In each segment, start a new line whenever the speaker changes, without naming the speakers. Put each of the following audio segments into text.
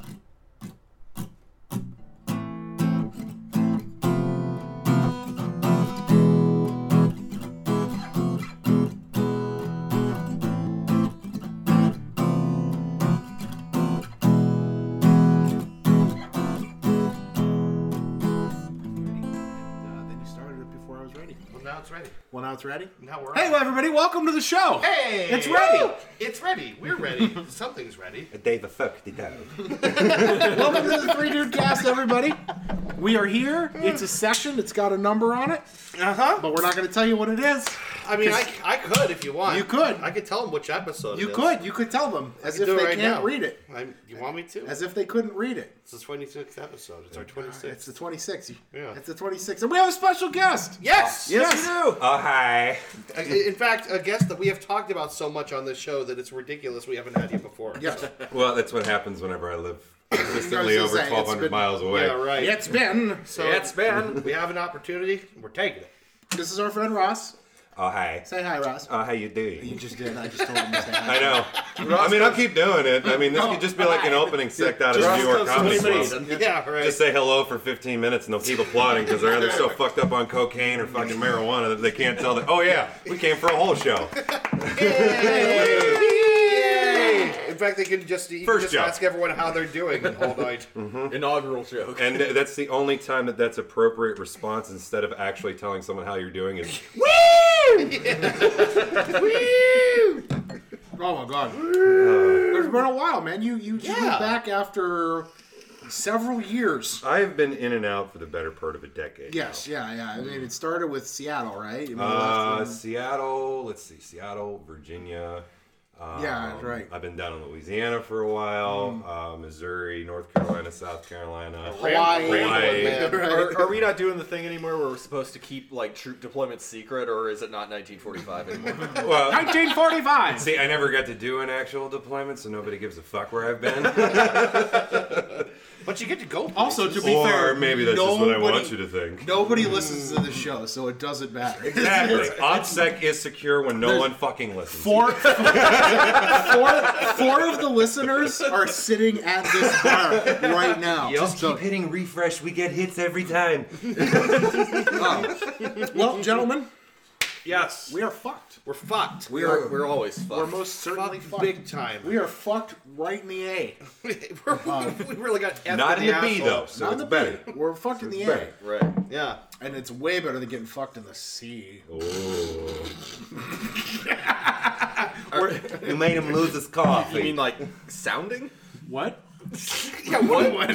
uh,
it's ready.
Well, now it's ready.
Now we're
Hey,
on.
well, everybody, welcome to the show.
Hey!
It's ready.
Woo! It's ready. We're ready. Something's ready.
Dave a fuck did that.
welcome to the Three Dude Cast, everybody. We are here. It's a session. It's got a number on it,
Uh huh.
but we're not going to tell you what it is.
I mean, I, I could if you want.
You could.
I could tell them which episode.
You
it is.
could, you could tell them as
could
if
do it
they
right
can't
now.
read it,
I'm, you want me to?
as if they couldn't read it.
It's the 26th episode. It's our 26th.
It's the 26th.
Yeah.
It's the 26th, and we have a special guest.
yes!
Yes.
Oh hi.
I- In fact, a guest that we have talked about so much on this show that it's ridiculous we haven't had you before.
Yes.
Well, that's what happens whenever I live
I
consistently
was gonna
over
say, it's
1,200
been-
miles away.
Yeah, right.
It's been.
So
been.
we have an opportunity. We're taking it.
This is our friend Ross.
Oh hi.
Say hi, Ross.
Oh how you doing?
just did. I just told him to say hi.
I know. I mean, I'll keep doing it. I mean, this could just be like an opening sect out of
Just-
New York Comedy Club.
Yeah, right.
Just say hello for 15 minutes and they'll keep applauding because they're either so fucked up on cocaine or fucking marijuana that they can't tell that. Oh yeah, we came for a whole show.
Yay! In fact, they can just, you can
First
just
job.
ask everyone how they're doing all night.
inaugural show.
And th- that's the only time that that's appropriate response instead of actually telling someone how you're doing is
Oh my god. It's been a while, man. You you you
Yeah.
went back after several years.
I have been in and out for the better part of a decade.
Yes, yeah, yeah. I mean, it started with Seattle, right? You
now.
moved
Uh,
left
Seattle, let's see, Seattle, Virginia.
and- yeah,
Um,
right.
I've been down in Louisiana for a while, uh, Missouri, North Carolina, South Carolina.
Hawaii.
Hawaii.
man.
Are, are we not doing the thing anymore where we're supposed to keep like troop deployment secret, or is it not 1945 anymore?
Well,
1945.
see, I never got to do an actual deployment, so nobody gives a fuck where I've been.
But you get to go.
Also, to
places.
be
or
fair,
maybe that's just what I
nobody-
want you to think.
Nobody listens to the show, so it doesn't matter.
Exactly. OPSEC is secure when no one fucking listens.
Four, four, four of the listeners are sitting at this bar right now. Just so-
hitting refresh. We get hits every time.
well, gentlemen,
yes,
we are fucked.
we're fucked.
we are. We're always fucked.
We're most certainly
Fucked
fucked.
big time. Um,
We are fucked right in the A.
We're- we really got effed
Not in the B
asshole.
though, so
Not
it's
the
better.
B. We're fucked in the A.
better.
right.
Yeah,
And it's way better than getting fucked in the sea.
You made him lose his coffee.
You mean like sounding?
What?
yeah. What?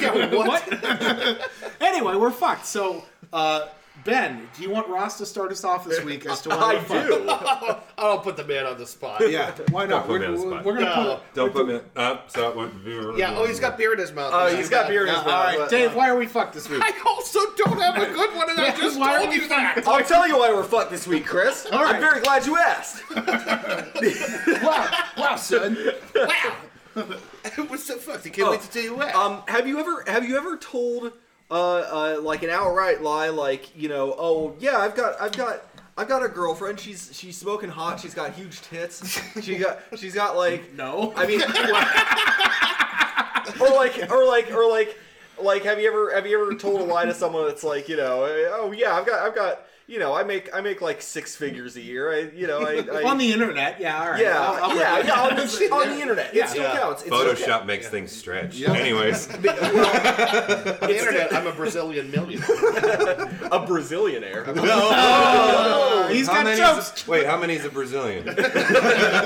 yeah, what?
anyway, we're fucked. So, uh, Ben, do you want Ross to start us off this week as to why we're fucked?
I don't put the man on the spot.
Yeah, why not?
put
We're,
me on the
we're,
spot.
we're gonna
No.
Don't put me up. So I went,
Yeah. Oh, he's got beer in his mouth.
Oh, he's got beer
put.
in his
Yeah,
mouth.
all right,
but-
Dave. Why are we fucked this week?
I also don't have a good one, and I
Yeah,
just
why are
told
we
you that.
I'll tell you why we're fucked this week, Chris.
All right.
I'm very glad you asked.
wow, wow, son.
What's so fucked? I can't wait to tell you what.
Um, have you ever have you ever told uh, uh, like an outright lie like you know oh yeah I've got I've got I've got a girlfriend she's she's smoking hot she's got huge tits she got she's got like
No.
I mean like- or like or like or like like have you ever have you ever told a lie to someone that's like you know eh, oh yeah I've got I've got you know I make I make like six figures a year I you know I, I
On the internet, yeah, all right. Uh,
yeah
I'll- I'll
yeah
work
yeah on
with it.
the, on the internet
Yeah.
it still
Yeah.
counts it's
Photoshop makes things stretch. Anyways,
on the internet, I'm a Brazilian millionaire.
a Oh, Brazilianaire.
He's
how
got
many's
jokes.
wait, how many's a Brazilian?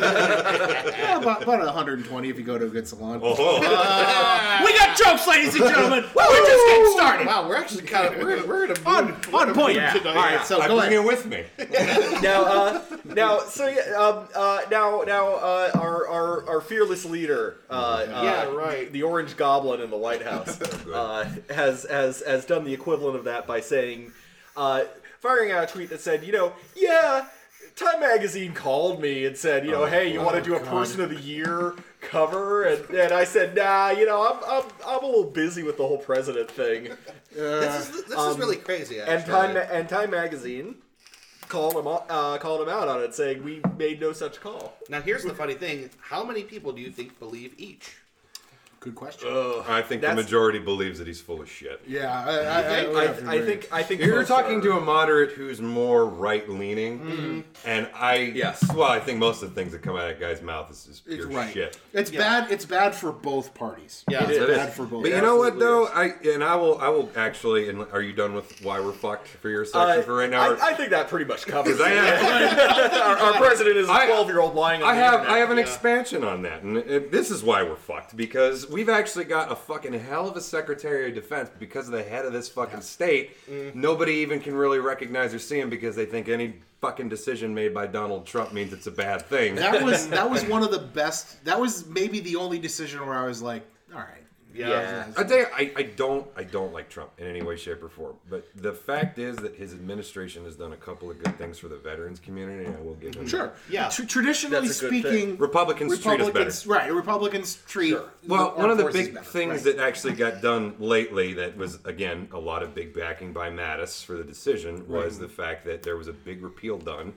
Yeah, about, about 120 if you go to a good salon.
Oh,
We got jokes, ladies and gentlemen. We're just getting started.
wow, we're actually kind of we're, we're in a mood.
On, on point.
Yeah.
All right, so
I
go
bring
ahead.
it with me.
now, uh, now, so yeah, um, uh, now, now, uh, our, our our fearless leader, uh,
Yeah,
uh,
right. Oh,
the Orange Goblin in the White House, uh, has has has done the equivalent of that by saying, uh, firing out a tweet that said, you know, yeah. Time magazine called me and said, you
Oh,
know, hey, you want to do a person of the year cover? And, and I said, nah, you know, I'm, I'm, I'm a little busy with the whole president thing.
This is this is really crazy. Actually.
And Time, and Time Magazine called him, o- uh, called him out on it, saying we made no such call.
Now here's the funny thing: How many people do you think believe each?
Good question.
I think the
That's-
majority believes that he's full of shit.
yeah, I, I, I, would
I,
have to
I
agree.
think I think
You're
most
talking
are-
to a moderate who's more right leaning, and I
Yes.
Well, I think most of the things that come out of that guy's mouth is just
it's
pure
right.
shit.
It's bad. It's bad for both parties.
Yeah.
it's
It
is.
bad for both.
But you know what though, I and I will I will actually. And are you done with why we're fucked for your section
Uh,
for right now? or-
I, I think that pretty much covers
'Cause I
it.
have-
our, our president is a
I-
12 year old lying on
I
the
have
internet.
I have an
yeah.
expansion on that, and it, this is why we're fucked because we've actually got a fucking hell of a Secretary of Defense because of the head of this fucking state.
Mm-hmm.
Nobody even can really recognize or see him because they think any fucking decision made by Donald Trump means it's a bad thing.
That was that was one of the best. That was maybe the only decision where I was like, all right.
Yeah.
Yeah.
I tell you, I, I don't I don't like Trump in any way, shape, or form. But the fact is that his administration has done a couple of good things for the veterans community, and I will give him
Sure.
Yeah.
Tr- traditionally
That's a good thing.
speaking,
Republicans treat us
Republicans- Right. Republicans treat.
Well,
armed
one of the
forces
big
better,
things
right.
that actually got done lately that was, again, a lot of big backing by Mattis for the decision was the fact that there was a big repeal done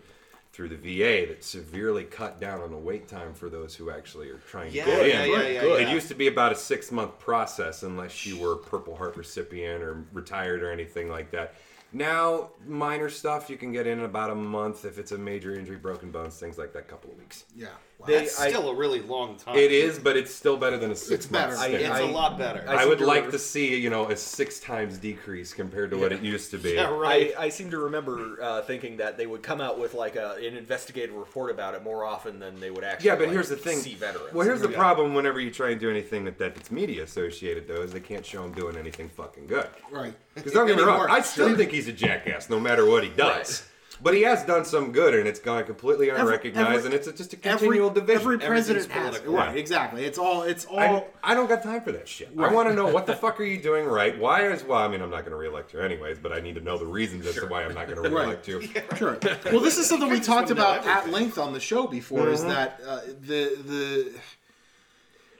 through the VA that severely cut down on the wait time for those who actually are trying
Yeah,
to get
yeah,
in.
yeah, yeah, Good.
It
yeah.
used to be about a six month process unless you were a Purple Heart recipient or retired or anything like that. Now, minor stuff you can get in in about a month if it's a major injury, broken bones, things like that, couple of weeks.
Yeah. Wow.
They-
That's
I-
still a really long time.
It is, but it's still better than a six month
better.
stay.
It's
I-
a lot better.
I-
I would
Singular.
like to see, you know, a six times decrease compared to what it used to be.
yeah, right.
I, I seem to remember uh, thinking that they would come out with like a, an investigative report about it more often than they would actually.
Yeah, but
like,
here's the thing.
See veterans.
Well, here's the
Yeah.
problem. Whenever you try and do anything with that that's media associated, though, is they can't show him doing anything fucking good.
Right.
Because don't get me wrong,
Anymore.
I still think he's a jackass, no matter what he does. But he has done some good, and it's gone completely unrecognized,
every-
and it's a, just a
Every,
continual division.
every president
Everything's
has it.
political.
Right. Exactly. It's all. It's all.
I, I don't got time for that shit. I
Right.
want to know what the fuck are you doing right? Why is why? I mean, I'm not going to reelect you anyways, but I need to know the reasons as to why I'm not going to reelect you.
Sure. Well, this is something we talked
wanna know
about at
everything.
length on the show before. Is
Mm-hmm.
that uh, the the.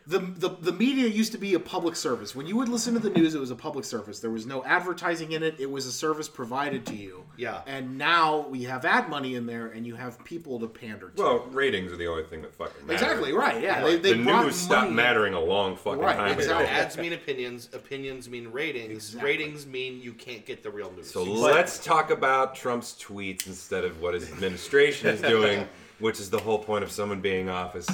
The, the, the media used to be a public service. When you would listen to the news, it was a public service. There was no advertising in it. It was a service provided to you.
Yeah.
And now we have ad money in there, and you have people to pander to.
Well, ratings are the only thing that fucking matter.
exactly right. Yeah. They,
Right.
they
the
brought
news stopped
money.
mattering a long fucking
Right,
time
exactly.
ago.
Ads mean opinions. Opinions mean ratings. Ratings mean you can't get the real news.
So let's talk about Trump's tweets instead of what his administration is doing, which is the whole point of someone being in office,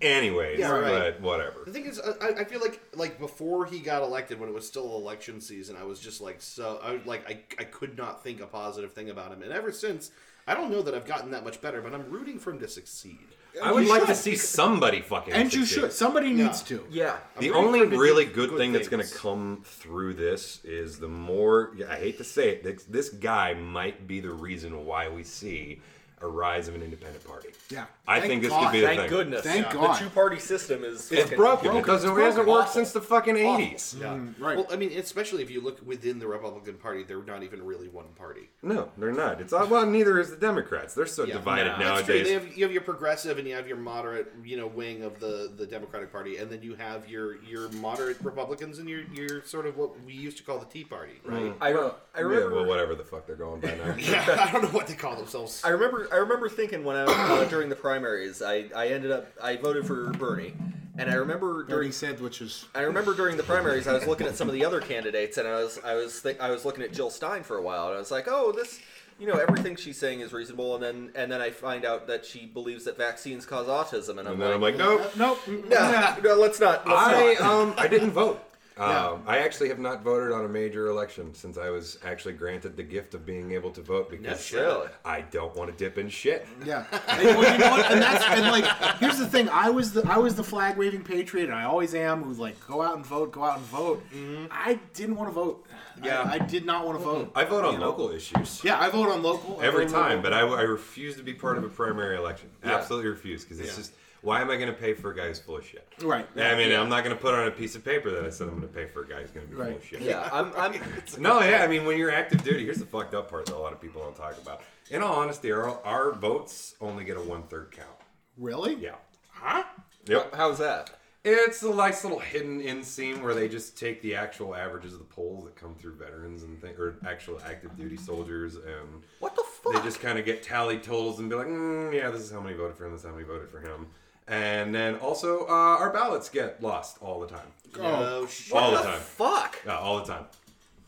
anyways.
Yeah, right.
But whatever.
The thing is, I, I- I feel like like before he got elected, when it was still election season, I was just like so I was like I, I could not think a positive thing about him, and ever since, I don't know that I've gotten that much better, but I'm rooting for him to succeed.
I would like to
should.
see somebody fucking.
And you
succeed.
should. Somebody needs to.
Yeah.
The
I'm
only
ready for it to
really
do
good,
good
thing that's going to
things.
come through this is the more. yeah, I hate to say it, this, this guy might be the reason why we see a rise of an independent party.
Yeah.
I
Thank
think this
God.
could be the
Thank
thing.
goodness.
Thank
the
God.
two party system is
It's
fucking-
broken. It doesn't. It hasn't worked
Awful.
since the fucking eighties.
Mm,
Yeah,
right.
Well, I mean, especially if you look within the Republican Party, they're not even really one party.
No, they're not. It's all, well, neither is the Democrats. They're so
Yeah.
divided
Nah.
That's true.
nowadays.
They have, you have your progressive and you have your moderate, you know, wing of the, the Democratic Party, and then you have your your moderate Republicans and your your sort of what we used to call the Tea Party, right?
I, I
yeah,
remember.
well, whatever the fuck they're going by now.
Yeah, I don't know what they call themselves.
I remember. I remember thinking when I uh, during the primaries, I, I ended up I voted for Bernie, and I remember during
Dirty sandwiches.
I remember during the primaries, I was looking at some of the other candidates, and I was I was think I was looking at Jill Stein for a while, and I was like, oh, this, you know, everything she's saying is reasonable, and then and then I find out that she believes that vaccines cause autism, and I'm
and
like,
then I'm like, nope.
Nope.
no, no, let's not. Let's
I
not.
um I didn't vote. Um, I actually have not voted on a major election since I was actually granted the gift of being able to vote because
shit.
Really?
I don't want to dip in shit.
Yeah. And, well, you know what? And that's and like here's the thing. I was the I was the flag waving patriot, and I always am. Who's like go out and vote, go out and vote. I didn't want to vote.
Yeah.
Mm-hmm. I, I did not want to vote.
I vote on local issues
Yeah, I vote on local I
every
vote on
time,
local.
but I, I refuse to be part of a primary election. Absolutely refuse because it's
Yeah.
just why am I going to pay for a guy who's full of shit?
Right.
I mean, I'm not going to put on a piece of paper that I said I'm going to pay for a guy who's going to be full
Right.
of shit.
yeah, I'm, I'm
No, yeah, I mean, when you're active duty, here's the fucked up part that a lot of people don't talk about. In all honesty, our, our votes only get a one third count.
really?
Yeah.
Huh?
Yep.
how's that?
It's a nice little hidden in scene where they just take the actual averages of the polls that come through veterans and thing, or actual active duty soldiers, and
What the fuck?
they just kind of get tallied totals and be like, mm, yeah, this is how many voted for him, this is how many voted for him. And then also, uh, our ballots get lost all the time.
Oh, shit.
All
What
the
the
time.
fuck?
Yeah, Uh, all the time.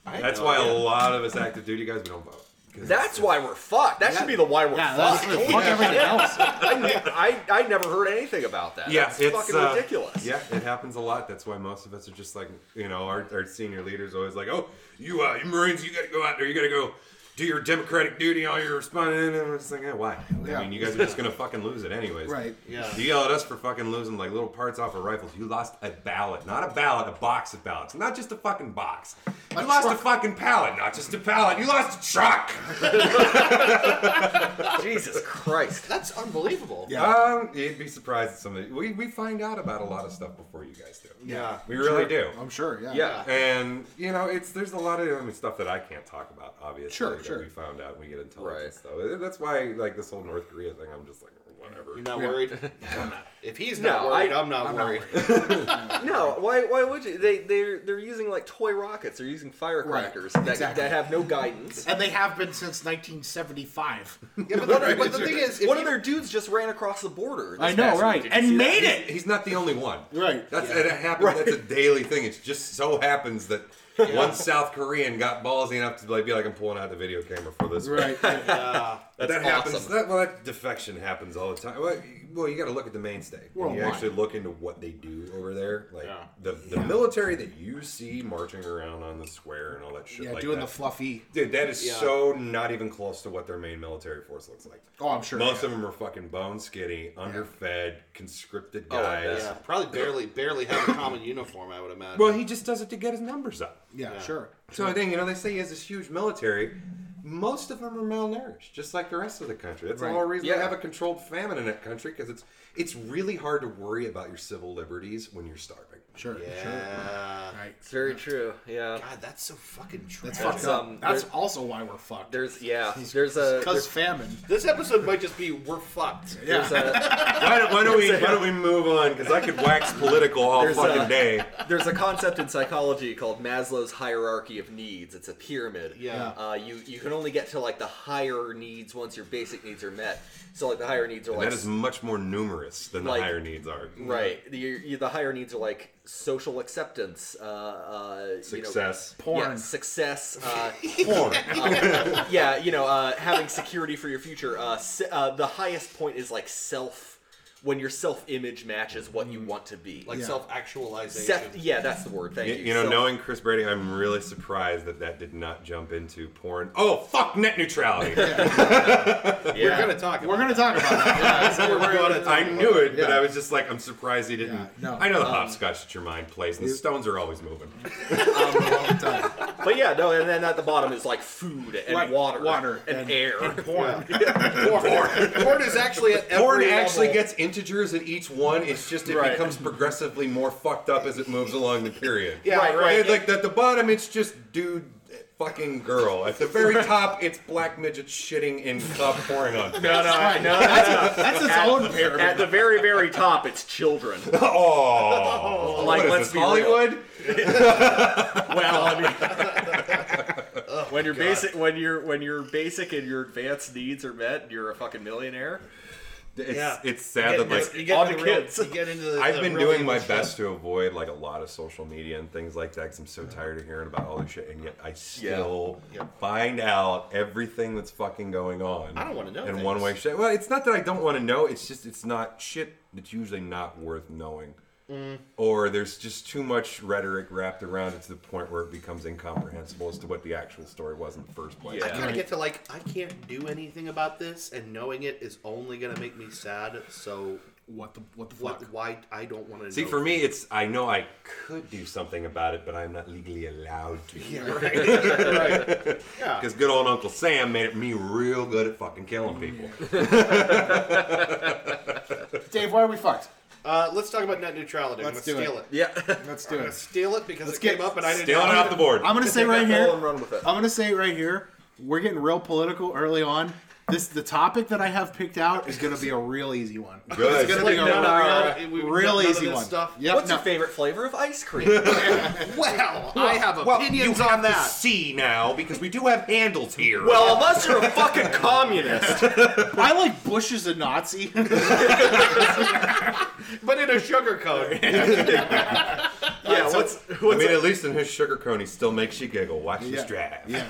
I
That's
know,
why
yeah.
a lot of us active duty guys we don't vote. 'Cause
That's why we're fucked. That should be the why we're
Yeah, that's
fucked.
fuck everything else.
I, ne- I, I never heard anything about that.
Yeah,
That's
it's
fucking
uh,
ridiculous.
Yeah, it happens a lot. That's why most of us are just like, you know, our, our senior leaders always like, oh, you, uh, you Marines, you gotta go out there, you gotta go do your democratic duty, all your responding. And it's like, eh, why?
Yeah.
I mean, you guys are just gonna fucking lose it anyways.
Right.
Yeah.
You yell at us for fucking losing like little parts off of rifles. You lost a ballot, not a ballot, a box of ballots, not just a fucking box. You
A
lost
truck.
a fucking pallet, not just a pallet. You lost a truck.
Jesus Christ.
That's unbelievable.
Yeah.
Um, you'd be surprised at some of the We we find out about a lot of stuff before you guys do.
Yeah.
We really do.
I'm sure. Yeah.
Yeah.
And you know, it's there's a lot of I mean, stuff that I can't talk about, obviously.
Sure,
that
sure.
We found out when we get intelligence though. That's why like this whole North Korea thing. I'm just like whatever.
You're not worried? I'm not. If he's
No,
not worried,
I-
I, am not
I'm not
worried.
No, why, why would you? They, they're, they're using like toy rockets. They're using firecrackers that,
exactly.
that have no guidance.
And they have been since 1975.
yeah, but, the, but the thing is, if
One of
you-
their dudes just ran across the border. this
I know,
past
right.
week. Did you
And
see that?
made it!
He's not the only one.
Right.
That's it happens. That's a daily thing. It just so happens that one South Korean got ballsy enough to like be like, I'm pulling out the video camera for this.
right.
Uh,
That
That's
happens.
awesome.
That well, that defection happens all the time. Well, you- well you got to look at the mainstay. And you
Worldwide.
actually look into what they do over there. Like
Yeah.
the, the military that you see marching around on the square and all that shit.
Yeah,
like
doing
that.
the fluffy.
Dude, that is
Yeah.
so not even close to what their main military force looks like.
Oh, I'm sure.
Most
yeah.
of them are fucking bone skinny, underfed, conscripted
I
guys.
yeah, probably barely barely have a common uniform, I would imagine.
Well, he just does it to get his numbers up.
Yeah,
Yeah.
sure.
So I think you know they say he has this huge military. Most of them are malnourished, just like the rest of the country. That's
Right.
the whole reason
Yeah.
they have a controlled famine in that country because it's it's really hard to worry about your civil liberties when you're starving.
Sure. Sure.
yeah.
Right.
It's very true. Yeah.
God, that's so fucking true.
That's fucked up.
um,
That's
there-
also why we're fucked.
There's yeah. There's a
Because
there's,
famine.
This episode might just be we're fucked.
there's a
Why don't, why don't we why don't we move on? Because I could wax political all
There's,
fucking
uh,
day.
there's a concept in psychology called Maslow's hierarchy of needs. It's a pyramid.
Yeah.
Uh, you you can only get to like the higher needs once your basic needs are met. So like the higher needs are
And
like
that is much more numerous than the
like-
higher needs are.
right. The, you, the higher needs are like social acceptance. Uh, uh,
Success.
You know, yeah,
Porn.
success. Uh,
Porn.
yeah, you know, uh, having security for your future. Uh, se- uh, the highest point is like self, when your self image matches what you want to be.
Like
Yeah.
self actualization.
Seth, yeah, that's the word. Thank
You,
you.
you know,
So-
knowing Chris Brady, I'm really surprised that that did not jump into porn. Oh, fuck net neutrality.
We're
yeah.
gonna talk. About
We're going to talk about that. Yeah,
We're gonna talk
I
about
knew it, but
Yeah.
I was just like, I'm surprised he didn't.
Yeah, no.
I know the hopscotch that your mind plays, and the stones are always moving.
it's all the time.
But yeah, no, and then at the bottom is like food and
Right,
water,
water
and,
and-
air.
Porn.
Porn. Porn is actually at
Porn
every
actually
level.
gets integers in each one. It's just it
Right.
becomes progressively more fucked up as it moves along the period.
Yeah,
Right, right.
And, like at the bottom, it's just dude, fucking girl. At the very top, it's black midget shitting in cup pouring on.
No, no,
Right.
no, no,
that's,
no.
that's its
At-
own pyramid.
At the very, very top, it's children.
Oh,
Like,
what is this,
let's be real.
Hollywood.
Well, I mean, when your basic, when your when your basic and your advanced needs are met, you're a fucking millionaire.
It's,
Yeah.
it's sad that like
get on into the the real- kids. you
I've been doing my best to avoid like a lot of social media and things like that because I'm so tired of hearing about all this shit, and yet I still
Yeah.
find out everything that's fucking going on.
I don't wanna know
In
things.
one way, shit. Well, it's not that I don't want to know. It's just it's not shit. that's usually not worth knowing.
Mm.
Or there's just too much rhetoric wrapped around it to the point where it becomes incomprehensible as to what the actual story was in the first place.
I
Yeah.
kind of get to like I can't do anything about this, and knowing it is only gonna make me sad. So
what the what the fuck?
what? Why I don't want to
See,
know.
for me, it's I know I could do something about it, but I'm not legally allowed to.
yeah, right. right. Yeah.
Because good old Uncle Sam made it me real good at fucking killing people.
Dave, why are we fucked?
Uh, let's talk about net neutrality. I'm
Let's
gonna
do
steal
it.
it.
Yeah,
Let's do
I'm gonna
it.
steal it because
Let's
it
get-
came up and I didn't.
Stealing it
know.
off the board.
I'm gonna say
Take
right
that ball
Uh,
here.
and run with it.
I'm gonna say right here. We're getting real political early on. This the topic that I have picked out is going to be a real easy one.
Good.
It's going to
Like,
be a
no, no,
real,
no, we- we-
real
none of
easy
this
one.
stuff.
Yep,
What's
no.
your favorite flavor of ice cream?
Well, I have opinions on that.
See now because we do have handles here.
well, unless you're a fucking communist.
I like Bush is a Nazi.
but in a sugar cone.
Yeah, what's
I mean, at least in his sugar cone, he still makes you giggle. Watch this
Yeah.
draft.
yeah.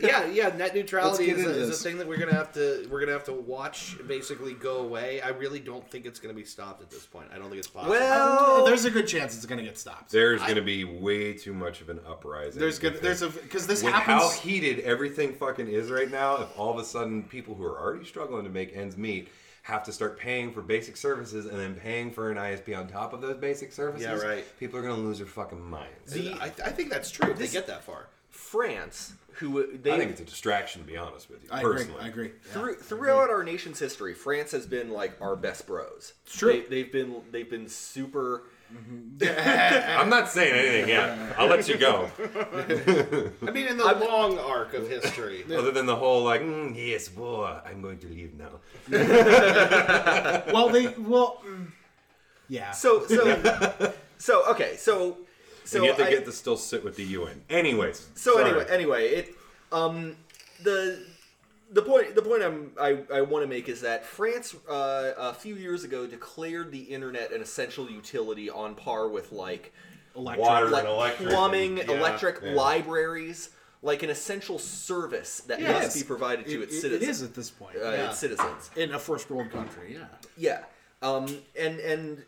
yeah, yeah. Net neutrality
Let's get
is a,
into
is a
this.
thing that we're gonna have to we're gonna have to watch basically go away. I really don't think it's gonna be stopped at this point. I don't think it's possible.
well,
There's a good chance it's going to get stopped.
There's going to be way too much of an uprising.
There's good.
Because
There's a because this
With
happens.
how heated everything fucking is right now, if all of a sudden people who are already struggling to make ends meet have to start paying for basic services and then paying for an ISP on top of those basic services,
Yeah, right.
people are going to lose their fucking minds.
the, I, I think that's true. If they get that far.
France, who uh, they
I think it's a distraction, to be honest with you,
I agree.
personally.
I agree. Yeah.
Through, throughout our nation's history, France has been like our best bros. It's
true.
They, have been they've been super.
I'm not saying anything yet. I'll let you go.
I mean, in the long arc of history.
Other than the whole, like, mm, yes, war, I'm going to leave now.
Well, they well. mm, Yeah.
So so so okay so so
and yet they
I-
get to still sit with the UN. Anyways.
so
sorry.
anyway anyway it um the the point the point I'm, I I want to make is that France uh, a few years ago declared the internet an essential utility on par with like
Electric.
Water.
like
electric and-
plumbing,
yeah,
electric,
yeah.
libraries, like an essential service that
Yes.
must be provided to
It-
its
it-
citizens.
It is at this point.
uh,
Yeah.
its citizens.
in a first world country. Yeah.
Yeah. Um, and and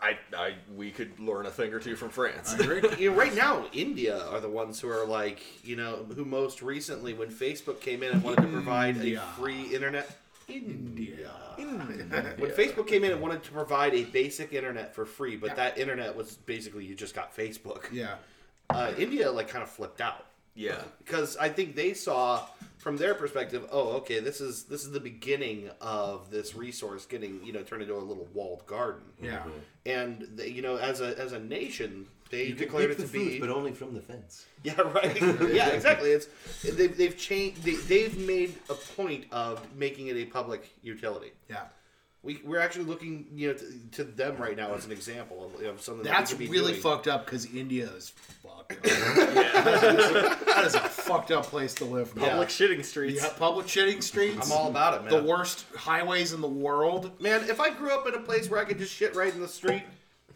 I, I we could learn a thing or two from France.
you know, right now, India are the ones who are like, you know, who most recently, when Facebook came in and wanted to provide a
India.
free internet. India. When
Yeah.
Facebook came in and wanted to provide a basic internet for free, but that internet was basically you just got Facebook.
Yeah.
Uh, India like kind of flipped out
Yeah.
because I think they saw from their perspective, oh, okay, this is this is the beginning of this resource getting you know turned into a little walled garden.
Yeah.
and they, you know, as a as a nation, they
You can
declared
pick
it to
the foods,
be
but only from the fence.
yeah, right, yeah, exactly. It's they've, they've changed. They, they've made a point of making it a public utility.
Yeah.
We, we're actually looking, you know, to, to them right now as an example of, of something that we
That's
could be
really
doing.
fucked up because India is fucked. Up. that is a fucked up place to live. man.
Public shitting streets.
Yeah, public shitting streets.
I'm all about it, man.
the worst highways in the world.
Man, if I grew up in a place where I could just shit right in the street,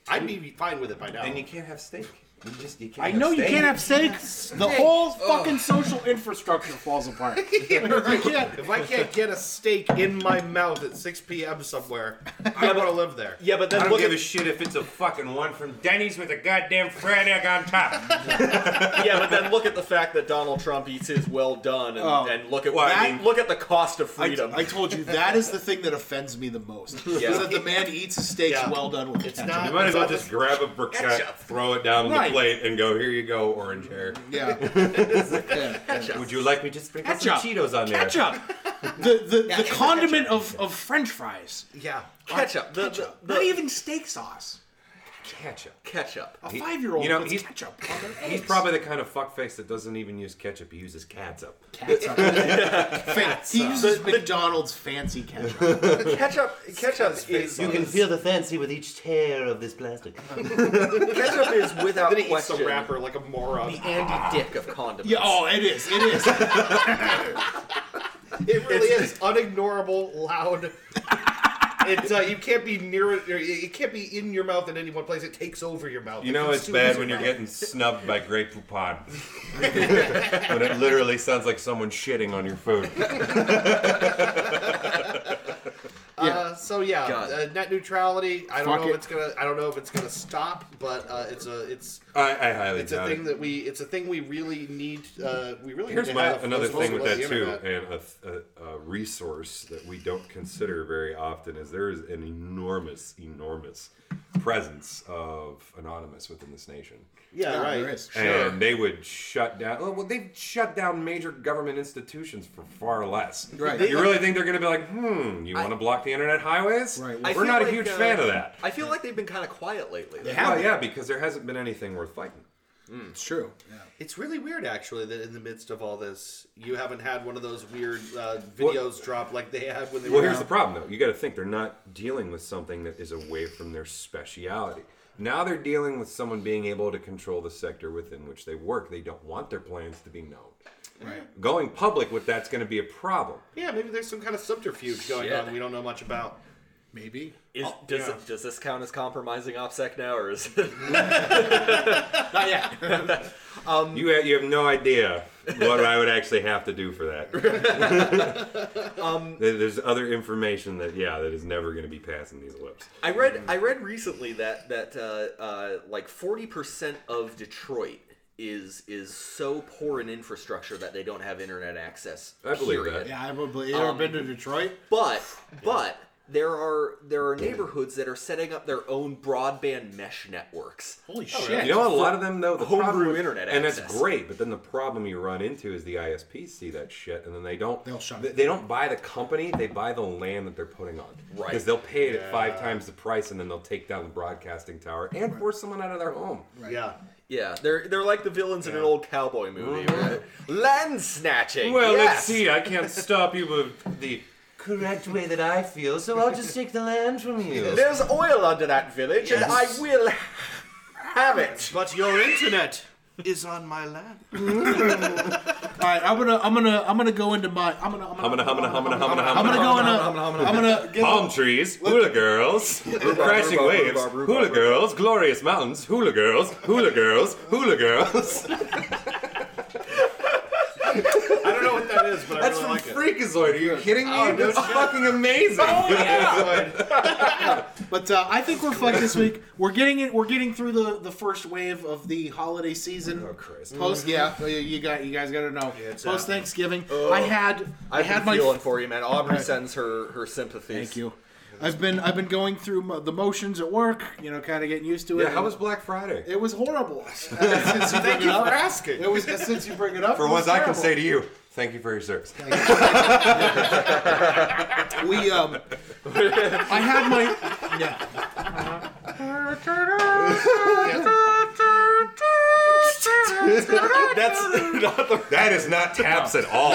I'd be fine with it by now.
And you can't have steak. You just, you can't
I know you
steak.
can't have steaks. The whole fucking social infrastructure falls apart.
If I can't- if I can't get a steak in my mouth at 6 p.m. somewhere, I want to live there.
Yeah, but
I
then
don't
look
give
at,
a shit if it's a fucking one from Denny's with a goddamn fried egg on top.
yeah, but then look at the fact that Donald Trump eats his well done, and,
Oh.
and look at
Well, I
that-
mean-
look at the cost of
I,
freedom.
I told you that is the thing that offends me the most.
Yeah.
Is that the man eats his steaks
Yeah.
well done with
It's
ketchup.
not-
You might as well
It's
just grab a briquette,
Ketchup.
throw it down on
Right.
the plate, and go, here you go, orange hair.
Yeah. yeah. yeah.
Would you like me to sprinkle some
Ketchup.
Cheetos on there?
Ketchup. The the, the condiment of, of French fries.
Yeah.
ketchup. The, the, the,
Not even steak sauce.
Ketchup.
ketchup.
A five year old
you know,
puts
he's-
ketchup on their
He's
eggs.
probably the kind of fuckface that doesn't even use ketchup. He uses catsup.
Ketchup. Fan- he uses McDonald's fancy ketchup.
Ketchup. Ketchup is
You can feel the fancy with each tear of this plastic.
ketchup is without
Then he eats
question
the wrapper like a moron.
the Andy Dick of condiments.
Yeah, oh, it is. It is.
It really is unignorable, loud. It's uh, you can't be near it. or It can't be in your mouth in any one place. It takes over your mouth.
You
It
know it's
consumes
bad
your
when you're
mouth.
getting snubbed by Grey Poupon. when it literally sounds like someone shitting on your food.
Uh, so yeah,
God.
uh, net neutrality. I don't
Fuck
know
it.
if it's gonna. I don't know if it's gonna stop, but uh, it's a it's
I, I highly
it's a
doubt
thing
it.
that we it's a thing we really need. Uh, we really
Here's
need to
my
have
another
as well
thing with that
the
too,
internet.
and a, th- a, a resource that we don't consider very often is there is an enormous, enormous presence of anonymous within this nation,
Yeah,
Yeah,
right.
there is.
and they would shut down. oh, Well, they've shut down major government institutions for far less.
Right.
You really think they're going to be like, hmm? You want to block the internet highways?
Right,
I
I
We're
feel
not a
like,
huge
uh,
fan of that.
I feel like they've been kind of quiet lately. though.
have
Well,
it.
yeah, because there hasn't been anything worth fighting.
It's true. Yeah.
It's really weird, actually, that in the midst of all this, you haven't had one of those weird uh, videos drop like they had when they
Well,
were.
here's the problem, though. You got to think they're not dealing with something that is away from their speciality. Now they're dealing with someone being able to control the sector within which they work. They don't want their plans to be known. Right. Going public with that's going to be a problem.
yeah, maybe there's some kind of subterfuge going
Shit.
on we don't know much about.
Maybe.
Is, does it, does this count as compromising OPSEC now, or is it?
Not yet.
You have, you have no idea what I would actually have to do for that. um, There's other information that yeah that is never going to be passing these lips.
I read
Mm.
I read recently that that uh, uh, like forty percent of Detroit is is so poor in infrastructure that they don't have internet access.
I believe
period.
that.
Yeah, I would believe. You
Um,
ever been to Detroit?
But but there are there
Mm.
are neighborhoods that are setting up their own broadband mesh networks.
Holy shit.
oh, You know, a lot of them though the
Homebrew
problem-
internet
and
access.
that's great. But then the problem you run into is the ISPs see that shit, and then they don't.
They'll shut
they,
it
they don't buy the company; they buy the land that they're putting on.
Right.
Because they'll pay it at five times the price, and then they'll take down the broadcasting tower and force someone out of their home.
Yeah.
Yeah, they're they're like the villains in an old cowboy movie.
Mm-hmm.
right? Land snatching.
Well, let's
yes!
see. I can't stop you with the.
Correct way that I feel, so I'll just take the land from you.
There's oil under that village, and I
Yes.
will have it.
But your internet is on my land.
All right, I'm gonna, I'm gonna, I'm gonna go into my, I'm gonna, I'm
Humana,
gonna,
humana, humana, humana,
I'm gonna
humana,
go into,
I'm gonna-
I'm gonna, give
Palm trees, hula girls, crashing
rhubarb,
waves,
rhubarb, rhubarb,
hula
rhubarb.
girls, glorious mountains, hula girls, hula girls, hula girls.
I don't know what that is, but I
That's
really
from
like it.
Freakazoid. Are you kidding me?
Oh,
no
That's
shit.
fucking amazing.
But uh, I think we're fucked this week. We're getting it. We're getting through the, the first wave of the holiday season.
Oh, Christ.
Post, yeah, oh, you- you got you guys got to know.
it's
Post
happening.
Thanksgiving, I had I
I've
had
been
my.
feeling for you, man. Aubrey sends her her sympathies.
Thank you. I've been I've been going through mo- the motions at work. You know, kind of getting used to it.
Yeah, how was Black Friday?
It was horrible. Since you bring
Thank
it
you for
up,
asking.
it was since you bring it up.
For
it was
once, I can
terrible.
say to you, thank you for your service.
we um I had my yeah.
That's not the
That is not taps at all.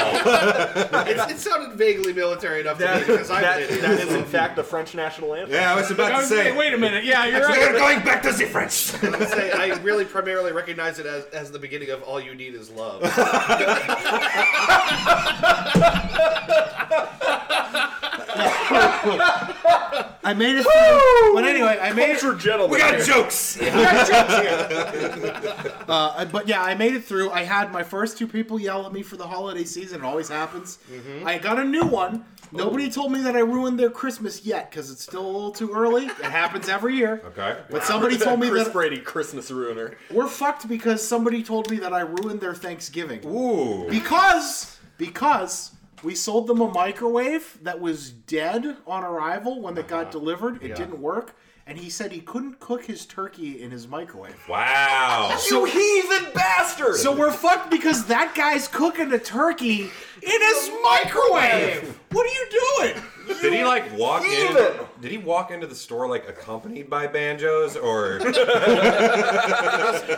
It's, it sounded vaguely military enough to me
that,
because I'm
that-
an idiot.
that is in fact the French national anthem.
Yeah, I was about to say.
Wait a minute. Yeah, you're
We
right.
are going back to the French.
I say I really primarily recognize it as, as the beginning of All You Need Is Love.
I made it through. But anyway, I made it.
Culture gentlemen.
We got jokes.
Uh, but yeah, I made it through. I had my first two people yell at me for the holiday season. It always happens. I got a new one. Nobody told me that I ruined their Christmas yet because it's still a little too early. It happens every year.
Okay.
But somebody told me
Chris
that
Brady Christmas ruiner.
we're fucked because somebody told me that I ruined their Thanksgiving.
Ooh.
Because because we sold them a microwave that was dead on arrival when it got delivered. It didn't work, and he said he couldn't cook his turkey in his microwave.
Wow.
you heathen bastard!
So we're fucked because that guy's cooking a turkey in his microwave. What are you doing?
Did he like walk in?
Steven!
Did he walk into the store like accompanied by banjos or?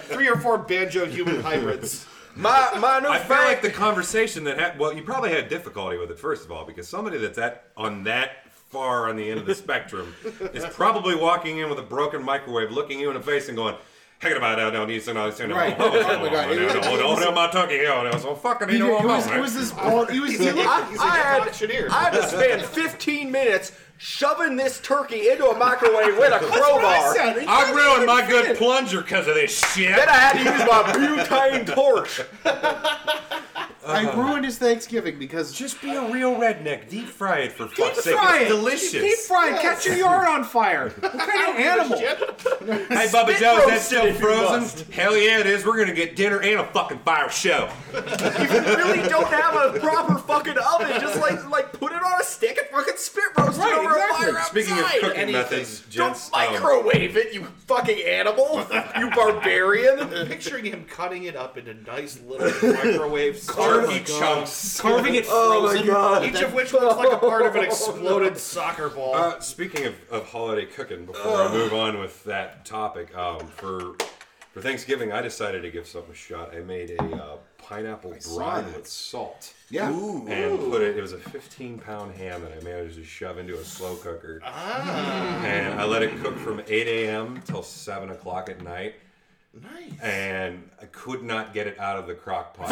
Three or four banjo human hybrids.
my my new
I feel like
fact.
the conversation that had, well, you probably had difficulty with it first of all because somebody that's at on that far on the end of the spectrum is probably walking in with a broken microwave, looking you in the face and going. Heck about it, I don't need to know.
Right.
Oh,
Oh my God.
no, no, no, no, my turkey here. I was fucking
He,
you
it
know,
was,
man.
it was this bald. He was. He
I,
looked,
He's a
I, had,
auctioneer.
I had to spend 15 minutes shoving this turkey into a microwave with a crowbar.
said. He
I
couldn't
ruined
even
my good
fit.
plunger because of this shit.
Then I had to use my butane torch.
I ruined his Thanksgiving because
Just be a real redneck. Deep fry it for
Deep
fuck's sake.
fry
It's
it.
delicious.
Deep fry it. Catch your yard on fire. What kind of animal?
Hey, Bubba
Spit
Joe, is that
roasted
still
if you
frozen?
must.
Hell yeah, it is. We're gonna get dinner and a fucking fire show.
really don't have a proper fucking oven. Just like like put it on a stick and fucking spit roast
Right,
it over
exactly.
a fire outside.
Speaking of cooking
anything.
methods,
don't
gents, um,
microwave it, you fucking animal, you barbarian.
Picturing him cutting it up into nice little microwave
Oh
turkey
sandwich,
chunks.
Carving it frozen.
god!
each of which looks like a part of an exploded soccer ball.
Uh, speaking of, of holiday cooking, before I move on with that topic, um, for For Thanksgiving, I decided to give something a shot. I made a uh, pineapple
saw
brine
that.
with salt.
Yeah.
And put it. It was a 15 pound ham that I managed to shove into a slow cooker. And I let it cook from 8 a.m. till 7 o'clock at night.
Nice.
And I could not get it out of the crock pot.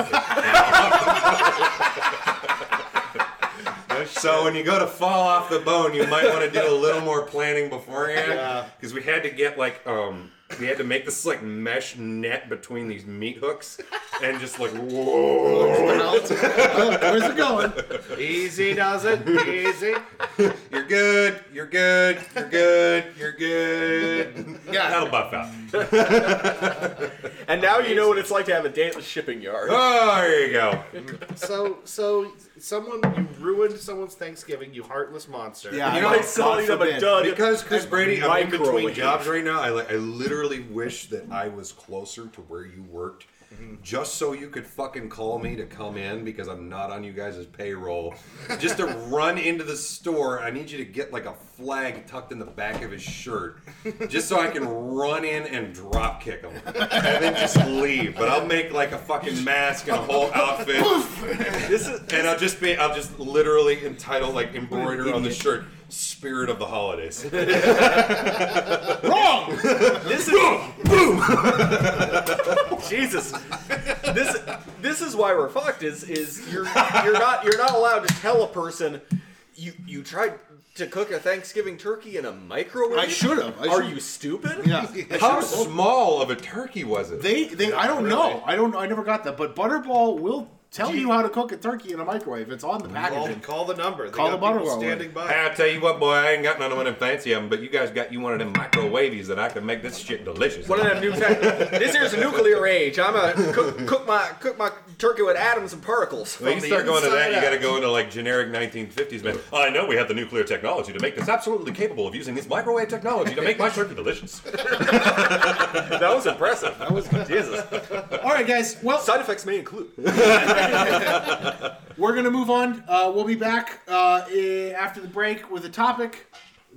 so when you go to fall off the bone, you might want to do a little more planning beforehand. Because we had to get like um, we had to make this like mesh net between these meat hooks, and just like whoa.
Where's it going?
Easy does it. Easy.
You're good. You're good. You're good. You're good. Yeah, that'll buff out.
And now you know what it's like to have a date at the shipping yard.
Oh, there you go.
So, so someone you ruined someone's Thanksgiving. You heartless monster.
Yeah.
You
I know,
might sell
God
them a
forbid.
dud.
Because Chris Brady, I'm in between
Microwave.
jobs right now. I, li- I literally wish that I was closer to where you worked,
Mm-hmm.
just so you could fucking call me to come in because I'm not on you guys' payroll. just to run into the store, I need you to get like a flag tucked in the back of his shirt, just so I can run in and drop kick him, and then just leave. But I'll make like a fucking mask and a whole outfit.
This is
And I'll just be, I'll just literally entitle, like, embroider on the shirt, Spirit of the Holidays.
Wrong.
this is Jesus. This this is why we're fucked. Is is you're you're not you're not allowed to tell a person you you tried to cook a Thanksgiving turkey in a microwave.
I should've. I
Are
should've.
you stupid?
Yeah.
How small of a turkey was it?
They, they. I don't know. I don't. I never got that. But Butterball will tell you how to cook a turkey in a microwave. It's on the
Call,
packaging.
call the number. They
Call
got
the
people
Butterball
Standing by.
Hey, I tell you what, boy, I ain't got none of them fancy of them, but you guys got you one of them microwavies that I can make this shit delicious.
One of them new tech. this here's a nuclear age. I'm a cook, cook my cook my turkey with atoms and particles.
when you
the
start going to
inside
that, you
out.
got to go into like generic 1950s man. I know we have the nuclear technology to make this absolutely capable of using this microwave technology to make my turkey delicious.
That was impressive. That was Jesus.
All right, guys. Well,
Side effects may include.
we're gonna move on. Uh, we'll be back uh, eh, after the break with a topic.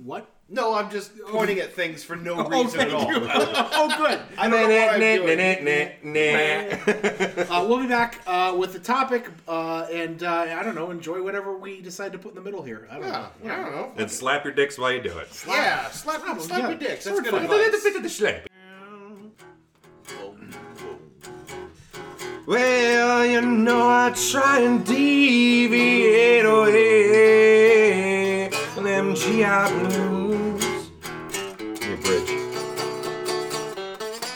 What?
No, I'm just pointing at things for no
Oh,
reason
thank
at all.
you. oh, good.
I don't know what I'm doing.
Eh.
Uh, we'll be back uh, with the topic, uh, and uh, I don't know. Enjoy whatever we decide to put in the middle here. I don't know.
Yeah, I don't know.
And slap your dicks while you do it.
Yeah, slap, slap,
yeah.
your dicks. That's
Sword
good
fight.
advice.
Well, you know I try and deviate away from them GI blues. New bridge.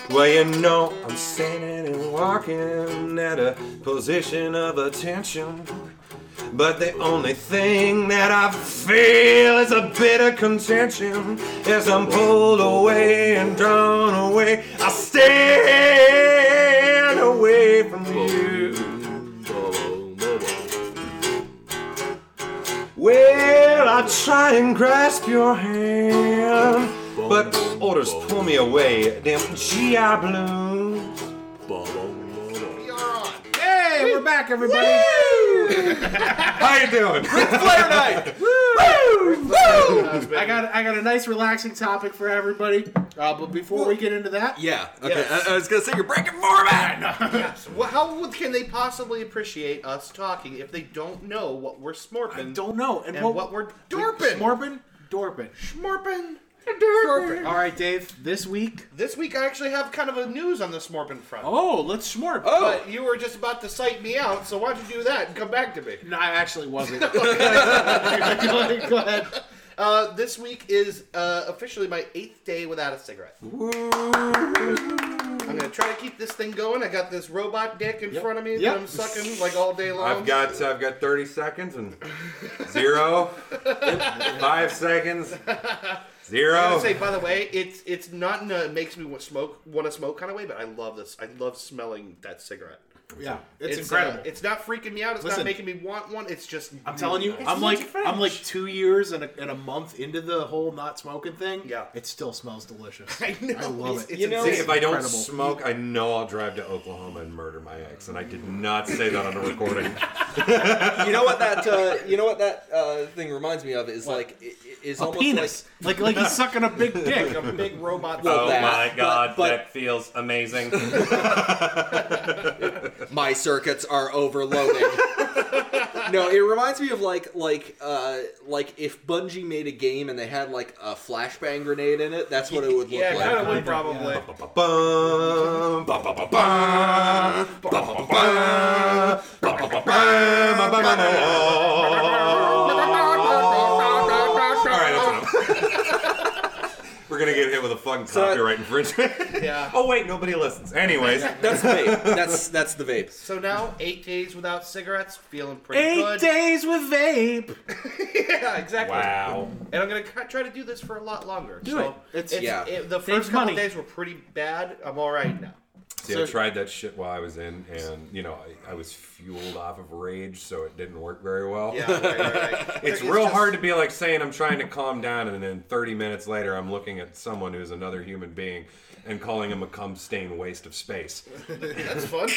Well, you know I'm standing and walking at a position of attention. But the only thing that I feel is a bit of contention as I'm pulled away and drawn away. I stand away from you. Well, I try and grasp your hand, but orders pull me away. Them GI blues.
You're on.
Hey, we're back, everybody.
How you doing?
Fire night.
I got I got a nice relaxing topic for everybody. Uh, but before we get into that,
Yeah. Okay. uh, I, I was gonna say you're breaking format.
Well, how would- can they possibly appreciate us talking if they don't know what we're
I
smorping
don't know. And,
and what we're dorping?
Morpin, Dorpin.
Smorpin.
All right, Dave. This week.
This week I actually have kind of a news on the smorpin front.
Oh, let's smorp.
But you were just about to cite me out, so why don't you do that and come back to me?
No, I actually wasn't. go ahead. Go ahead.
Uh, this week is uh, officially my eighth day without a cigarette. I'm gonna try to keep this thing going. I got this robot dick in front of me
Yep.
that I'm sucking like all day long.
I've got I've got 30 seconds and zero, five seconds,
I
zero.
gotta say, by the way, it's it's not in a makes me want smoke want to smoke kind of way, but I love this. I love smelling that cigarette.
Yeah, it's,
uh,
incredible.
it's not freaking me out. It's
Listen.
not making me want one. It's just.
I'm telling you, I'm
It's
like
French.
I'm like two years and a, and a month into the whole not smoking thing.
Yeah.
it still smells delicious.
I know.
I love
it's-
it.
it's
You know-
See,
It's
if I don't
incredible.
smoke, I know I'll drive to Oklahoma and murder my ex, and I did not say that on a recording.
you know what that uh, you know what that uh, thing reminds me of is like i- i- is
a
almost
penis, like, like he's sucking a big dick.
like a big robot.
oh
that,
my
but-
god,
but,
that feels amazing.
my circuits are overloading. no, it reminds me of like like uh like if Bungie made a game and they had like a flashbang grenade in it, that's what it would look
yeah,
like.
kind of would
Kinda,
probably.
yeah.
Ba-ba-bum, ba-ba-ba-bum, ba-ba-ba-bum, ba-ba-ba-bum, ba-ba-ba-bum. All right, that's enough. We're gonna get hit with a fucking copyright infringement.
Yeah.
Oh wait, nobody listens. Anyways,
That's the vape. That's that's the vape.
So now, eight days without cigarettes, feeling pretty
Eight
good.
days with vape.
yeah, exactly.
wow.
And I'm gonna ca- try to do this for a lot longer.
Do
so
it. It's-
Yeah.
it- the
Saves
first couple
money.
days were pretty bad. I'm all right now.
See, I
So-
tried that shit while I was in, and you know, I, I was fueled off of rage, so it didn't work very well.
Yeah, right, right, right.
It's real hard to be like saying I'm trying to calm down, and then 30 minutes later, I'm looking at someone who's another human being and calling him a cum stained waste of space.
That's fun.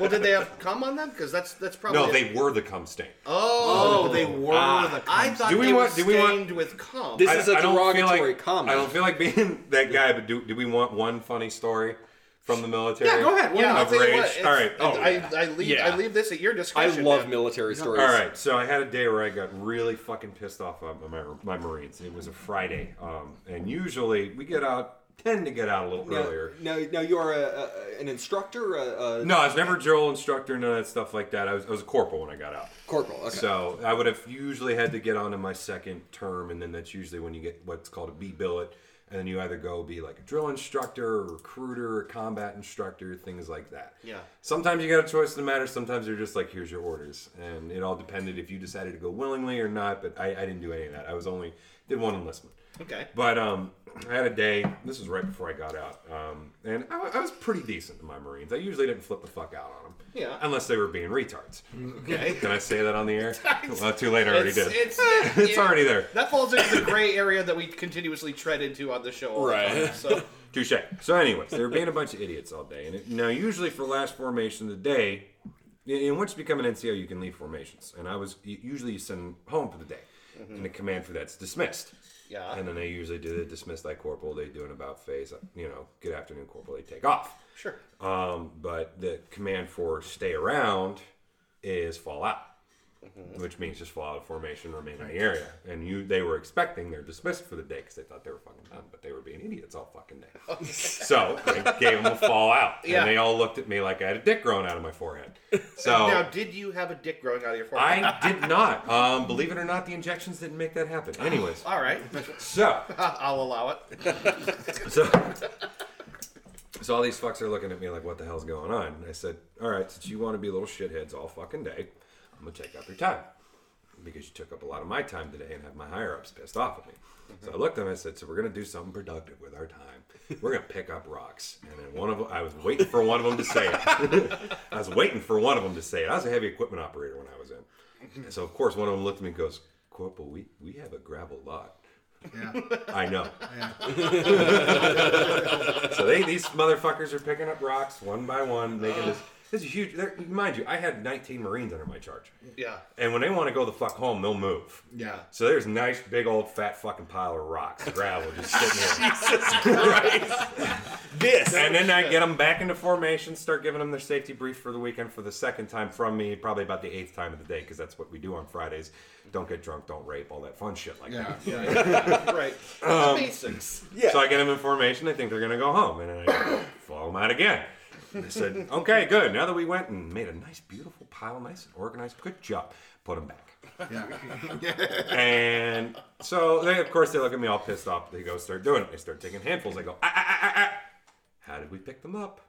well, did they have cum on them? Because that's that's probably
No, they were the cum stain.
Oh, ah.
Oh, they were the.
I thought
Do we
they
want-
were
do we want-
stained with cum.
This is a
don't feel
derogatory
like,
comment.
I don't feel like being that guy, but do, do we want one funny story from the military?
Yeah, go ahead. Why
yeah,
not?
I'll tell you
Outrage.
what, it's-
All right. Oh,
I,
yeah.
I leave
Yeah.
I leave this at your
I
discretion.
love
man.
military stories.
All right, so I had a day where I got really fucking pissed off at my, my Marines. It was a Friday, um, and usually we get out, tend to get out a little earlier.
Now, now you're a, a, an instructor, a, a
No, I was never drill instructor, none of that stuff like that. I was, I was a corporal when I got out.
corporal. Okay.
So I would have usually had to get onto my second term, and then that's usually when you get what's called a B billet, and then you either go be like a drill instructor, a recruiter, a combat instructor, things like that.
Yeah.
Sometimes you got a choice in the matter. Sometimes you're just like, here's your orders, and it all depended if you decided to go willingly or not. But I, I didn't do any of that. I was only did one enlistment.
Okay.
But um, I had a day. This was right before I got out, um, and I, wa- I was pretty decent to my Marines. I usually didn't flip the fuck out on them,
Yeah.
unless they were being retards.
Okay.
Can I say that on the air? well, too late. I already
it's,
did.
It's,
It's
yeah.
already there.
That falls into the gray area that we continuously tread into on the show. All The
Right.
time, so
Touche. So, anyways, they were being a bunch of idiots all day. And it, now, usually for last formation of the day, and- and once you become an NCO, you can leave formations. And I was u- usually you send home for the day, and the command for that's dismissed.
Yeah.
And then they usually do the dismiss that corporal. They do an about face. You know, good afternoon, corporal. They take off.
sure.
Um, but the command for stay around is fall out, which means just fall out of formation, remain in the area. And you, they were expecting they're dismissed for the day because they thought they were fucking done, but they were being idiots all fucking day. so I gave them a fall out,
Yeah.
and they all looked at me like I had a dick growing out of my forehead. So.
Now, did you have a dick growing out of your forehead?
I did not. Um, believe it or not, the injections didn't make that happen. Anyways,
All right,
so
I'll allow it.
so, so all these fucks are looking at me like, what the hell's going on? And I said, all right, since you want to be little shitheads all fucking day, I'm going to take up your time. Because you took up a lot of my time today and have my higher ups pissed off at me. So I looked at them and I said, so we're going to do something productive with our time. We're going to pick up rocks. And then one of them, I was waiting for one of them to say it. I was waiting for one of them to say it. I was a heavy equipment operator when I was in. And so, of course, one of them looked at me and goes, Corporal, we, we have a gravel lot. I know. so they these motherfuckers are picking up rocks one by one, making this. This is huge. they're- Mind you, I had 19 Marines under my charge,
Yeah.
and when they want to go the fuck home, they'll move.
Yeah.
So there's nice big old fat fucking pile of rocks, gravel, just sitting there.
This.
and then I get them back into formation, start giving them their safety brief for the weekend for the second time from me, probably about the eighth time of the day, because that's what we do on Fridays. Don't get drunk, don't rape, all that fun shit like that.
Yeah.
Right.
Um,
the basics.
Yeah.
So I get them information. They think they're gonna go home, and then I follow them out again. And I said, "Okay, good. Now that we went and made a nice, beautiful pile, nice and organized, good job. Put them back." And so they, of course, they look at me all pissed off. They go start doing it. They start taking handfuls. I go, ah, ah, ah, ah, ah. "How did we pick them up?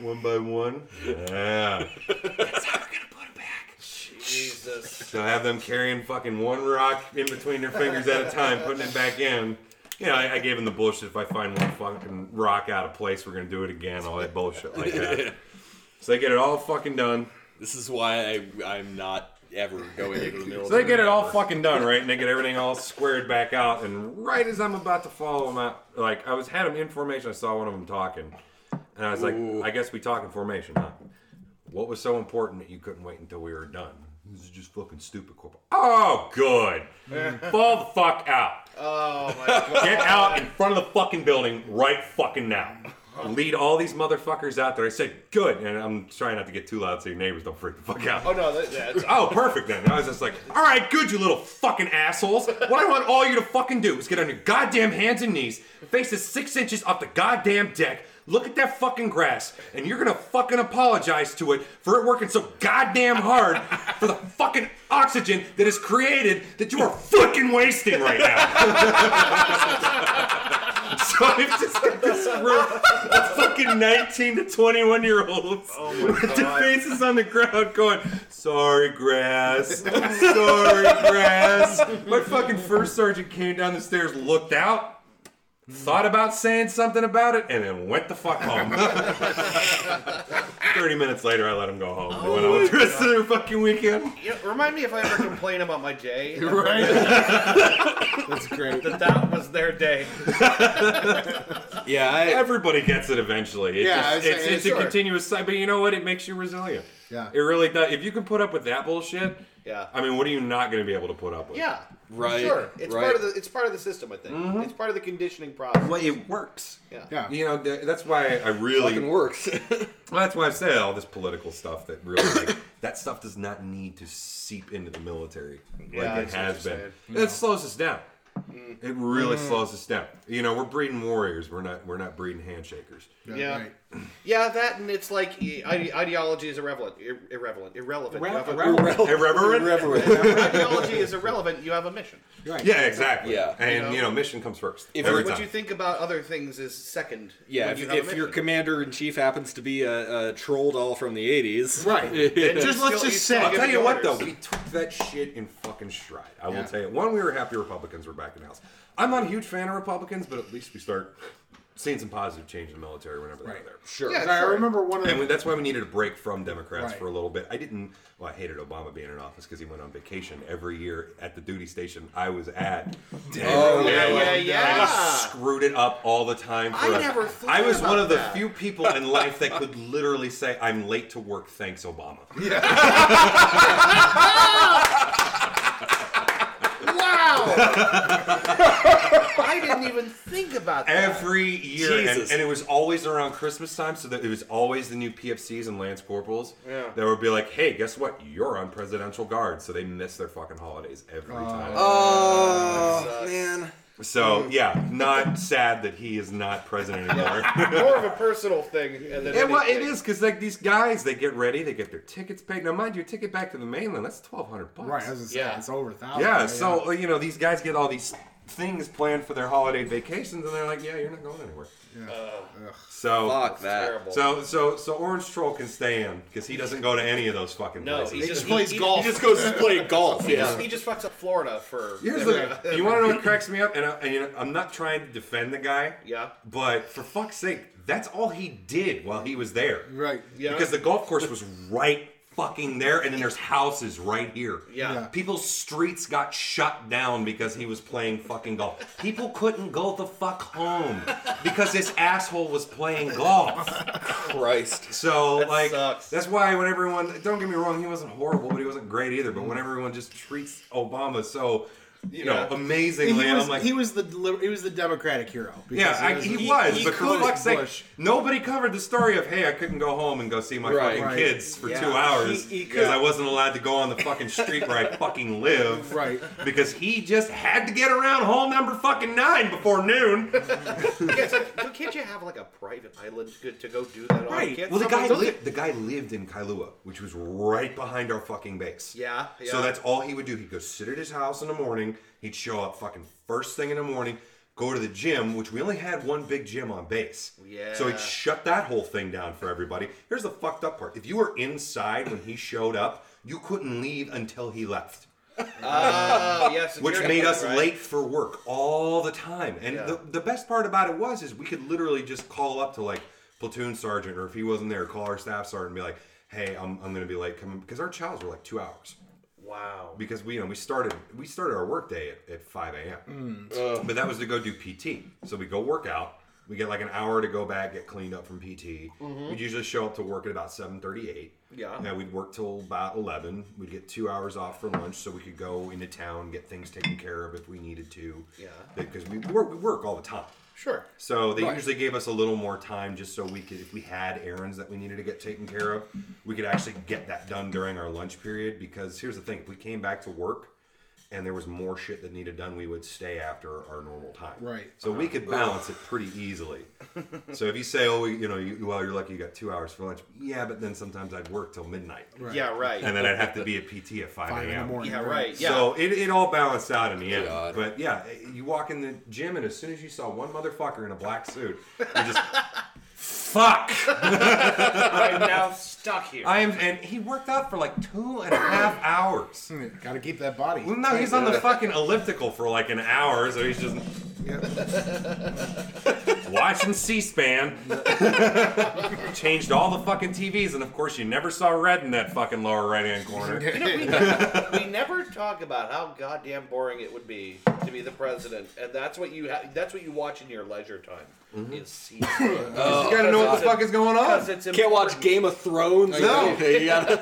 one by one. Yeah. That's how we're gonna put them back."
Jesus.
So I have them carrying fucking one rock in between their fingers at a time, putting it back in. you know, I, I gave him the bullshit. If I find one fucking rock out of place, we're gonna do it again. All that bullshit like that. So they get it all fucking done.
This is why I, I'm not ever going into the middle.
So they get it all fucking done, right? And they get everything all squared back out. And right as I'm about to follow them out, like I was had them in formation, I saw one of them talking, and I was like, I guess we talk in formation, huh? What was so important that you couldn't wait until we were done? This is just fucking stupid, Corporal. Oh, good. Fall the fuck out.
Oh my god.
Get out in front of the fucking building right fucking now. Lead all these motherfuckers out there. I said, good. And I'm trying not to get too loud so your neighbors don't freak the fuck out.
Oh no, that, that's
Oh, perfect then. I was just like, all right, good, you little fucking assholes. What I want all you to fucking do is get on your goddamn hands and knees, faces six inches off the goddamn deck, look at that fucking grass, and you're gonna fucking apologize to it for it working so goddamn hard for the fucking oxygen that is created that you are fucking wasting right now. so I've just got this group of fucking 19 to 21 year olds with their faces on the ground going, sorry, grass. Sorry, grass. My fucking first sergeant came down the stairs, looked out, thought about saying something about it, and then went the fuck home. 30 minutes later, I let him go home. They went on with the rest of their fucking weekend.
you know, remind me if I ever complain about my day.
Right? That's great.
That that was their day.
Yeah, I,
Everybody gets it eventually. It
Yeah,
just-
I was
it's,
saying,
it's
sure.
a continuous cycle. But you know what? It makes you resilient.
Yeah.
It really does. If you can put up with that bullshit,
Yeah.
I mean, what are you not going to be able to put up with?
Yeah.
Right,
Sure. It's
right.
part of the it's part of the system, I think. It's part of the conditioning process.
Well, it works.
Yeah.
Yeah.
You know, th- that's why I
fucking
really.
works.
Well, that's why I say all this political stuff that really like, that stuff does not need to seep into the military like
Yeah, I
it
see what
has
you're
been.
saying.
It slows us down. It really slows us down. You know, we're breeding warriors. We're not. We're not breeding handshakers.
Yeah.
Right.
Yeah, that and it's like i- ide- ideology is irrelevant. Ir- irrelevant. Irrelevant. You have a-
Irreverent.
Your ideology is irrelevant. You have a mission.
Yeah, exactly.
Yeah.
and
You know?
you know, mission comes first
If
every
what
time.
you think about other things is second.
Yeah,
when
if,
you have a
if your
mission.
commander in chief happens to be a, a troll doll from the '80s,
Right. Just let's
Still-
just
you
say.
still-
I'll tell you what, though,
orders.
we took that shit in fucking stride. I
Yeah.
will tell you. One, we were happy Republicans were back in the house. I'm not a huge fan of Republicans, but at least we start seeing some positive change in the military whenever they're there.
sure.
Yeah.
I remember one of
And
the.
we, that's why we needed a break from Democrats
Right.
for a little bit. I didn't. Well, I hated Obama being in office because he went on vacation every year at the duty station I was at.
Oh,
And-
yeah,
yeah,
and
yeah.
he screwed it up all the time. For
I
us.
never thought
I was one
about
of the
that.
few people in life that could literally say, "I'm late to work. Thanks, Obama."
Wow! I didn't even think about that.
every year, and,
Jesus.
and it was always around Christmas time, so that it was always the new PFCs and Lance Corporals
Yeah.
that would be like, "Hey, guess what? You're on presidential guard," so they miss their fucking holidays every time.
Oh
Sucks.
man,
So yeah, not sad that he is not president anymore.
More of a personal thing. Than
Yeah, well, it
anything.
is because like these guys, they get ready, they get their tickets paid. Now, mind you, a ticket back to the mainland that's twelve hundred bucks.
Right, I was gonna say,
Yeah.
it's over a thousand.
yeah, so you know these guys get all these things planned for their holiday vacations, and they're like, "Yeah, you're not going anywhere."
Yeah.
So
Uh, fuck that.
Terrible.
So so so Orange Troll can stay in because he doesn't go to any of those fucking
no,
places.
he
He
just,
just
he-
plays
he-
golf.
He just goes to play golf.
He just,
Yeah.
he just fucks up Florida for.
Here's the you want to know what cracks me up, and, I, and you know, I'm not trying to defend the guy.
Yeah.
But for fuck's sake, that's all he did while he was there.
Right.
Yeah.
Because the golf course was right fucking there, and then there's houses right here.
Yeah.
Yeah.
People's streets got shut down because he was playing fucking golf. People couldn't go the fuck home because this asshole was playing golf.
Christ.
So like
sucks.
that's why when everyone don't get me wrong, he wasn't horrible, but he wasn't great either. But when everyone just treats Obama so you know
Yeah.
He
amazingly, and
was,
I'm like.
he was the deli- he was the Democratic hero.
yeah,
because
I, he, was, but for
could-
fuck's
Bush.
sake, nobody covered the story of hey, I couldn't go home and go see my
Right.
fucking
Right.
kids for
Yeah.
two hours
He- he
because I
could-
wasn't allowed to go on the fucking street where I fucking live.
Right.
Because he just had to get around hole number fucking nine before noon.
Yeah, it's like, dude, can't you have like a private island to, to go do that on? Can't
Well, the guy
someone do it?
lived. The guy lived in Kailua, which was right behind our fucking base.
Yeah, yeah.
So that's all he would do. He'd go sit at his house in the morning. He'd show up fucking first thing in the morning. Go to the gym, which we only had one big gym on base.
Yeah.
So he'd shut that whole thing down for everybody. Here's the fucked up part: if you were inside when he showed up, you couldn't leave until he left.
Oh, yes.
which made us late for work all the time. And
Yeah.
the, the best part about it was is we could literally just call up to like platoon sergeant, or if he wasn't there, call our staff sergeant and be like, "Hey, I'm, I'm going to be late coming," because our chows were like two hours.
Wow.
Because we you know we started we started our work day at, at 5 a.m.
Mm.
But that was to go do PT. So we go work out. We get like an hour to go back, get cleaned up from PT.
Mm-hmm.
We'd usually show up to work at about 7:38.
Yeah.
Now we'd work till about 11. We'd get two hours off for lunch, so we could go into town, get things taken care of if we needed to.
Yeah.
Because we work, we work all the time.
Sure.
So they usually gave us a little more time just so we could, if we had errands that we needed to get taken care of, we could actually get that done during our lunch period. Because here's the thing if we came back to work and there was more shit that needed done, we would stay after our normal time.
Right.
So we could balance it pretty easily. so if you say, oh, we- you know, you, well, you're lucky you got two hours for lunch. Yeah, but then sometimes I'd work till midnight.
Yeah, right.
And then I'd have to be at PT at 5,
Five in the
a.m.
morning.
yeah, right. Yeah.
So it, it all balanced out in the end.
God.
But yeah, you walk in the gym, and as soon as you saw one motherfucker in a black suit, you're just, fuck!
I'm now stuck here.
I am, and he worked out for like two and a half hours.
Got to keep that body.
Well, no, he's on the fucking elliptical for like an hour, so he's just watching C-SPAN. Changed all the fucking TVs, and of course, you never saw red in that fucking lower right-hand corner.
we never talk about how goddamn boring it would be to be the president, and that's what you ha- that's what you watch in your leisure time.
Mm-hmm.
Is see
you
Oh,
gotta know what the fuck is going on.
because it's
Can't watch Game of Thrones.
No.
Okay, you gotta-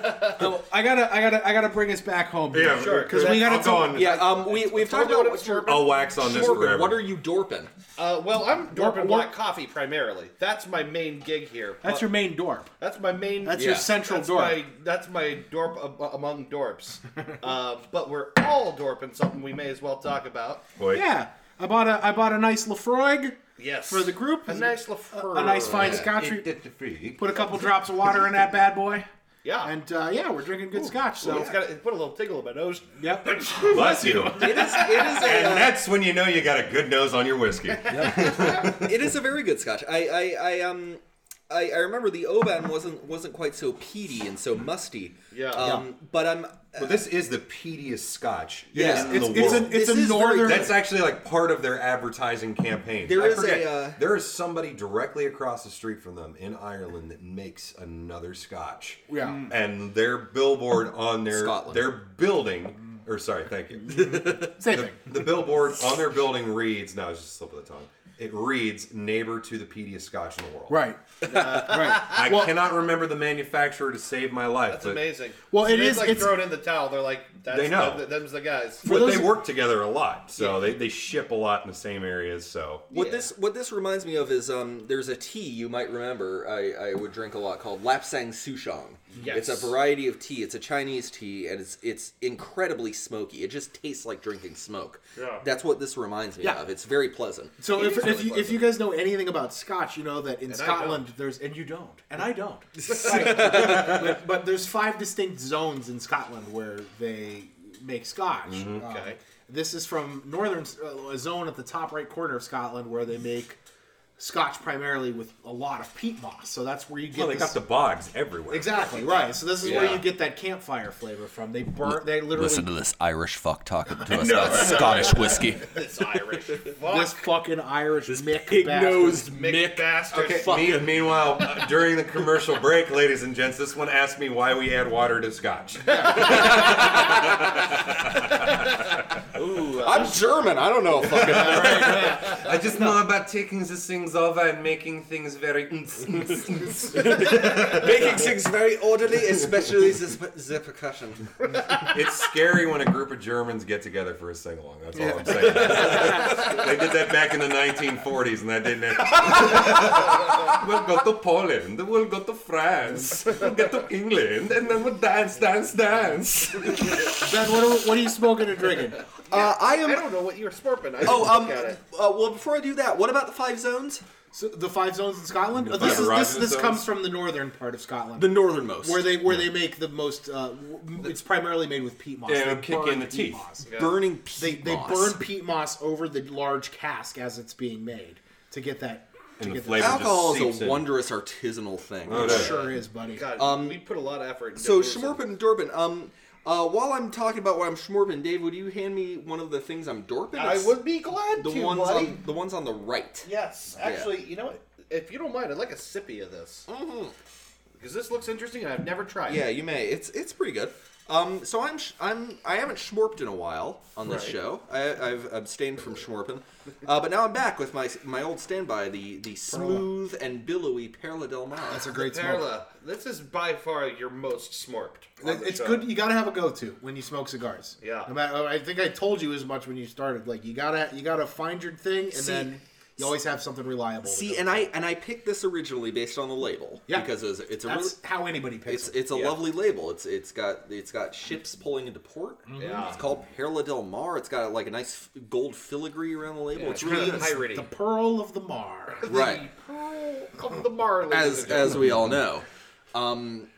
I gotta, I gotta, I gotta bring us back home.
Yeah,
here.
sure.
'Cause we gotta
I'll go
talk-
on.
yeah, um, we we've talked
about
about
what's
what you're.
I'll wax on this forever.
Dorping. What are you dorping?
Uh, well, I'm
Dorping
dorping
work-
black coffee primarily. That's my main gig here.
That's your main dorp.
That's my main.
That's
Yeah.
your central
that's
dorp.
My, that's my dorp ab- among dorps. uh, but we're all dorping something. We may as well talk about.
Wait.
Yeah, I bought a, I bought a nice Lafroig,
Yes.
For the group,
a nice Lafleur.
a nice fine Scotch. Put a couple drops of water in that bad boy,
Yeah.
and uh, yeah, we're drinking good Scotch.
so
So
it's got it put a little tingle in my nose.
yep.
Bless you. and
It is. It is a. uh,
that's when you know you got a good nose on your whiskey.
it is a very good scotch. I, I, I um, I, I remember the Oban wasn't wasn't quite so peaty and so musty.
Yeah.
Um, But I'm.
But this is the peatiest scotch
Yeah.
in
It's,
the
it's
world.
a, it's
This
a
is very
northern.
that's actually like part of their advertising campaign.
There
I
is a,
forget,
uh,
there is somebody directly across the street from them in Ireland that makes another scotch.
Yeah. Mm.
And their billboard on their
Scotland.
their building or sorry, thank you.
Same thing.
The billboard on their building reads no, it's just a slip of the tongue. It reads neighbor to the peatiest scotch in the world.
Right. right.
I cannot remember the manufacturer to save my life.
That's
but
amazing.
Well, it
it is
is-
like
it's-
thrown in the towel. They're like, that's
They know.
them- them's the guys.
But
those-
they work together a lot, so they, they ship a lot in the same areas. So
What this what this reminds me of is um, there's a tea you might remember I, I would drink a lot called Lapsang Souchong. It's
Yes.
a variety of tea. It's a Chinese tea, and it's it's incredibly smoky. It just tastes like drinking smoke.
Yeah.
That's what this reminds me
Yeah.
of. It's very pleasant.
So
It
if,
is
if,
really
you, if you guys know anything about Scotch, you know that in
I
Scotland there's and you don't and I don't. Right. but, but there's five distinct zones in Scotland where they make Scotch. Uh,
Okay.
this is from northern uh, a zone at the top right corner of Scotland where they make Scotch primarily with a lot of peat moss. So that's where you get
well, they
this-
got the bogs everywhere.
exactly right. So this is where
Yeah.
you get that campfire flavor from. They burn. They literally
this Irish fuck talking to us about Scottish whiskey.
This Irish
this
fuck,
fucking Irish Mick bastard.
Pig-nosed
Mick bastard.
Okay. me- meanwhile, uh, during the commercial break, ladies and gents, this one asked me why we add water to scotch.
I'm German. I don't know. if Fucking
I just know about taking the things over and making things very. mm,
making things very orderly, especially the, the percussion.
it's scary when a group of Germans get together for a sing along. That's all I'm saying. they did that back in the 1940s, and that didn't. we'll go to Poland. We'll go to France. We'll get to England, and then we'll dance, dance, dance.
Ben, what are, what are you smoking and drinking?
Uh, I
I
am.
don't know what you're smirping. I
Oh, um.
look at
Uh,
it.
well, before I do that, what about the five zones?
So the five zones in Scotland. Oh,
The
this is,
five
this,
horizon
this
zones?
comes from the northern part of Scotland,
The northernmost.
where they where they make the most. Uh, w- it's primarily made with peat moss.
Yeah,
They
it'll kick you
burn
in the
peat
teeth.
moss.
burning peat
They they
moss.
burn peat moss over the large cask as it's being made to get that. To
And the
get
flavor
that.
just
Alcohol
seeps
is a
in.
wondrous artisanal thing.
Oh, it is.
Sure is, buddy.
God, we put a lot of effort. Into
Um, So
doing this.
Schmorpin and Durbin, um, Uh, while I'm talking about what I'm schmorping, Dave, would you hand me one of the things I'm dorping?
I
It's
would be glad
The
to,
ones
buddy.
on the ones on the right.
Yes, actually, you know what? If you don't mind, I'd like a sippy of this because this looks interesting and I've never tried.
Yeah,
it.
you may. It's it's pretty good. Um, so I'm sh- I'm I haven't schmorped in a while on this
Right.
show. I, I've abstained from schmorping, uh, but now I'm back with my my old standby, the the smooth and billowy Perla del Mar.
That's a great smoke.
Perla, this is by far your most smorped. on the
It's
show.
good. You gotta have a go-to when you smoke cigars.
Yeah.
No matter, I think I told you as much when you started. Like you gotta, you gotta find your thing, and
See-
then you always have something reliable. to
See,
go
and
to.
I and I picked this originally based on the label.
Yeah.
because it's, it's a really,
that's how anybody picks.
it's
it.
it's a lovely label. It's it's got it's got ships pulling into port.
Mm-hmm.
Yeah.
It's called Perla del Mar. It's got like a nice f- gold filigree around the label. it's really
kind of pirating.
the pearl of the mar.
right.
Of the Marley.
as as we all know. Um,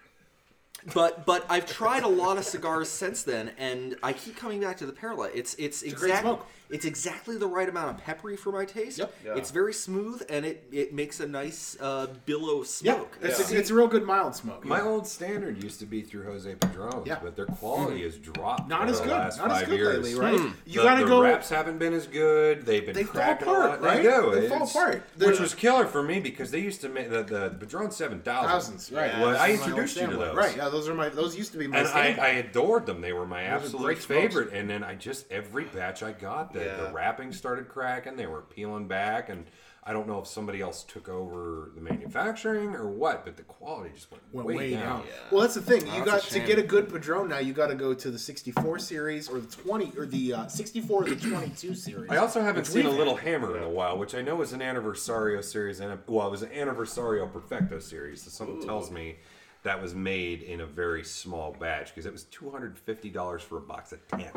but but I've tried a lot of cigars since then, and I keep coming back to the Perla. It's it's,
great
exactly
smoke.
it's exactly the right amount of peppery for my taste.
Yep.
Yeah.
It's very smooth, and it it makes a nice uh, billow of
Yeah,
smoke.
it's,
Yeah.
it's a real good mild smoke.
My old standard used to be through Jose Padron,
Yeah. Mm.
but their quality has dropped.
not
over
as
the
good,
last
not as
five
good
years.
lately, right? You
the,
gotta
the
go.
Wraps haven't been as good. They've been
They fall
cracked a
apart,
lot.
right?
They do.
They fall
It's-
apart.
Which
They're-
was killer for me because they used to make the the Padron seven
Thousands, right?
Well,
Those
I
are my old
introduced you to
standby.
those,
Right? Yeah, those are my. Those used to be my.
And I,
standby.
I adored them. They were my
Those are
absolute
great smokes.
favorite. And then I just every batch I got, the,
Yeah.
the wrapping started cracking. They were peeling back, and I don't know if somebody else took over the manufacturing or what, but the quality just went,
went
way,
way
down.
down. Well, that's the thing. you got
that's a
to get a good Padron now. You got to go to the 64 series or the 20 or the uh, 64 or the 22 series.
I also haven't
which
seen a
we've had.
Little Hammer in a while, which I know is an Anniversario series, and a- well, it was an Anniversario Perfecto series. So something tells me that was made in a very small batch because it was two hundred fifty dollars for a box of ten.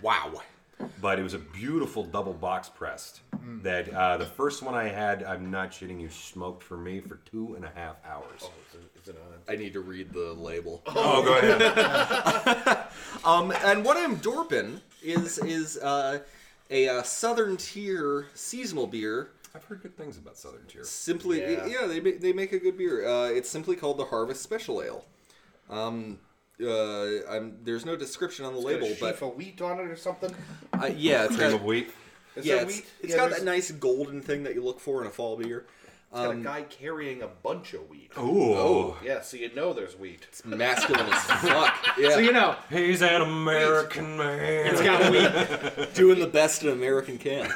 Wow.
But it was a beautiful double box pressed. That uh, the first one I had, I'm not shitting you, smoked for me for two and a half hours.
I need to read the label.
Oh, go ahead.
Um, and what I'm dorping is is uh, a uh, Southern Tier seasonal beer
I've heard good things about Southern Tier.
Simply, yeah,
Yeah.
they, ma- they make a good beer. Uh, it's simply called the Harvest Special Ale. Um, uh, I'm, there's no description on the label, but
a wheat on it or something.
uh, yeah, it's
Cream
got,
of wheat.
Is
yeah,
there
it's,
wheat?
it's
Yeah,
got
there's-
that nice um, golden thing that you look for in a fall beer.
It's got a guy carrying a bunch of wheat.
Oh.
Ooh.
Oh.
Yeah, so you know there's wheat.
It's masculine as fuck. Yeah,
So you know,
He's an American man.
it's got wheat.
doing the best an American can.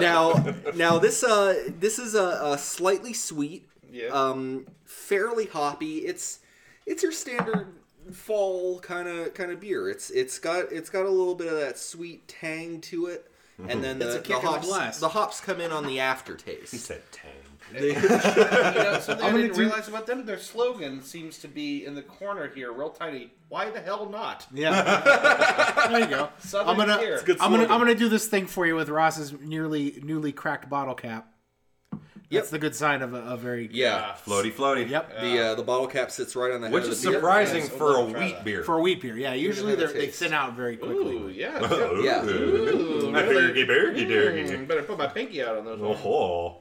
now, now this uh, this is a, a slightly sweet,
Yeah.
um, fairly hoppy. It's it's your standard fall kind of kind of beer. It's it's got it's got a little bit of that sweet tang to it, and then
It's
the,
a kick in
the
the
hops
glass.
the hops come in on the aftertaste.
Said tang.
You know, something I
I'm gonna
didn't
do-
realize about them, their slogan seems to be in the corner here, real tiny. Why the hell not?
Yeah. there you go.
Southern
I'm gonna.
Tier. It's a
good
I'm gonna. I'm
slogan.
gonna do this thing for you with Ross's nearly newly cracked bottle cap. That's
Yep.
the good sign of a, a very.
yeah,
Ah,
Ah,
Floaty, floaty.
Yep.
the uh, the bottle cap sits right on the head
Which
of
is
the beer.
surprising
Yeah, so
for a
we'll try
wheat
that.
beer.
For a wheat beer, yeah. Usually
have a
they're, they
taste.
thin out very quickly.
Ooh, yeah. yeah.
Yeah.
Ooh, better,
Bergy, bergy, dergy.
mm, better put my pinky out on those. ones.
Oh.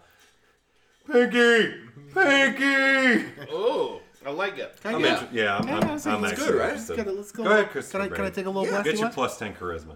Pinky! Pinky!
Oh, I like it.
Can I
I'm
get-
Yeah.
Yeah,
Yeah,
I'm, I'm,
yeah,
I'm,
so it's
actually
good, right?
Let's
interested.
get it- let's go.
Go ahead, Christopher.
Can I- can I
Brady.
take a little
Get
blasty
your
one?
plus 10 charisma.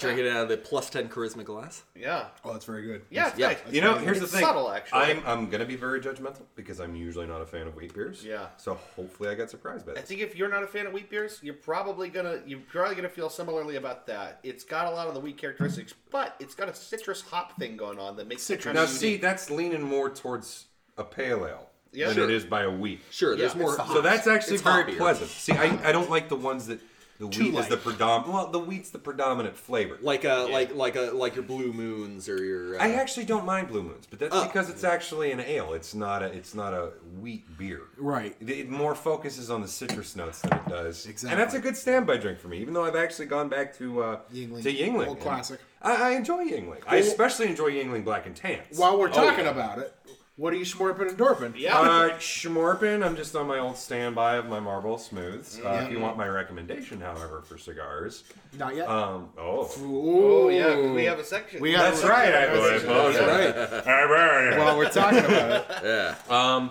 Drinking it out of the plus ten charisma glass.
Yeah.
Oh, that's very good.
Yeah, it's
Yeah.
nice.
You know, here's the
It's
thing.
subtle, actually.
I'm, I'm going to be very judgmental because I'm usually not a fan of wheat beers.
Yeah.
So hopefully I get surprised by
I
this.
think if you're not a fan of wheat beers, you're probably gonna you're probably gonna feel similarly about that. It's got a lot of the wheat characteristics, but it's got a citrus hop thing going on that makes
Citrus.
it kind
Now,
of
see,
unique.
that's leaning more towards a pale ale
Yeah.
than
Sure.
it is by a wheat.
Sure, there's
Yeah,
more.
it's the
So that's actually
It's
very
hoppier.
pleasant. See, I, I don't like the ones that the wheat is the
light.
predominant. Well, the wheat's the predominant flavor.
like a like like a like your blue moons or your. Uh,
I actually don't mind Blue Moons, but
Uh,
that's
Oh.
because it's actually an ale. It's not a it's not a wheat beer.
Right.
It, it more focuses on the citrus notes than it does.
Exactly.
And that's a good standby drink for me, even though I've actually gone back to uh,
Yingling.
to Yingling.
Old classic.
I, I enjoy Yingling. I especially enjoy Yingling Black and Tans.
While we're talking about it, what are you smorping and dorping?
yeah.
Uh, Schmorpin, I'm just on my old standby of my Marble Smooths. Uh, If you want my recommendation, however, for cigars,
Not yet.
um, oh,
oh yeah, we have a section.
We got-
that's right, I
That's
apologize.
right.
I apologize.
While we're talking about it,
Um,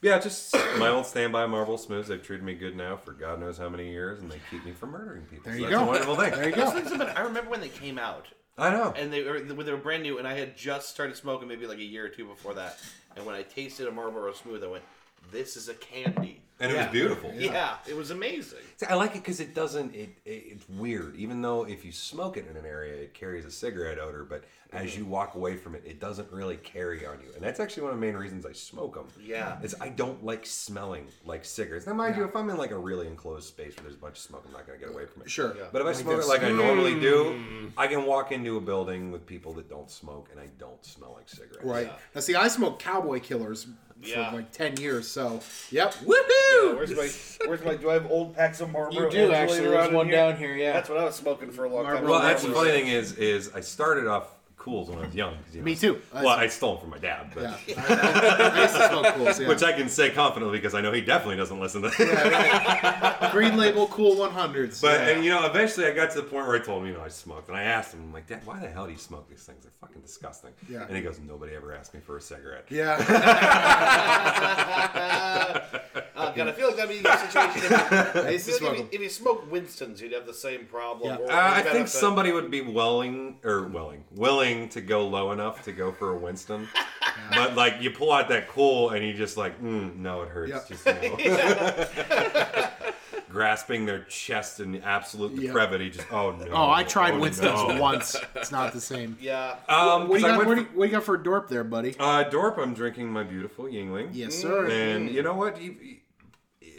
Yeah, just my old standby Marvel Smooths. They've treated me good now for God knows how many years, and they keep me from murdering people.
There
so
you
that's
go.
a wonderful thing.
There you
Those
go.
things have been- I remember when they came out,
I know.
and they were when they were brand new, and I had just started smoking maybe like a year or two before that. And when I tasted a Marlboro Smooth, I went, "This is a candy."
And it was beautiful.
Yeah, it was amazing.
See, I like it because it doesn't. It, it it's weird. Even though if you smoke it in an area, it carries a cigarette odor, but as you walk away from it, it doesn't really carry on you. And that's actually one of the main reasons I smoke them.
Yeah.
is I don't like smelling like cigarettes. Now, mind you, if I'm in like a really enclosed space where there's a bunch of smoke, I'm not gonna get away from it.
Sure.
But if I
Like
smoke it
this.
like I normally do, I can walk into a building with people that don't smoke, and I don't smell like cigarettes.
Right. Now, see, I smoked Cowboy Killers for
Yeah.
like 10 years, so, yep.
Yeah, where's my where's my do I have old packs of Marlboro? Orange laying around in here?
here, yeah.
That's what I was smoking for a long time.
Marlboro
Well, that's the
Orange.
funny thing is, is I started off cools when I was young. 'cause, you know,
Me too. I-
Well, I stole them from my dad, but.
Yeah. I, I used to smoke cools, yeah.
Which I can say confidently because I know he definitely doesn't listen to this.
Green Label Cool 100s.
But
yeah.
and you know, eventually I got to the point where I told him, you know, I smoked, and I asked him, I'm like, Dad, why the hell do you smoke these things? They're fucking disgusting.
Yeah.
And he goes, Nobody ever asked me for a cigarette.
yeah.
Uh, God, I feel like that'd be the situation. If,
I used to
I feel like
smoke
if, you,
'em.
if you smoked Winston's, you'd have the same problem.
Yeah.
or
Uh, I think
benefit.
somebody would be willing or willing willing to go low enough to go for a Winston, but like you pull out that cool and you just like mm, no, it hurts.
Yep.
Just no. Grasping their chest in absolute
Yep.
depravity, just oh no.
Oh, I tried
oh,
Winston's
no.
once. It's not the same.
Yeah.
What
Um,
do,
'cause I
you got,
went
what, do you, what do you got for a dorp there, buddy?
Uh, Dorp, I'm drinking my beautiful Yingling.
Yes, sir.
And you know what? You, you-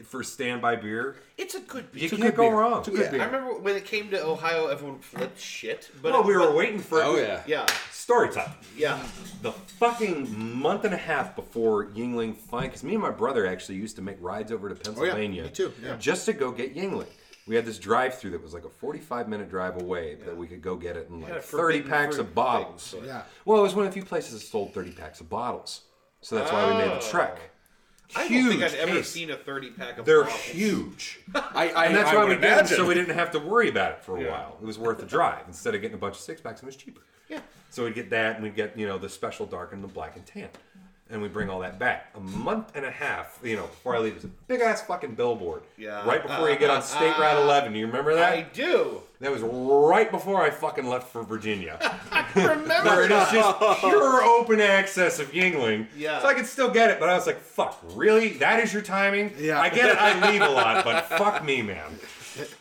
for standby beer,
It's a good beer.
you
a
can't
good
go
beer.
wrong.
It's a good
I
beer.
remember when it came to Ohio, everyone flipped shit. But
Well, we were waiting for
Oh, yeah.
yeah,
story time.
yeah.
The fucking month and a half before Yingling finally, because me and my brother actually used to make rides over
Oh,
to Pennsylvania,
me too, yeah.
just to go get Yingling. We had this drive-through that was like a 45-minute drive away that we could go get it in like 30
forbidden
packs
fruit
of bottles.
thing, so-
Yeah.
Well, it was one of the few places that sold 30 packs of bottles, so that's why we made the trek.
I don't think I've ever
case.
seen a thirty pack of.
They're
bottles.
huge.
I, I,
And that's
I
why
would
we did it,
imagine.
so we didn't have to worry about it for a while. It was worth the drive instead of getting a bunch of six packs. It was cheaper.
Yeah.
So we'd get that, and we'd get you know the special dark and the black and tan, and we bring all that back. A month and a half, you know, before I leave, it was a big ass fucking billboard.
Yeah.
Right before you get on State Route 11, you remember that?
I do.
That was right before I fucking left for Virginia.
Remember?
Where it is just pure open access of Yingling.
Yeah.
So I could still get it, but I was like, fuck, really? That is your timing?
Yeah.
I get it, I leave a lot, but fuck me, man.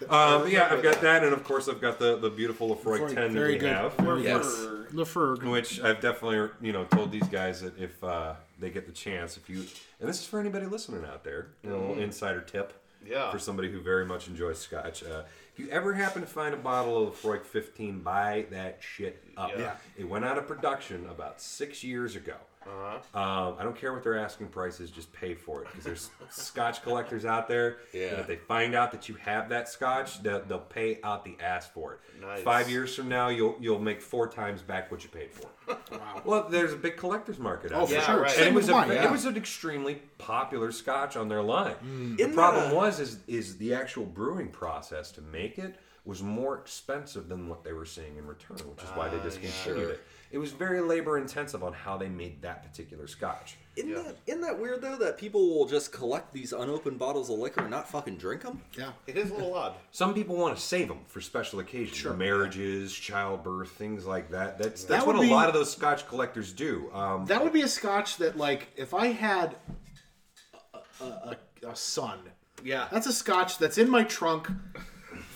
Um, yeah, I've got that, and of course I've got the, the beautiful Lefroy
Lefroy,
10 that
very
we
good.
have.
Yes. Laferg.
Which I've definitely, you know, told these guys that if uh, they get the chance, if you, and this is for anybody listening out there, you know, a little insider tip
Mm-hmm. Yeah.
for somebody who very much enjoys scotch. Uh, if you ever happen to find a bottle of Lefroy 15, buy that shit up.
Yeah.
It went out of production about six years ago.
Uh-huh.
Um, I don't care what their asking price is, just pay for it because there's scotch collectors out there.
Yeah.
And if they find out that you have that scotch, they'll, they'll pay out the ass for it.
Nice.
Five years from now, you'll you'll make four times back what you paid for it. wow. Well, there's a big collector's market out
Oh, for
there.
Yeah,
sure.
right.
And
Same
it was,
with
a,
wine,
it
yeah. Mm.
was an extremely popular scotch on their line. The problem was is is the actual brewing process to make it was more expensive than what they were seeing in return, which is why they
Ah,
discontinued it. It was very labor intensive on how they made that particular scotch.
Isn't, that, isn't that weird though that people will just collect these unopened bottles of liquor and not fucking drink them?
Yeah.
It is a little odd.
Some people want to save them for special occasions, marriages, childbirth, things like that. That's that's
would
what
be-
a lot of those scotch collectors do. Um,
That would be a scotch that, like, if I had a, a, a, a son,
Yeah.
that's a scotch that's in my trunk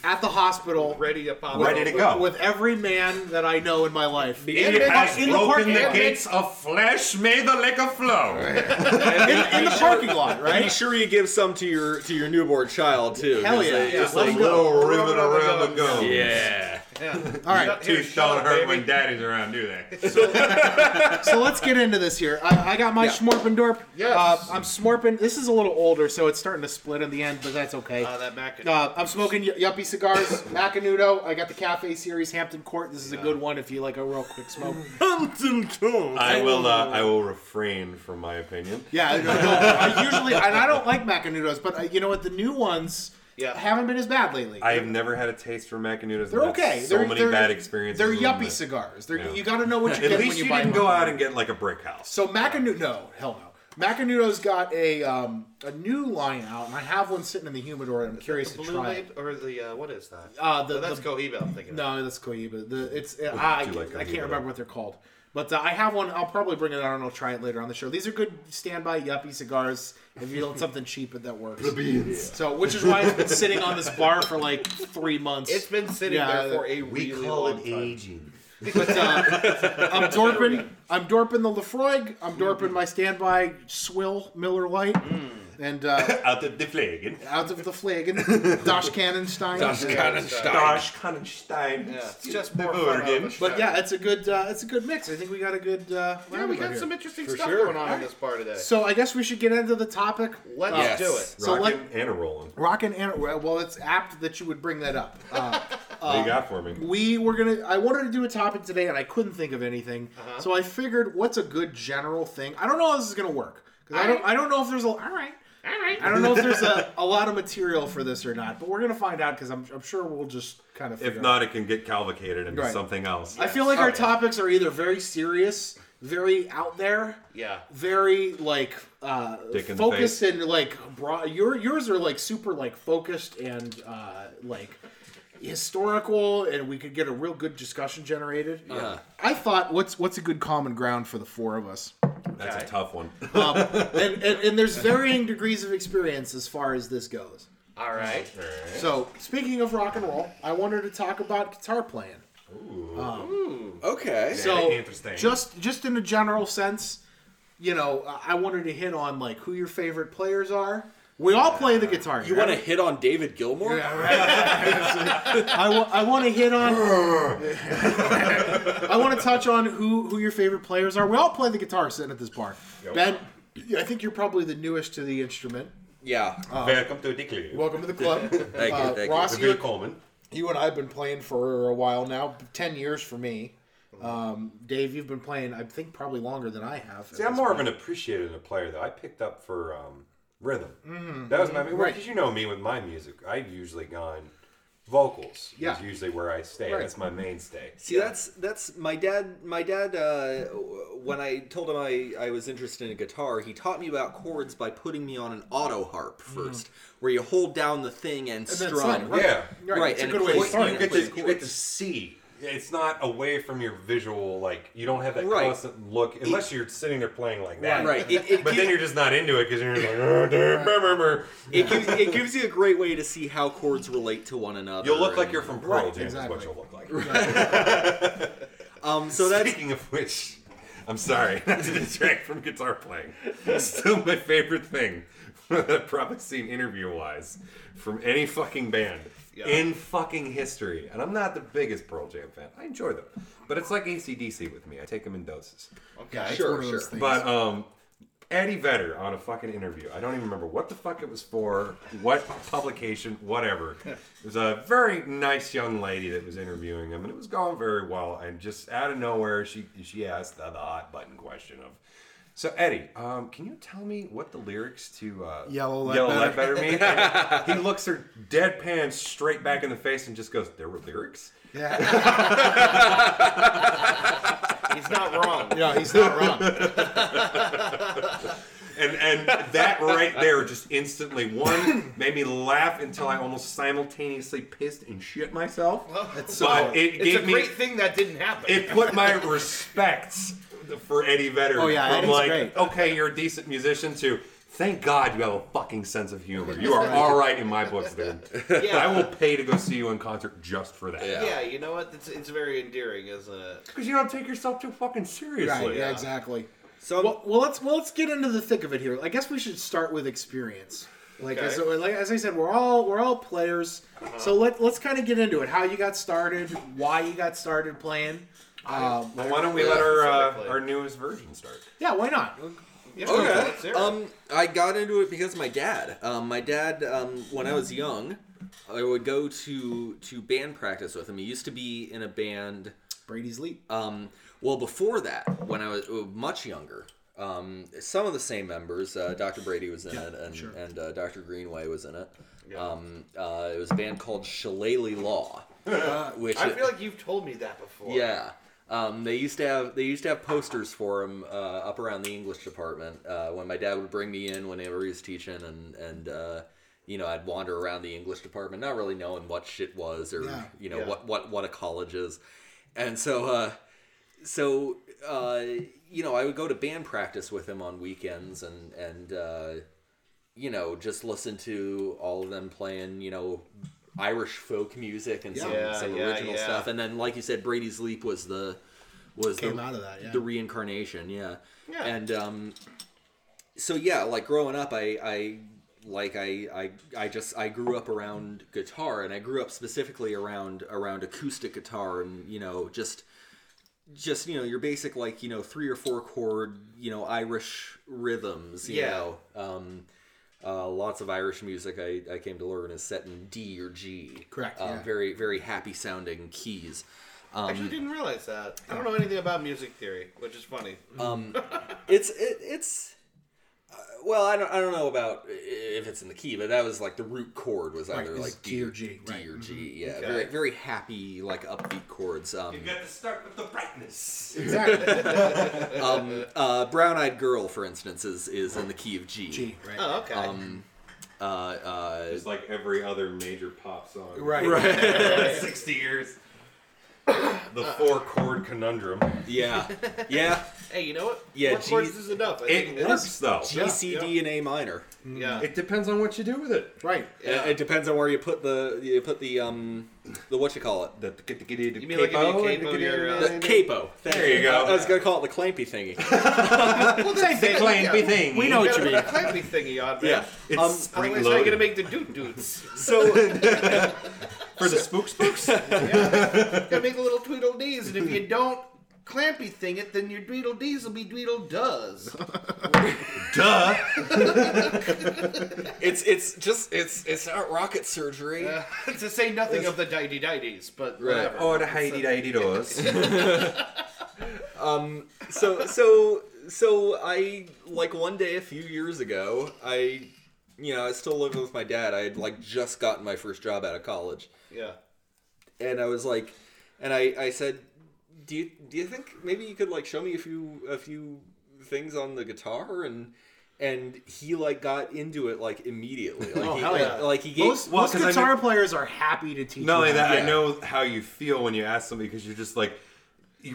at the hospital.
ready to pop.
Ready to
open.
go.
With every man that I know in my life. In,
It has
in the park-
broken the
and-
gates of flesh, may the liquor flow.
in the parking lot,
Make
right?
sure you give some to your to your newborn child too.
Hell
'cause
yeah,
they-
yeah.
Just
Let
like
'em go.
Little
Rub it on the gums.
gums.
yeah.
All right.
Here, shut up, baby.
daddy's around, do they?
so let's get into this here. I, I got my
Yeah.
Schmorpendorp.
Yes.
Uh, I'm Smorpin. This is a little older, so it's starting to split in the end, but that's okay.
Uh, that mac.
Uh, I'm smoking y- Yuppie cigars, Macanudo. I got the Cafe Series Hampton Court. This is a good one if you like a real quick smoke.
I will. Uh, I will refrain from my opinion.
yeah, I, I- I usually and I don't like Macanudos, but uh, you know what? The new ones
Yeah.
haven't been as bad lately.
I have never had a taste for macanudos.
they're okay.
So
they're,
many
they're-
bad experiences.
They're
with them
Yuppie
that-
cigars. They're,
Yeah.
You got to know what you
At
get
least
when
you
you buy
didn't
one.
go out and get like a brick house.
So Macanudo, no, hell no. Macanudo's got a um, a new line out, and I have one sitting in the humidor. and I'm curious to
Blue
try
Label-
it.
or the uh, what is that?
Uh, the,
Oh, that's
the-
Cohiba. I'm thinking. of.
no, that's Cohiba. The it's uh, I,
do like
I
Cohiba.
can't remember what they're called, but uh, I have one. I'll probably bring it out and I'll try it later on the show. These are good standby yuppie cigars. If you want something cheap, that works. So, which is why it's been sitting on this bar for like three months.
It's been sitting
Yeah,
there for a really long time.
aging.
But uh, I'm dorping. I'm dorping the Lefroy. I'm dorping my standby swill Miller Lite,
Mm.
and uh,
Out of the flagon.
out of the Flagon, Dosh Cannenstein.
Darsh Kannenstein.
Yeah, it's just more fun out of
Bergen.
the
But
show.
yeah, it's a good. Uh, it's a good mix. I think we got a good. Uh,
Yeah, we got some interesting stuff going on in this bar today.
So I guess we should get into the topic.
Let's
Yes.
do it.
So
Rockin'
let-
and a rolling.
Rockin' and well, it's apt that you would bring that up. Uh,
What do you got for me?
we were gonna. I wanted to do a topic today, and I couldn't think of anything.
Uh-huh.
So I figured, what's a good general thing? I don't know how this is gonna work 'Cause I don't. I don't know if there's a. All right. All right. I don't know if there's a, a lot of material for this or not, but we're gonna find out because I'm, I'm sure we'll just kind of.
If
figure
not, it can get cavalcated into
Right.
something else.
I feel like our topics are either very serious, very out there,
Yeah.
very like uh,
Dick in the
focused and like broad. Your yours are like super like focused and uh, like historical, and we could get a real good discussion generated. Yeah. I thought, what's what's a good common ground for the four of us?
That's a tough one.
And and, and there's varying degrees of experience as far as this goes.
All right.
So speaking of rock and roll, I wanted to talk about guitar playing.
Okay.
so
Interesting.
just just in a general sense you know i I wanted to hit on like who your favorite players are we all play the guitar
You want to hit on David Gilmore?
I, wa- I want to hit on i want to touch on who who your favorite players are we all play the guitar sitting at this bar ben i think you're probably the newest to the instrument
Yeah.
Welcome to the club.
welcome to the club
Thank you,
Uh,
thank you.
ross you,
Coleman.
you and i've been playing for a while now 10 years for me
Mm-hmm.
um, dave you've been playing i think probably longer than i have
See, I'm more of an appreciator than a player, though. I picked up for um, rhythm. Mm-hmm. That was my because
Right.
you know me with my music. I've usually gone vocals.
Yeah.
is usually where I stay.
Right.
That's my mainstay.
See, that's that's my dad. My dad, uh, when I told him I, I was interested in guitar, he taught me about chords by putting me on an auto harp 1st where you hold down the thing Mm-hmm. and,
then
strum.
sign, right.
Yeah,
Right,
Right,
it's a
and
good
it
way to
plays-
start.
and
you get, to,
it plays
you get to
chords.
see. It's not away from your visual. Like you don't have that
Right.
constant look unless you're sitting there playing like that.
Right. It- it
but then
gives-
you're just not into it because you're like, "Oh, dear, brr, brr, brr."
It gives, it gives you a great way to see how chords relate to one another.
you'll look like
and-
you're from Pearl
Right,
Jam.
exactly.
Is what you'll look like.
Um, so that's
Speaking of which, I'm sorry not to distract from guitar playing. Still my favorite thing that I've probably seen interview wise from any fucking band in fucking history. And I'm not the biggest Pearl Jam fan. I enjoy them. But it's like ACDC with me. I take them in doses.
Okay.
sure, sure.
But um Eddie Vedder on a fucking interview. I don't even remember what the fuck it was for, what publication, whatever. It was a very nice young lady that was interviewing him, and it was going very well. And just out of nowhere, she she asked the, the hot button question of, "So Eddie, um, can you tell me what the lyrics to uh,
Yellow Light
Yellow Light
Better."
Better mean?" And he looks her deadpan straight back in the face and just goes, "There were lyrics."
yeah
He's not wrong.
Yeah, he's not wrong.
and and that right there just instantly one made me laugh until I almost simultaneously pissed and shit myself. but it
It's a
gave me
great thing that didn't happen.
it put my respects for Eddie Vedder.
Oh, yeah,
from
Eddie's
like
great.
okay, you're a decent musician to Thank God you have a fucking sense of humor. You are all right in my books, dude. I will pay to go see you in concert just for that.
Yeah.
yeah, you know what? It's, it's very endearing, isn't it?
Because you don't take yourself too fucking seriously.
Right, yeah, Um, exactly.
So I'm-
Well, well, let's well let's get into the thick of it here. I guess we should start with experience. Like, as, like as I said, we're all we're all players. So let let's kind of get into it. How you got started, why you got started playing. Um,
Well, why don't we let our
Exactly.
uh, our newest version start?
yeah, why not?
Yeah, let's
Okay.
hear it.
Um, I got into it because of my dad. Um, my dad, um, when I was young, I would go to to band practice with him. He used to be in a band.
Brady's leap.
Um, well, before that, when I was uh, much younger, um, some of the same members. Uh, Dr. Brady was in it, and, and uh, Dr. Greenway was in it. Um, uh, it was a band called Shillelagh Law, which
I feel like you've told me that before.
yeah. Um, they used to have they used to have posters for him uh, up around the English department uh, when my dad would bring me in whenever he was teaching, and and uh, you know I'd wander around the English department, not really knowing what shit was or
Yeah,
you know what what what a college is, and so uh, so uh, you know I would go to band practice with him on weekends and and uh, you know just listen to all of them playing you know Irish folk music and some,
Yeah,
some
yeah,
original
yeah.
stuff and then like you said Brady's Leap was the was
Came
the,
out of that, yeah.
the reincarnation yeah yeah and um so yeah like growing up I I like I, I I just I grew up around guitar and I grew up specifically around around acoustic guitar and you know just just you know your basic like you know three or four chord you know Irish rhythms you
Yeah.
know um, uh, lots of Irish music I, I came to learn is set in D or G
Correct,
um,
yeah.
very very happy sounding keys
I actually didn't realize that. I don't know anything about music theory, which is funny.
it's it, it's uh, well, I don't, I don't know about i- if it's in the key, but that was like the root chord was either
it's
like
G or G,
D
right. mm-hmm.
or G. Yeah, very very happy like upbeat chords. Um,
got to start with the brightness.
Exactly.
um, uh, Brown Eyed Girl, for instance, is is in the key of G.
G, right.
Oh, okay.
Uh, uh,
Just like every other major pop song.
right.
Sixty years. The four chord conundrum.
yeah, yeah.
hey, you know what?
Yeah,
Four chords
G-
is enough. I think
It works though.
G, C, D, and A minor.
Yeah.
It depends on what you do with it.
Right.
Yeah.
It, it depends on where you put the you put the um the what you call it
The, the, the, the
You mean like if you
capo,
capo
the-
your, uh,
the capo. Thank
There you go.
I, I was gonna call it the clampy thingy.
Well, they,
The clanky thing.
We know what you
Yeah, the
mean.
clappy thingy on
yeah.
there.
It's
Um,
spring
Otherwise, how are you
loaded.
gonna make the doot doots?
So
for the spook spooks.
gotta make the little Tweedledees, and if you don't clampy thing it, then your Tweedledees will be Tweedledoes.
Duh.
it's it's just it's it's not rocket surgery.
Uh, to say nothing of the Didy Didies, but whatever.
Or the Heidi Heidi does.
so so so I like one day a few years ago, I you know, I was still living with my dad. I had like just gotten my first job out of college.
Yeah.
And I was like and I I said, "Do you do you think maybe you could like show me a few a few things on the guitar and and he like got into it like immediately. Like he,
Oh, hell
like,
yeah.
like, he gave
Most,
Well,
most
'cause I
guitar
know-
players are happy to teach.
Not
you
only
how
that,
to
I know how you feel when you ask somebody because you're just like,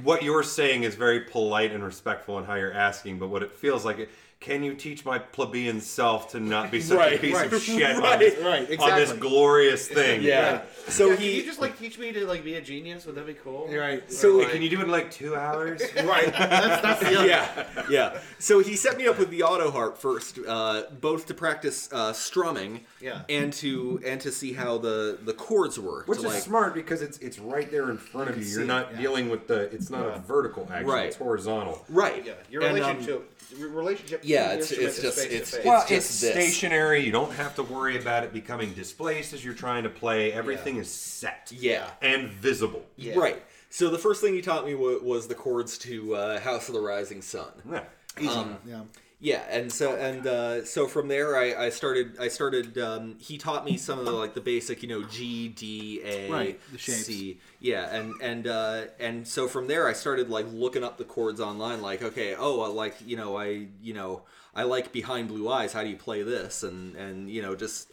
what you're saying is very polite and respectful in how you're asking, but what it feels like, can you teach my plebeian self to not be such a
Right,
piece
right,
of shit on,
right,
this,
right,
on this
exactly.
glorious thing?
yeah. So
Yeah, can
he
you just like teach me to like be a genius? Would that be cool?
do it. Right.
so
Like, can you do it in like two hours?
right. That's, that's the other.
yeah, yeah. So he set me up with the auto harp first, uh, both to practice uh, strumming,
Yeah.
and to and to see how the the chords work.
Which
to,
is
like,
smart because it's it's right there in front of you. You're
see
not
it, yeah.
dealing with the. It's not a vertical action.
Right.
It's horizontal.
right?
Yeah. Your
And, um,
relationship. your relationship. to the
yeah, it's-
instrument is
it's just-
face to
it's-
face.
well,
It's, just
this.
stationary. You don't have to worry about it becoming displaced as you're trying to play. Everything is set.
Yeah.
And visible.
Yeah.
right. So the first thing he taught me wa was the chords to uh, "House of the Rising Sun."
Yeah.
Um,
Yeah.
Yeah, and so and uh, so from there, I, I started. I started. Um, he taught me some of the like the basic, you know, G, D, A,
Right, the shapes.
C. Yeah, and and uh, and so from there, I started like looking up the chords online. Like, okay, oh, I like you know, I you know, I like Behind Blue Eyes. How do you play this? And and you know, just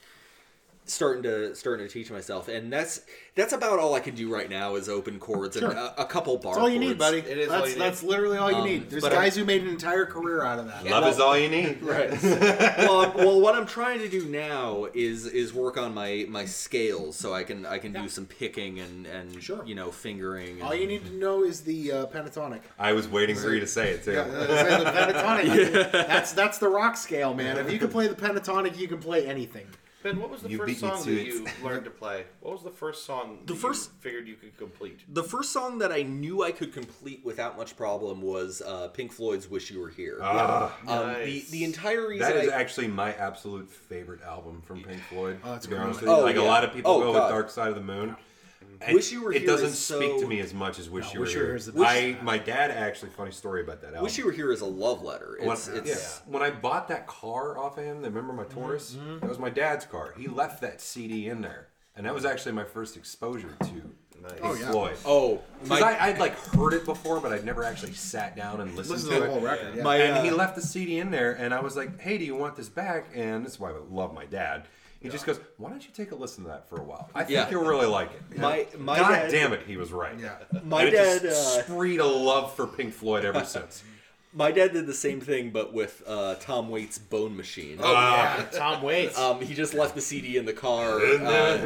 starting to starting to teach myself. And that's that's about all I can do right now is open chords
Sure.
and a, a couple bar.
That's all you need,
chords.
buddy.
It is
that's,
all you need.
that's literally all you
Um,
need. There's
but
guys who made an entire career out of that.
Love is all you need.
Right. well, I'm- well, what I'm trying to do now is is work on my my scales so I can I can do some picking and and
Sure.
you know fingering.
All
and-
you need to know is the uh, pentatonic.
I was waiting for you to say it too.
Yeah, uh, the pentatonic. That's that's the rock scale, man. If you can play the pentatonic, you can play anything.
Ben, what was the
You
first
beat me
song
to
that
it.
you learned to play? What was the first song the
first-
you figured you could complete?
The first song that I knew I could complete without much problem was uh, Pink Floyd's "Wish You Were Here."
Ah,
um, the
nice.
the entire reason
that is
I-
actually my absolute favorite album from Pink Floyd.
Oh, that's
to be
a good
honest
one.
with you.
Oh,
like a
yeah.
lot of people
Oh,
go
God.
with Dark Side of the Moon. And
Wish You Were
It
Here
doesn't
is
speak
so-
to me as much as Wish
No,
You Were
Wish You Were
Here.
Here is the best.
I my dad actually funny story about that album.
"Wish You Were Here" is a love letter.
when,
It's, it's Mm-hmm.
yeah. when I bought that car off of him, remember my Taurus? That was my dad's car. He left that CD in there. and that was actually my first exposure to Pink
Oh, yeah.
Floyd.
Mm-hmm. Oh,
Because I, I'd like heard it before, but I'd never actually sat down and listened
Listen
to,
to the
it.
whole record. Yeah.
my
and he
uh,
left the CD in there, and I was like, "Hey, do you want this back?" And this is why I love my dad. He just goes, "Why don't you take a listen to that for a while? I think
Yeah.
you'll really like it."
My- my
God
dad-
damn it, he was right.
Yeah.
My
And it just
dad, uh,
spreed a love for Pink Floyd ever since.
my dad did the same thing, but with uh, Tom Waits' Bone Machine.
Oh,
Yeah, Tom Waits.
Um, he just left the CD in the car. Uh,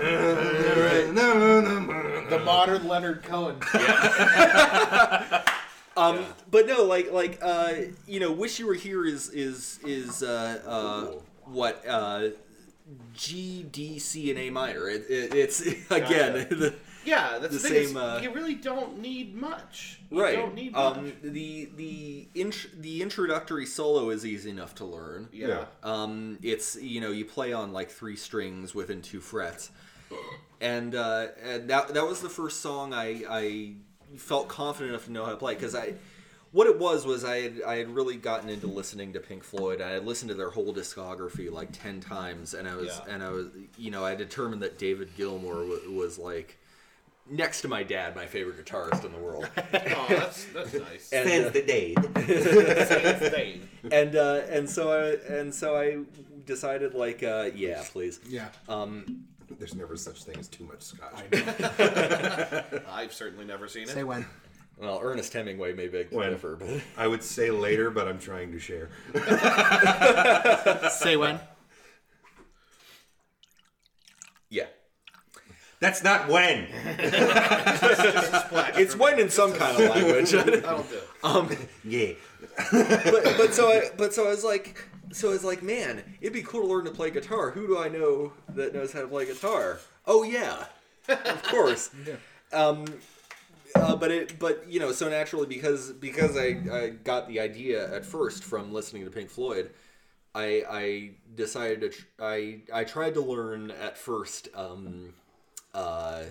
the modern Leonard Cohen.
um, but no, like like uh, you know, "Wish You Were Here" is is is uh, uh, what uh, G D C and A minor. It, it, it's again the,
Yeah, that's
The
the, thing. is,
same, uh,
you really don't need much. You
right.
Don't need much.
um, the the int- the introductory solo is easy enough to learn.
yeah.
Um, it's you know you play on like three strings within two frets, and, uh, and that that was the first song I I felt confident enough to know how to play because I what it was was I had I had really gotten into listening to Pink Floyd. I had listened to their whole discography like ten times, and I was
Yeah.
and I was you know I determined that David Gilmour was, was like next to my dad my favorite guitarist in the world.
Oh, that's that's nice.
And, uh,
the day.
Same thing.
and uh, and so I and so I decided like uh, yeah please
yeah.
There's never such thing as too much scotch.
I've certainly never seen it.
Uh, Say when.
Well, Ernest Hemingway may beg to
When?
differ, but
I would say later, but I'm trying to share.
Say when.
yeah,
That's not when.
it's when in some kind of language. Um,
That'll do.
Yeah.
but, but so I but so I was like so I was like man, it'd be cool to learn to play guitar. Who do I know that knows how to play guitar? Oh yeah, of course. Um, uh, but it but you know so naturally because because I, I got the idea at first from listening to Pink Floyd. I, I decided to tr- I I tried to learn at first um, uh,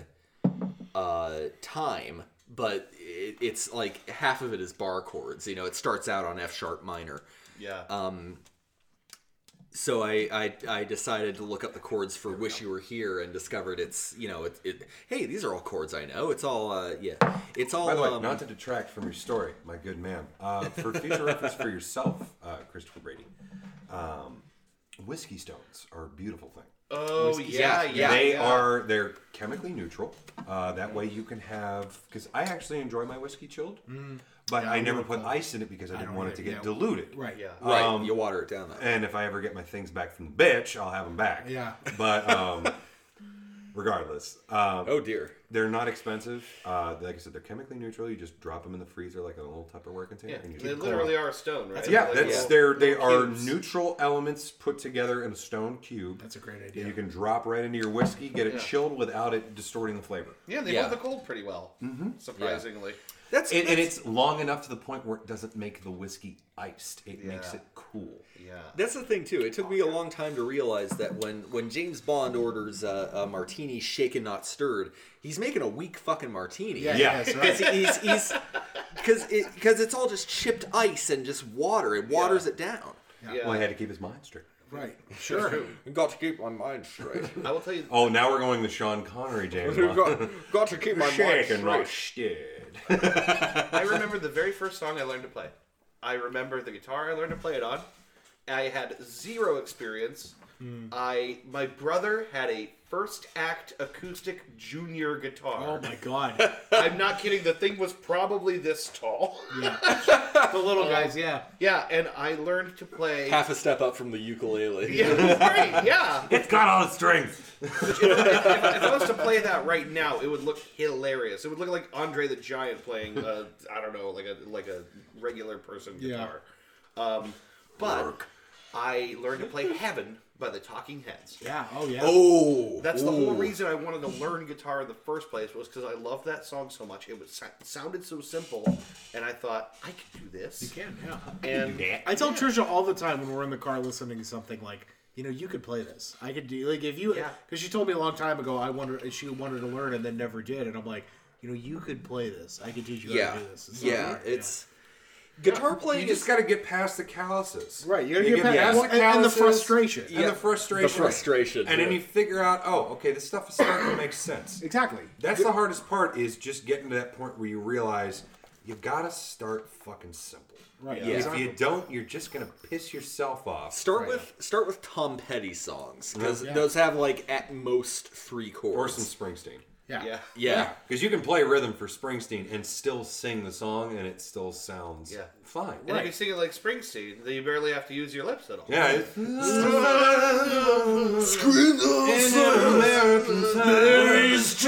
uh, time, but it, it's like half of it is bar chords. You know, it starts out on F sharp minor.
Yeah.
So I, I I decided to look up the chords for "Wish You Were Here" and discovered it's you know it, it hey these are all chords I know. It's all uh, yeah, it's all
By the way,
um,
not to detract from your story, my good man. Uh, for future reference for yourself, uh, Christopher Brady, um, whiskey stones are a beautiful thing.
oh yeah,
yeah,
yeah.
they
yeah.
are they're chemically neutral. Uh, that way you can have because I actually enjoy my whiskey chilled, but I never put ice in it because I didn't want it to
either,
get
yeah.
diluted.
Right.
Yeah.
right.
um,
you water it down though.
And if I ever get my things back from the bitch, I'll have them back.
Yeah.
But um, regardless, um,
oh dear.
they're not expensive. Uh, like I said, they're chemically neutral. You just drop them in the freezer like a little Tupperware container.
Yeah,
and you
they
keep them
literally
alive.
are a stone, right?
Yeah,
Like
that's
little-
they're they
little
are
cubes.
neutral elements put together in a stone cube.
That's a great
that
idea.
you can drop right into your whiskey, get it
Yeah.
chilled without it distorting the flavor.
Yeah, they
Yeah.
hold the cold pretty well,
Mm-hmm.
surprisingly.
That's
And, and it's long enough to the point where it doesn't make the whiskey iced. It makes
Yeah.
it cool.
Yeah.
That's the thing too. It took me a long time to realize that when when James Bond orders uh, a martini shaken not stirred, he's making a weak fucking martini.
Yeah.
Yeah.
Yes,
Because
right.
he's he's because because it's all just chipped ice and just water. It waters it down.
Yeah.
Well, I had to keep his mind straight.
Right.
sure.
You got to keep my mind straight.
I will tell you.
Oh, now we're going the Sean Connery James Bond.
got, got to keep my
Shake and not stirred.
I remember the very first song I learned to play. I remember the guitar I learned to play it on. I had zero experience.
Hmm.
I my brother had a first act acoustic junior
Oh
guitar.
my god.
I'm not kidding. The thing was probably this tall.
Yeah.
the little
Guys,
guys.
yeah.
Yeah, and I learned to play.
Half a step up from the ukulele.
yeah, right, yeah.
it's got all its strings.
if I was to play that right now, it would look hilarious. It would look like Andre the Giant playing, uh, I don't know, like a like a regular person
Yeah.
guitar. Um, but I learned to play "Heaven" by the Talking Heads.
Yeah. Oh yeah.
Oh,
That's the whole reason I wanted to learn guitar in the first place was because I loved that song so much. It was it sounded so simple, and I thought I could do this.
You can. Yeah.
and
I tell Trisha all the time when we're in the car listening to something like, you know, you could play this. I could do like if you because
Yeah.
she told me a long time ago I wanted she wanted to learn and then never did, and I'm like, you know, you could play this. I could teach you how
Yeah,
to do this. It's not
yeah.
hard.
It's Guitar playing
You just
is
got to get past the calluses.
Right, you gotta
You
get
get
past
past
well,
the
and, and the
calluses,
frustration.
And the frustration.
The frustration,
And then
yeah.
you figure out, oh, okay, this stuff is starting to make sense.
Exactly.
That's the hardest part is just getting to that point where you realize you gotta start fucking simple.
Right.
Yeah.
If you don't, you're just gonna piss yourself off.
start with start with Tom Petty songs because
Yeah.
those have like at most three
Or
chords.
some Springsteen.
Yeah.
Yeah.
yeah.
Because you can play rhythm for Springsteen and still sing the song and it still sounds
Yeah.
fine.
And if you sing it like Springsteen, then you barely have to use your lips at all.
Yeah. it's-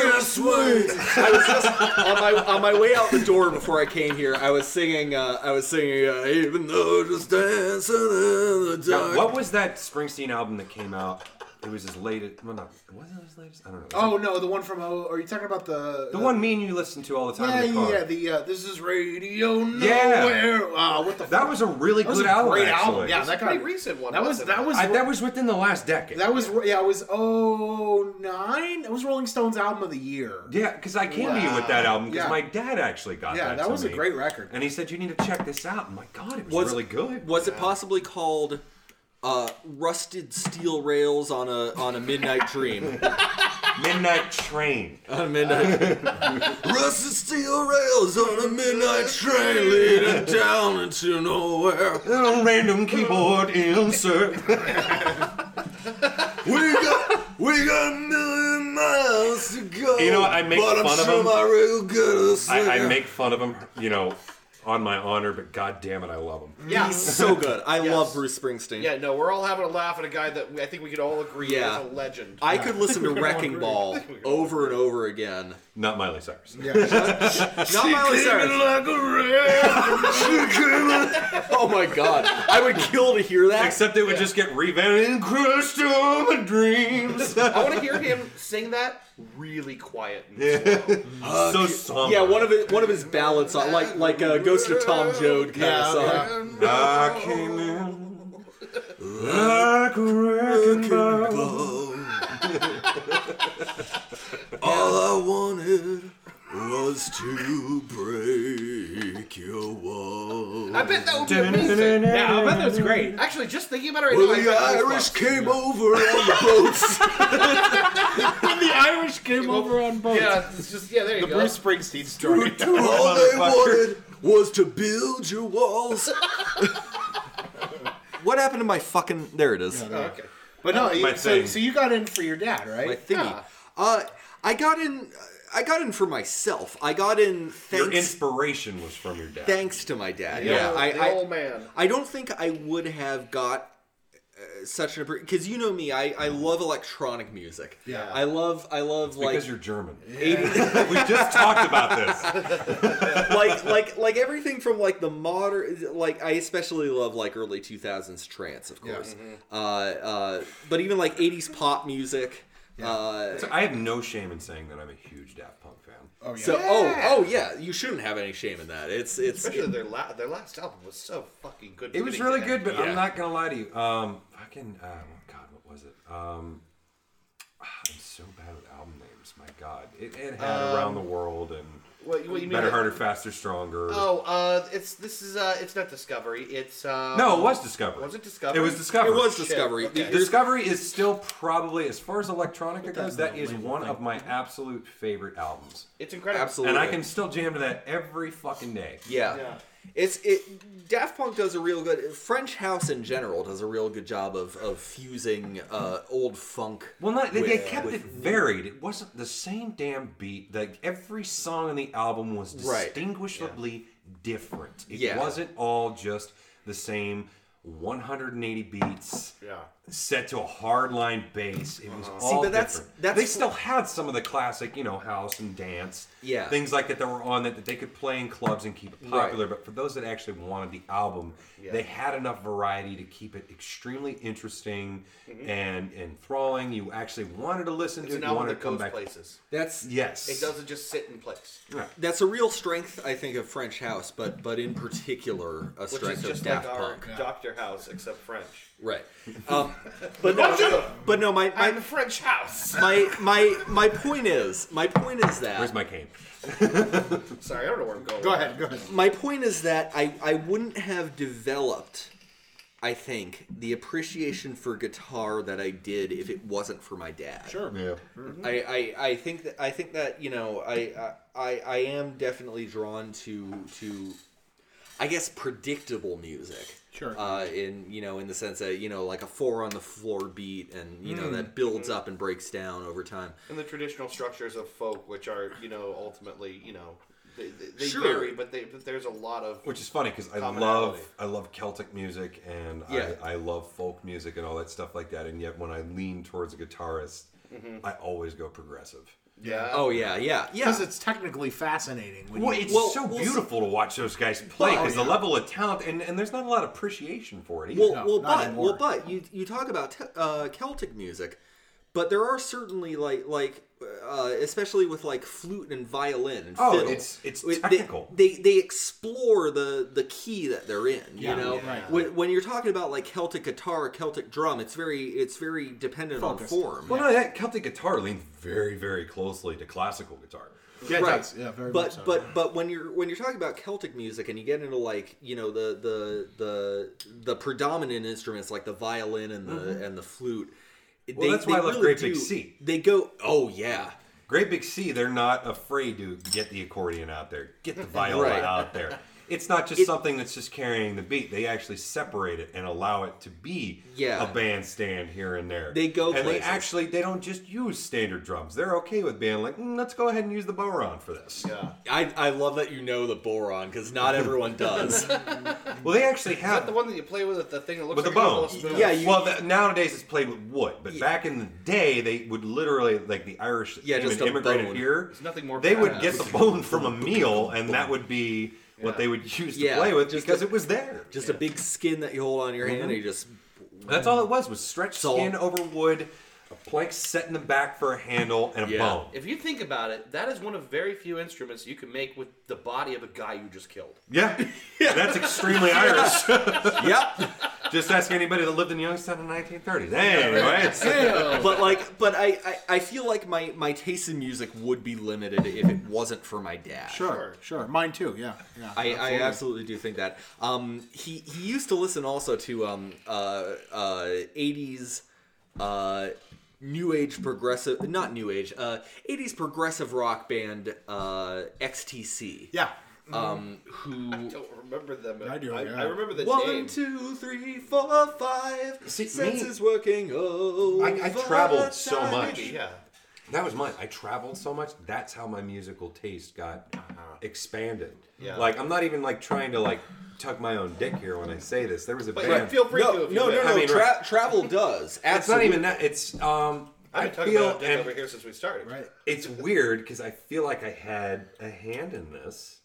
I was just on my on my way out the door before I came here. I was singing. Uh, I was singing. Uh, Even though just dancing in the
Now,
dark.
what was that Springsteen album that came out? It was his latest. Well, not was it his latest? I don't know. It was
Oh no, the one from oh, are you talking about the
The one me and you listen to all the time
Yeah,
in the
yeah,
car.
yeah, the uh, this is radio
Yeah.
nowhere. Wow, what the
That was a really
that was
good
a
album.
great
actually.
album. Yeah, that got
Pretty recent one.
That was
wasn't it?
that was
I, that was within the last decade.
that was yeah, it was oh nine. That was Rolling Stones album of the year.
yeah, because I came to you with that album because
Yeah.
my dad actually got
Yeah,
that.
that
to
was a
me.
great record.
And he said you need to check this out. And my God, it was,
Was-
really good.
Was it possibly called uh, "Rusted Steel Rails on a on a Midnight Dream"?
Midnight Train.
on a midnight. Rusted steel rails on a midnight train leading down into nowhere.
Little random keyboard insert.
We got we got a million miles to go.
You know what, I make
but I'm
fun of
sure
him.
My real good is
I, I
there.
make fun of him, you know, on my honor, but God damn it, I love him.
yeah.
He's so good. I love
Yes.
Bruce Springsteen.
Yeah, no, we're all having a laugh at a guy that we, I think we could all agree
Yeah.
is a legend.
I could listen to Wrecking Ball over and over again.
Not Miley Cyrus.
Not Miley Cyrus. oh my god, I would kill to hear that.
Except it would just get revamped and crushed to all my dreams.
I want to hear him sing that really quiet. And
so somber.
yeah, one of his, one of his ballads, song, like like uh, Ghost of Tom Joad kind of song.
I came in like a wrecking ball.
All I wanted was to break your wall.
I bet that would be amazing.
Yeah, I bet that was great.
Actually, just thinking about it right
Well,
now, I
the
bet that was
Irish
fun.
came over on the boats.
the Irish came over on both.
Yeah, it's just yeah. There you
The
go.
Bruce Springsteen story.
All they wanted was to build your walls. what happened to my fucking? There it is.
Oh, okay.
But no,
my
you, so,
thing.
so you got in for your dad, right?
my thingy. Uh, I got in. I got in for myself. I got in
Your
thanks.
inspiration was from your dad.
thanks to my dad.
The
Yeah,
old,
I,
the
I,
old man.
I don't think I would have got uh, such an because you know me, I, I love electronic music.
Yeah.
I love I love like
because you're German. we just talked about this.
like like like everything from like the modern like I especially love like early two thousands trance of course,
Mm-hmm.
uh, uh, but even like eighties pop music. Uh,
So I have no shame in saying that I'm a huge Daft Punk fan.
Oh yeah.
so oh oh yeah, you shouldn't have any shame in that. It's it's
Especially their la- their last album was so fucking good.
It was
beginning
really
to
good,
end.
but
Yeah.
I'm not gonna lie to you. Um, fucking, uh, oh God, what was it? Um, ah, I'm so bad with album names. My God, it, it had around the world and
What, what Um, you mean?
better, harder, faster, stronger.
Oh, uh, it's this is uh, it's not Discovery. It's uh,
no, it was Discovery.
Was it Discovery?
It was Discovery.
it was discovery.
okay.
There's-
Discovery is still probably, as far as electronica goes, that is one of my
Mm-hmm.
absolute favorite albums,
It's incredible.
absolutely.
and I can still jam to that every fucking day.
Yeah.
Yeah.
It's it Daft Punk does a real good French house in general does a real good job of of fusing uh old funk.
Well, not they, they
with-
kept
with-
it varied. It wasn't the same damn beat. Like every song on the album was
Right.
distinguishably different. It
Yeah.
wasn't all just the same 180 beats
Yeah.
set to a hardline bass. It
Uh-huh.
was all
but that's-
different.
that's
they
wh-
still had some of the classic, you know, house and dance,
Yeah.
things like that that were on that, that they could play in clubs and keep it
Right.
popular. But for those that actually wanted the album, they had enough variety to keep it extremely interesting and enthralling. You actually wanted to listen
Mm-hmm. It's
to
an
it. You
album
wanted
that
to come
goes
back.
places.
That's
Yes,
It doesn't just sit in place.
that's a real strength I think of French house, but but in particular a
Which
strength
is just
of Daft
like our
Punk.
Doctor your house except French.
Right. Um, but no, but no, my
I'm
my,
the French house.
my my my point is my point is that
Where's my cane?
Sorry, I don't know where I'm going.
Go ahead, go ahead.
my point is that I, I wouldn't have developed, I think, the appreciation for guitar that I did if it wasn't for my dad. Sure.
Yeah.
I, I, I think that I think that you know I I- I I am definitely drawn to to I guess predictable music.
Sure.
Uh, in you know in the sense that you know like a four on the floor beat and you know that builds up and breaks down over time.
And the traditional structures of folk, which are you know ultimately you know they, they, they
Sure.
vary, but they but there's a lot of
Which is funny because I love
Commonality.
I love Celtic music and
Yeah.
I, I love folk music and all that stuff like that. And yet when I lean towards a guitarist, I always go progressive.
yeah.
Oh yeah yeah yeah.
Because it's technically fascinating. When
Well, oh,
you,
it's
Well,
so
well,
beautiful to watch those guys play
Well,
because
yeah.
the level of talent and, and there's not a lot of appreciation for it either.
Well,
No,
well,
not
but well,
anymore.
but you you talk about te- uh, Celtic music, but there are certainly like like uh, especially with like flute and violin and
Oh,
fiddle.
it's- it's
they-
technical.
They, they explore the the key that they're in. You
Yeah,
know,
yeah.
when, when you're talking about like Celtic guitar, Celtic drum, it's very it's very dependent
Focused.
on form.
Well, no, that Celtic guitar leans very, very closely to classical guitar.
yeah, it
right.
does. Yeah, very
but
much so.
but but when you're when you're talking about Celtic music and you get into like you know the the the the predominant instruments like the violin and the and the flute.
Mm-hmm. Well, that's why I love Great Big Sea.
They go, oh yeah,
Great Big C, they're not afraid to get the accordion out there, get the violin
Right.
out there. It's not just something that's just carrying the beat. They actually separate it and allow it to be
Yeah.
a bandstand here and there.
They go
and they
places.
actually they don't just use standard drums. They're okay with being like, "Mm, let's go ahead and use the Boron for this.
Yeah.
I, I love that you know the boron because not everyone does.
Well, they actually
Is that
have
the one that you play with the thing that looks
with a
like
bone.
spoon?
Yeah, you-
well, th- nowadays it's played with wood, but back in the day they would literally like the Irish
Yeah,
came
just
and
a
immigrated
bone.
here.
There's nothing more
They would
badass.
get the bone from a meal, and that would be what they would use to
Yeah,
play with
just
because
a-
it was there.
just a big skin that you hold on your hand
Mm-hmm.
and you just
That's all it was was stretched
Salt.
skin over wood, a plank set in the back for a handle, and a
Yeah.
bone.
If you think about it, that is one of very few instruments you can make with the body of a guy you just killed.
Yeah, that's extremely Irish.
yep.
just ask anybody that lived in Youngstown in the 1930s. Anyway, it's, Oh.
But like, but I, I I feel like my my taste in music would be limited if it wasn't for my dad.
sure, sure. Mine too. Yeah, yeah.
I, I absolutely do think that. Um, he he used to listen also to um uh uh eighties uh new age progressive not new age uh eighties progressive rock band uh XTC
yeah.
um who
Don't remember them.
I do,
I,
yeah.
I remember the name.
one two three four five
See, me-
senses working oh
I- I traveled so much.
Maybe, yeah.
That was mine. I traveled so much. That's how my musical taste got expanded.
Yeah.
Like I'm not even like trying to like tuck my own dick here when I say this. There was a
But
band.
feel free to.
no no
If you
no
wish.
no
I mean,
tra-
right.
travel does
it's not
absolutely
even that. It's um. I
I've been talking
feel
about Dick
and
over here since we started.
Right.
it's weird because I feel like I had a hand in this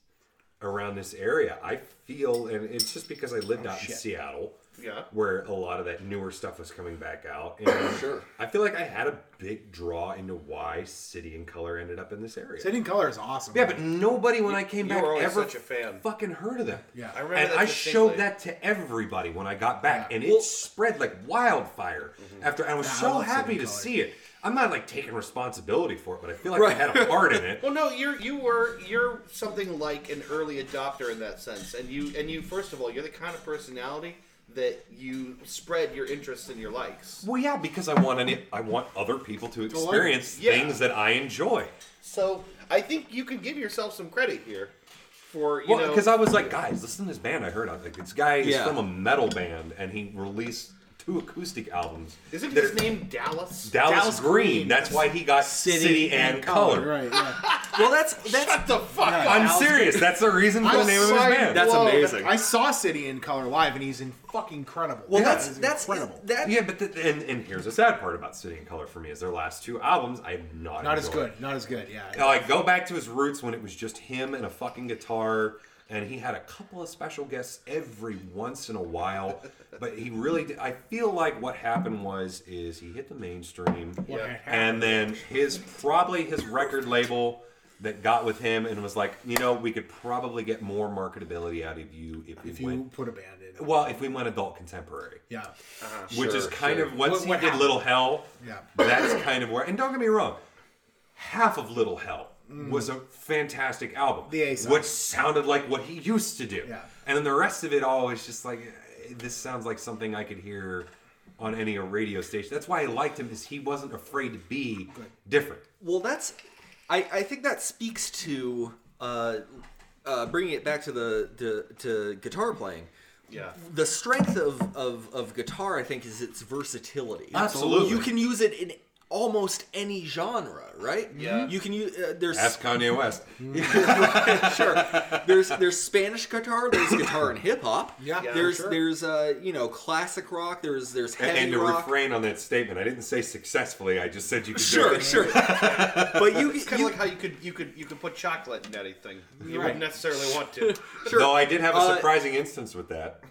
around this area. I feel, and it's just because I lived out in Seattle,
Yeah.
where a lot of that newer stuff was coming back out. And
Sure.
I feel like I had a big draw into why City and Color ended up in this area.
Sitting color is awesome.
Yeah, but nobody when I came
You
back
were always
ever
such a fan.
fucking heard of them.
Yeah. I
remember
and
that
I
distinctly.
showed that to everybody when I got back, and it
Well-
spread like wildfire.
Mm-hmm.
After I was
Yeah, I
so
love
happy
City
to
Colour.
see it. I'm not like taking responsibility for it, but I feel like
Right.
I had a part in it.
Well, no, you're you were you're something like an early adopter in that sense, and you and you first of all, you're the kind of personality that you spread your interests and your likes.
Well, yeah, because I want any, I want other people to
learn.
experience
Yeah.
things that I enjoy.
So I think you can give yourself some credit here for you
Well,
know
because I was like, guys, listen to this band I heard. I was like, this guy is
Yeah.
from a metal band, and he released two acoustic albums.
Isn't
that
his
are-
name Dallas?
Dallas,
Dallas
Green.
Green.
That's why he got
City
City,
and
and,
Colour.
Color.
right. Yeah.
well that's that's
what the fuck?
I'm serious. That's the reason for
I'm
the name of his
sorry.
band.
that's
Whoa.
amazing
I saw City in color live, and he's in fucking incredible.
well
Yeah,
that's
he's
that's
incredible.
that
yeah, but the, and, and here's the sad part about City and Color for me is their last two albums. I'm not
not as
enjoying.
good. Not as good. Yeah.
Now, Like go back to his roots when it was just him and a fucking guitar, and he had a couple of special guests every once in a while. But he really, did, I feel like what happened was is he hit the mainstream,
Yeah.
and then his probably his record label that got with him and was like, you know, we could probably get more marketability out of you if we
If you
went.
put a band in,
Well, if we went adult contemporary,
yeah,
which is
Sure,
kind
sure.
of once
What- what
he did Little Hell,
Yeah.
that's kind of where. And don't get me wrong, half of Little Hell was a fantastic album,
Mm. The A-side.
which sounded like what he used to do,
Yeah.
and then the rest of it all is just like eh, this sounds like something I could hear on any radio station. That's why I liked him is he wasn't afraid to be different.
Well, that's. I, I think that speaks to uh, uh, bringing it back to the to, to guitar playing.
Yeah.
The strength of, of, of guitar, I think, is its versatility.
Absolutely.
you can use it in almost any genre, right?
Yeah.
you can use uh, there's
Ask Kanye West.
sure. There's there's Spanish guitar. There's guitar and hip hop.
Yeah, Yeah,
There's
sure.
there's uh you know classic rock. There's there's
And,
heavy
and to
rock.
refrain on that statement, I didn't say successfully. I just said you could do
Sure,
it.
sure. but you,
It's kind
you
of like how you could you could you could put chocolate in anything. You wouldn't necessarily want to.
Though I did have a
Uh,
surprising instance with that.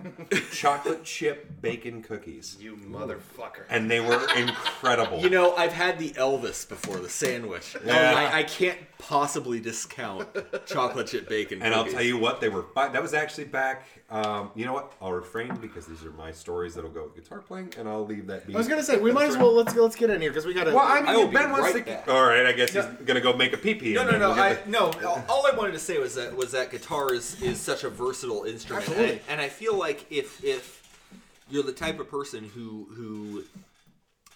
Chocolate chip bacon cookies.
you motherfucker.
And they were incredible.
You know, I've had the Elvis before, the sandwich. Oh,
Yeah.
I, I can't possibly discount chocolate chip bacon.
and I'll
cookies.
tell you what, they were fi- that was actually back um, you know what? I'll refrain because these are my stories that'll go with guitar playing and I'll leave that be.
I was gonna say we might as well let's let's get in here because we gotta.
Well, I mean,
I will
Ben
be
wants
right
to
back.
All right, I guess he's going to go make a pee pee.
No, no, no. I, no. all- All I wanted to say was that was that guitar is, is such a versatile instrument,
Absolutely.
And, and I feel like if if you're the type of person who who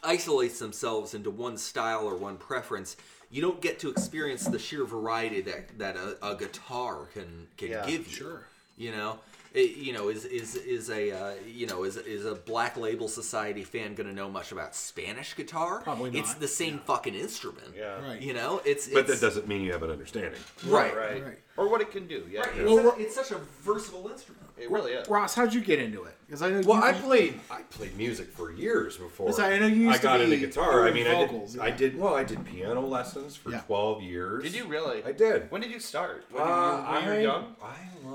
isolates themselves into one style or one preference, you don't get to experience the sheer variety that that a, a guitar can can
Yeah,
give you. Sure. You know. It, you know, is is is a uh, you know is is a Black Label Society fan gonna know much about Spanish guitar?
Probably
It's
not,
the same fucking instrument.
Yeah.
Right.
You know, it's
but
it's,
that doesn't mean you have an understanding.
right.
Right.
Right.
Or what it can do. Yeah.
It's,
Well,
such, it's such a versatile instrument.
It really is.
Ross, how'd you get into it? Because I know
Well,
you-
I played I played music for years before.
Listen, I know you used
I
to
got
be
into guitar. I
doing
mean, I
vocals,
did,
yeah.
I did. Well, I did piano lessons for
Yeah.
twelve years.
Did you really?
I did.
When did you start?
Uh,
When, did you, when you were
I,
young?
I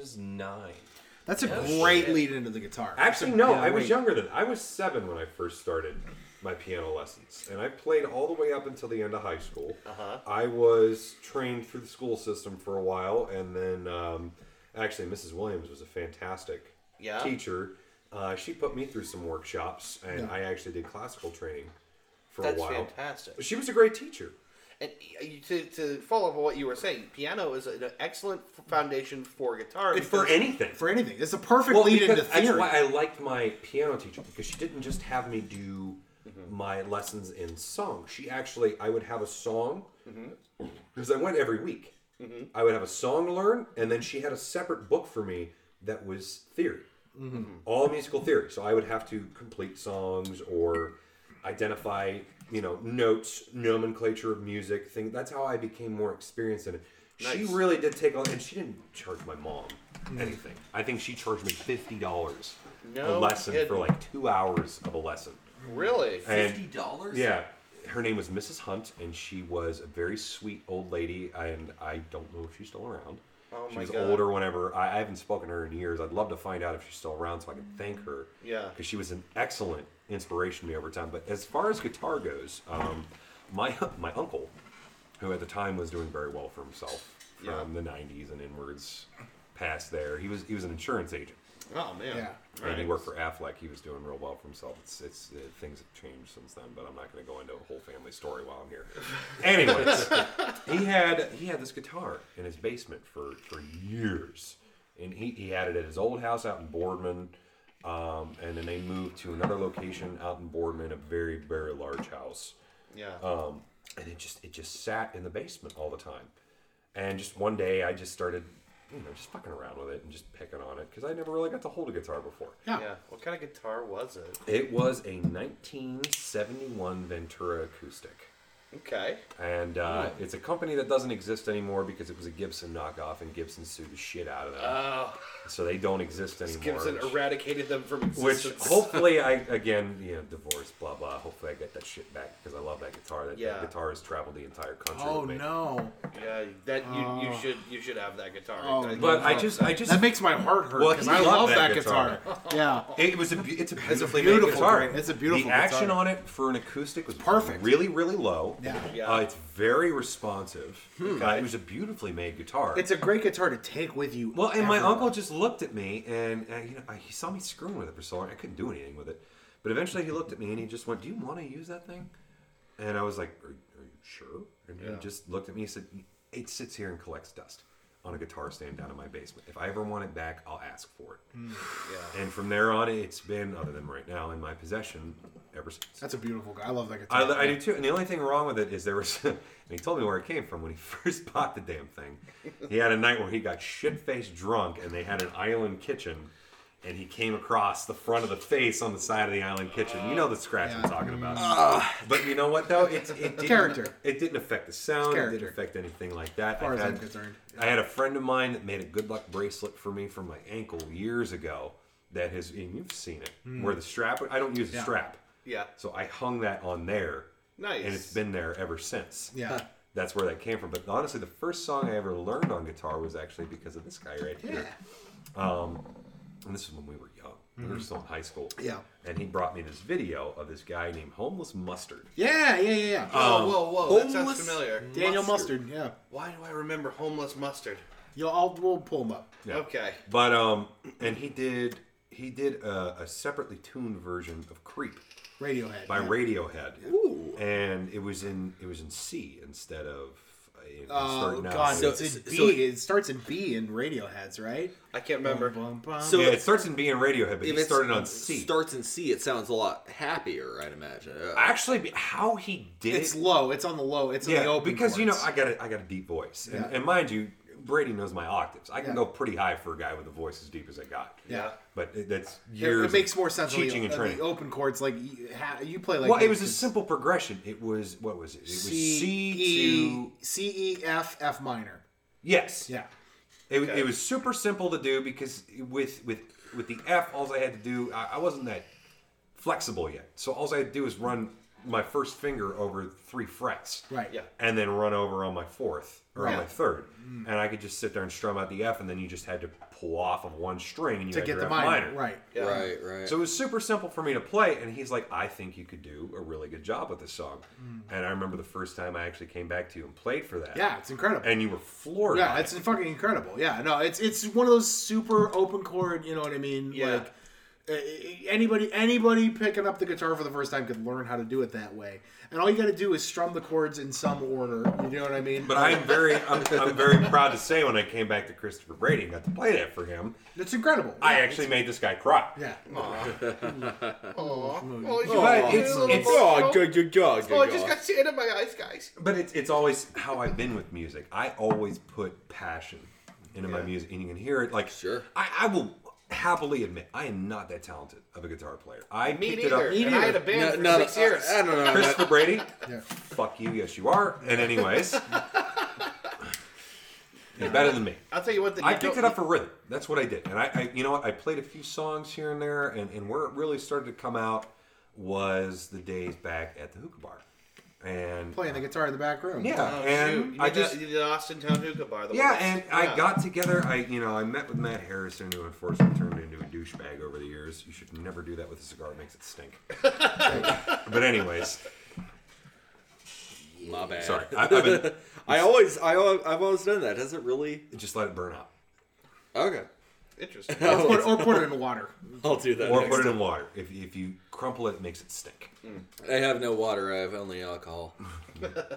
was nine.
that's a great lead into the guitar.
Oh, Actually, no,
Yeah,
I was
wait.
younger than. I was seven when I first started my piano lessons, and I played all the way up until the end of high school. Uh-huh. I was trained through the school system for a while, and then um, actually, Mrs. Williams was a fantastic
Yeah.
teacher. Uh, she put me through some workshops, and I actually did classical training for
That's
a while.
fantastic.
She was a great teacher.
And uh, you- to, to follow up on what you were saying, piano is an excellent f- foundation for guitar.
for
because-
anything.
for anything. It's a perfect
Well,
lead
because
into
that's
theory.
why I liked my piano teacher because she didn't just have me do my lessons in song. She actually, I would have a song because I went every week. I would have a song to learn, and then she had a separate book for me that was theory,
Mm-hmm.
all musical theory. So I would have to complete songs or identify, you know, notes, nomenclature of music. Thing that's how I became more experienced in it. She really did take on, and she didn't charge my mom anything. I think she charged me fifty dollars a
Mm. No
lesson for
kidding.
like two hours of a lesson.
Really?
And-
Fifty dollars.
yeah. Her name was Mrs. Hunt, and she was a very sweet old lady, and I don't know if she's still around.
Oh
she
my
was
God.
older whenever. I, I haven't spoken to her in years. I'd love to find out if she's still around so I can thank her.
Yeah.
Because she was an excellent inspiration to me over time. But as far as guitar goes, um, my, my uncle, who at the time was doing very well for himself from
Yeah.
the 90s and inwards past there, he was, he was an insurance agent.
Oh, man.
Yeah.
And he
Right.
worked for Affleck. He was doing real well for himself. It's it's uh, things have changed since then, but I'm not going to go into a whole family story while I'm here. Anyways, he had he had this guitar in his basement for for years, and he he had it at his old house out in Boardman, um, and then they moved to another location out in Boardman, a very very large house
Yeah.
um, and it just it just sat in the basement all the time. And just one day, I just started, you know, just fucking around with it and just picking on it because I never really got to hold a guitar before.
yeah. What kind of guitar was it?
It was a 1971 Ventura acoustic,
Okay.
and uh, it's a company that doesn't exist anymore because it was a Gibson knockoff, and Gibson sued the shit out of them,
Oh,
so they don't exist anymore.
Gibson
which-
eradicated them from
which
existence.
hopefully I again you know divorce blah blah hopefully I get that shit back because I love that guitar that,
Yeah.
that guitar has traveled the entire country
oh
with me.
no,
Yeah, that you, you should you should have that guitar.
Oh,
I-
Uh, But I just, I just,
that makes my heart hurt
Well,
because
he
I
loved
love that
that
guitar. yeah,
it was a, bu- it's a beautifully
beautiful
made guitar.
guitar. It's a beautiful
The action
guitar.
on it for an acoustic was
Perfect.
Really, really low.
Yeah. Hmm.
Yeah.
Uh, it's very responsive. Uh, it was a beautifully made guitar.
It's a great guitar to take with you.
Well, and my
everywhere.
uncle just looked at me, and uh, you know, I, he saw me screwing with it for so long, I couldn't do anything with it. But eventually, he looked at me and he just went, "Do you want to use that thing?" And I was like, "Are, are you sure?" And he just looked at me. He said, "It sits here and collects dust on a guitar stand down in my basement. If I ever want it back, I'll ask for it." And from there on, it's been, other than right now, in my possession ever since.
That's a beautiful guy. I love that guitar.
I, I do too. And the only thing wrong with it is there was, and he told me where it came from when he first bought the damn thing. He had a night where he got shit faced drunk, and they had an island kitchen, and he came across the front of the face on the side of the island kitchen. You know the scratch I'm talking about. but you know what though? It, it didn't,
Character.
It didn't affect the sound. It
character.
didn't affect anything like that.
far
I
as I'm
had-
concerned.
I had a friend of mine that made a good luck bracelet for me for my ankle years ago. That has, and you've seen it, where the strap. I don't use a
Yeah.
strap.
Yeah.
So I hung that on there.
Nice.
And it's been there ever since.
Yeah.
That's where that came from. But honestly, the first song I ever learned on guitar was actually because of this guy right here. Um, and this is when we were young. We were still in high school.
Mm-hmm. Yeah.
And he brought me this video of this guy named Homeless Mustard.
Yeah, yeah, yeah, yeah.
Uh,
Oh,
um,
whoa, whoa, that sounds
homeless-
familiar.
Daniel Mustard. Yeah.
Why do I remember homeless mustard?
Yo, I'll, we'll pull him up.
Yeah.
Okay.
But um, and he did he did a, a separately tuned version of Creep
Radiohead.
by
yeah.
Radiohead. And it was in it was in C instead of. uh, it was
Oh
starting out
God,
with-
it's
So-
in B.
so-
it starts in B in Radioheads, right?
I can't remember.
Bum, bum,
So-
yeah, it starts in B and Radiohead, but he
it's-
started on C.
Starts in C. It sounds a lot happier, I'd imagine. Uh,
Actually, how he did
it's
it,
low. It's on the low. It's on
yeah,
the open.
because you know
chords.
I got a, I got a deep voice, and,
Yeah.
and mind you, Brady knows my octaves. I can
Yeah.
go pretty high for a guy with a voice as deep as I got.
Yeah.
but it, that's
It-
years.
it makes
of
more sense. on the-
Teaching and
on the,
training.
open chords, like you, ha- you play like.
well, it was a
it's
simple progression. It was what was it? It was C, to
C E F F minor.
yes,
E Yeah.
It, it was super simple to do because with with with the F, all I had to do, I, I wasn't that flexible yet. So all I had to do was run my first finger over three frets,
Right. Yeah.
and then run over on my fourth or on my third,
Mm.
and I could just sit there and strum out the F, and then you just had to pull off of one string and you
To
had
get
your
the
F
minor, right?
Right, right.
So it was super simple for me to play, and he's like, "I think you could do a really good job with this song." And I remember the first time I actually came back to you and played for that.
Mm. Yeah, it's incredible.
and you were floored.
yeah,
by
it's
it.
fucking incredible. Yeah, no, it's it's one of those super open chord. You know what I mean?
Yeah.
Like uh, anybody anybody picking up the guitar for the first time could learn how to do it that way. And all you got to do is strum the chords in some order. You know what I mean?
But I'm very, I'm, I'm very proud to say when I came back to Christopher Brady and got to play that for him,
it's incredible.
I actually made this guy cry.
yeah.
Oh,
But it's, it's,
oh, good, good, good,
oh, I just got sand in my eyes, guys.
but it's, it's always how I've been with music. I always put passion into my music, and you can hear it. Like,
Sure.
I, I will happily admit I am not that talented of a guitar player. I
Me
picked it up.
neither. And I had a band
No,
for
no,
six
I-
years.
I, don't know. about-
Christopher Brady,
Yeah.
fuck you. Yes, you are. And anyways, you're better than me.
I'll tell you what. The,
I
you
picked
don't-
it up for rhythm. That's what I did. And I, I you know what? I played a few songs here and there, and, and where it really started to come out was the days back at the hookah bar. And
Playing the guitar in the back room.
yeah,
Oh,
and
shoot.
I
I
just
the, the Austin Town Hookah Bar. The
yeah,
one
and
that's-
I got together. I you know I met with Matt Harrison, who unfortunately turned into a douchebag over the years. You should never do that with a cigar; it makes it stink. but anyways,
My bad.
sorry. I, I've been,
I always, I, al- I've always done that. Has it really?
just let it burn out,
Okay,
interesting.
Or put, or put it in water.
I'll do that.
or
next
put it
time.
in water. If if you crumple it, it makes it stink.
I have no water. I have only alcohol.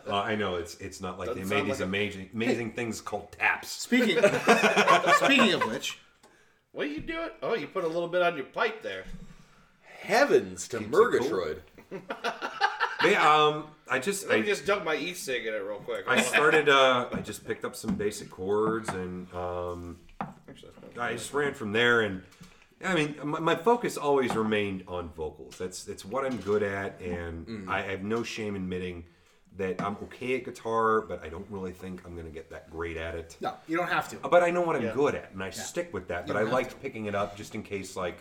Uh, I know it's it's not like
Doesn't
they made
sound
these
like
amazing amazing things called taps.
Speaking speaking of which,
what are you doing? Oh, you put a little bit on your pipe there.
Heavens to
it cool.
Murgatroyd!
They, um, I just
Let me
I,
just dunk my e-cig in it real quick.
I started. Uh, I just picked up some basic chords, and um, I just ran from there. And I mean, my, my focus always remained on vocals. That's that's what I'm good at, and I have no shame admitting that I'm okay at guitar, but I don't really think I'm gonna get that great at it.
no, you don't have to.
but I know what I'm good at, and I stick with that. But I
don't have
liked picking it up just in case, like,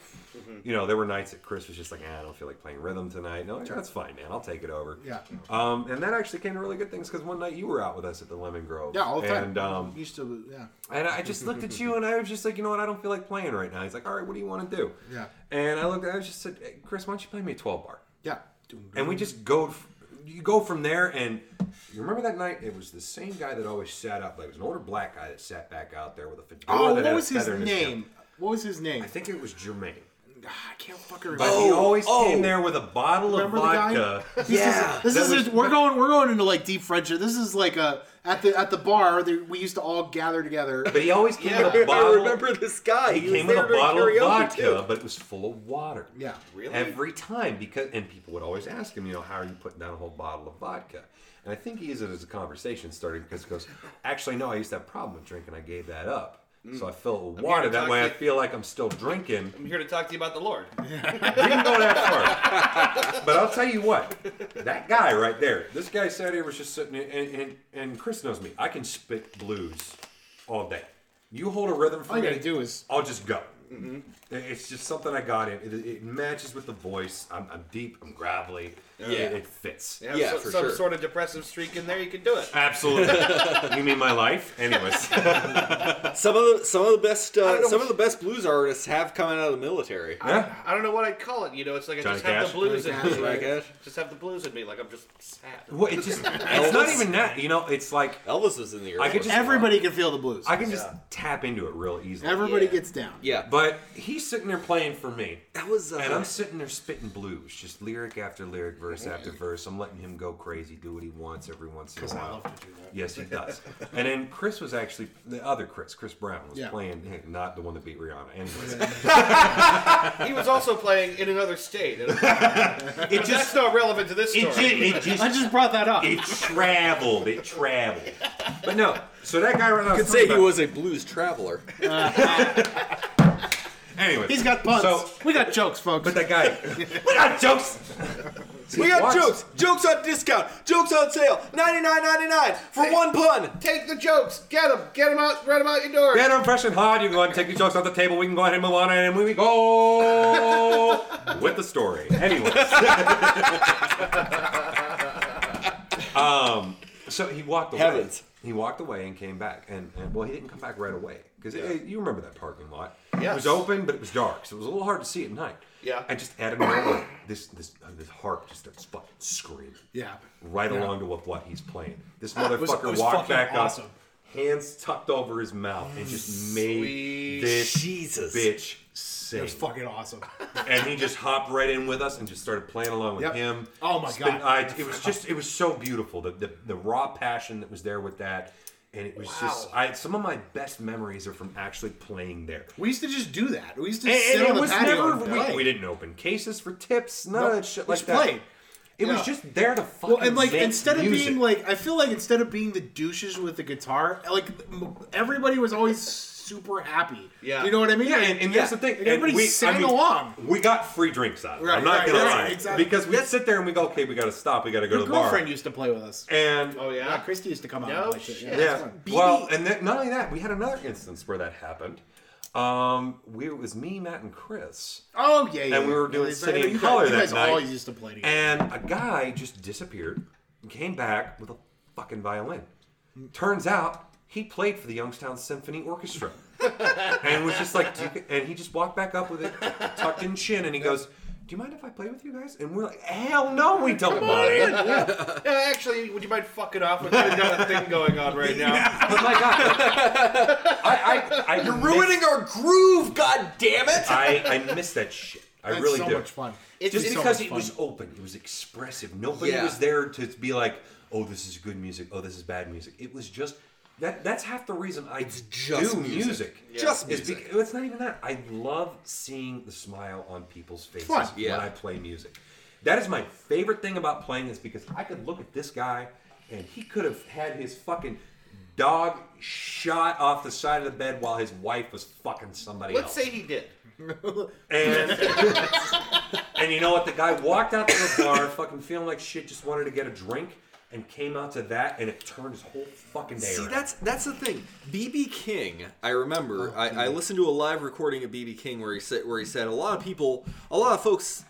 you know, there were nights that Chris was just like, ah, I don't feel like playing rhythm tonight. No, that's fine, man. I'll take it over.
Yeah.
Um, and that actually came to really good things because one night you were out with us at the Lemon Grove.
Yeah, all the time.
And um,
used to, yeah.
and I just looked at you, and I was just like, you know what? I don't feel like playing right now. He's like, all right, what do you want to do?
Yeah.
And I looked, I was just said, hey, Chris, why don't you play me a 12 bar?
Mm-hmm.
Yeah.
And we just go. you go from there, and you remember that night? It was the same guy that always sat up. Like, it was an older black guy that sat back out there with a fedora.
Oh,
that
what
had a
was his
feather in cap.
name? What was his name?
I think ah, it was Jermaine.
I can't fucking remember.
But he
Oh,
always
oh.
came there with a bottle
Remember
of
the guy?
vodka.
Yeah.
This
That
is
was-
just- we're going we're going into like deep friendship. This is like a at the at the bar that we used to all gather together.
But he always came with a
I
bottle.
remember this guy.
He,
was
came with
there
a
during
bottle of
karaoke,
vodka,
too.
but it was full of water.
Yeah.
Really? Every time because and people would always ask him, you know, how are you putting down a whole bottle of vodka? And I think he used it as a conversation starter because he goes, actually no, I used to have a problem with drinking, I gave that up. So I fill it with water. That way I feel like I'm still drinking.
I'm here to talk to you about the Lord.
Didn't go that far. But I'll tell you what, that guy right there, this guy sat here was just sitting, and, and, and Chris knows me. I can spit blues all day. You hold a rhythm for
All you
me.
gotta do is- Mm-hmm.
I'll just go. It- It's just something I got in. It, it matches with the voice. I'm, I'm deep. I'm gravelly. It, it fits.
You have
Yeah,
so-
for
some
sure.
sort of depressive streak in there, you can do it.
Absolutely. you mean my life? Anyways.
Some of the some of the best uh, some of the best blues artists have come out of the military.
Yeah.
I don't know what I'd call it. You know, it's like I
Johnny
just have
Cash?
the blues in me.
Johnny Cash?
Just have the blues in me. Like I'm just sad.
Well, it just, it's not even that. You know, it's like
Elvis was in the.
I
Air
could
Force.
just
Everybody can feel the blues.
I can just tap into it real easily.
Everybody
Yeah.
gets down.
yeah,
But he's sitting there playing for me.
that was. Uh,
And I'm sitting there spitting blues, just lyric after lyric, verse after verse. I'm letting him go crazy, do what he wants every once in a while. Yes, he does. and then Chris was actually the other Chris, Chris Brown, was
Yeah.
playing, eh, not the one that beat Rihanna. Anyways,
He was also playing in another state. and-
it
That's
just
not relevant to this story.
it just
I just brought that up.
it traveled, it traveled. But no, so that guy right now.
could say he was a blues traveler.
Anyway,
He's got puns.
So,
we got jokes, folks.
but that guy, we got jokes.
We got
What?
jokes. Jokes on discount. Jokes on sale. Ninety nine ninety nine for one pun.
Take the jokes. Get them. Get them out. Run them out your door.
Get them fresh and hot. You can go ahead and take your jokes off the table. We can go ahead and move on, and we go with the story. Anyways. um, Um, so he walked away.
Heavens.
He walked away and came back, and, and well, he didn't come back right away because you remember that parking lot. It was
Yes.
open, but it was dark, so it was a little hard to see at night.
Yeah.
I just out of nowhere, this this uh, this harp just starts fucking screaming
yeah.
right along to with what he's playing. This motherfucker
was- it was
walked
fucking
back
awesome.
up, hands tucked over his mouth, and just made this
Jesus.
bitch
It
sing.
was fucking awesome.
and he just hopped right in with us and just started playing along with
Yep.
him.
Oh my
Spin-
God.
I, it was just it was so beautiful. The, the the raw passion that was there with that. And it was just I, some of my best memories are from actually playing there.
We used to just do that. We used to
And,
sit
and
on
it
the
was
patio
never
and
we,
play.
we didn't open cases for tips, none of that shit
we
like
just
that.
played.
It
Yeah.
was just there to fucking
Well, and like
make
instead of
music.
being like, I feel like instead of being the douches with the guitar, like m- everybody was always super happy.
Yeah.
You know what I mean?
Yeah, and, and that's the thing.
And everybody
we, I
sang
mean,
along.
We got free drinks out of it.
Right,
I'm not
right,
gonna
right,
lie,
exactly.
because we sit there and we go, okay, we got to stop. We got to go
Your
to the bar.
girlfriend used to play with us.
and
Oh
Yeah,
yeah.
Christy used to come out.
No
and play shit.
shit.
Yeah.
yeah, well, and then, not only that, we had another instance where that happened. Um, we it was me, Matt, and Chris,
Oh yeah, yeah.
And we were
yeah.
doing
It's-
City
you
in
guys-
Color
you
that
guys
night.
always used to play together.
and a guy just disappeared, and came back with a fucking violin. Turns out he played for the Youngstown Symphony Orchestra, and was just like, do you, and he just walked back up with it tucked in chin, and he goes. Do you mind if I play with you guys? And we're like, hell no, we don't mind.
Yeah, actually, would you mind fucking off with that another thing going on right now?
But my God, I, I, I you're
Ruining our groove. God damn it.
I, I miss that shit. I
That's
really
so
do.
much fun.
It's
It's
just
so
because
much
it
fun.
was open, it was expressive. Nobody
Yeah.
was there to be like, "Oh, this is good music. Oh, this is bad music." It was just that. That's half the reason I
just
do
music.
music.
Just
It's
music.
bec- it's not even that. I love seeing the smile on people's faces
Fun.
Yeah.
when I play music. That is my favorite thing about playing is because I could look at this guy and he could have had his fucking dog shot off the side of the bed while his wife was fucking somebody
Let's
else.
say he did.
And and you know what? The guy walked out to the bar, fucking feeling like shit, just wanted to get a drink, and came out to that, and it turned his whole fucking day
See,
around.
that's that's the thing. BB King, I remember.
Oh,
I, I listened to a live recording of BB King where he said where he said a lot of people, a lot of folks,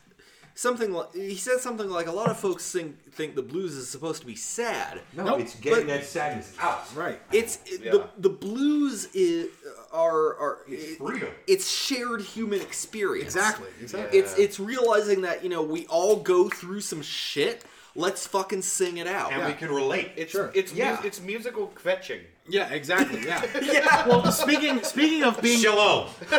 something like he said something like a lot of folks think think the blues is supposed to be sad.
no,
Nope.
it's getting
But-
that sadness out.
Right.
It's it- the the blues is are are it's
freedom.
It's shared human experience.
Exactly. Exactly.
It's it's realizing that you know we all go through some shit. Let's fucking sing it out.
and we can relate.
It's
Sure.
it's
Yeah.
mu- it's musical fetching.
Yeah, exactly. Yeah. Well, speaking speaking of being
Shalom.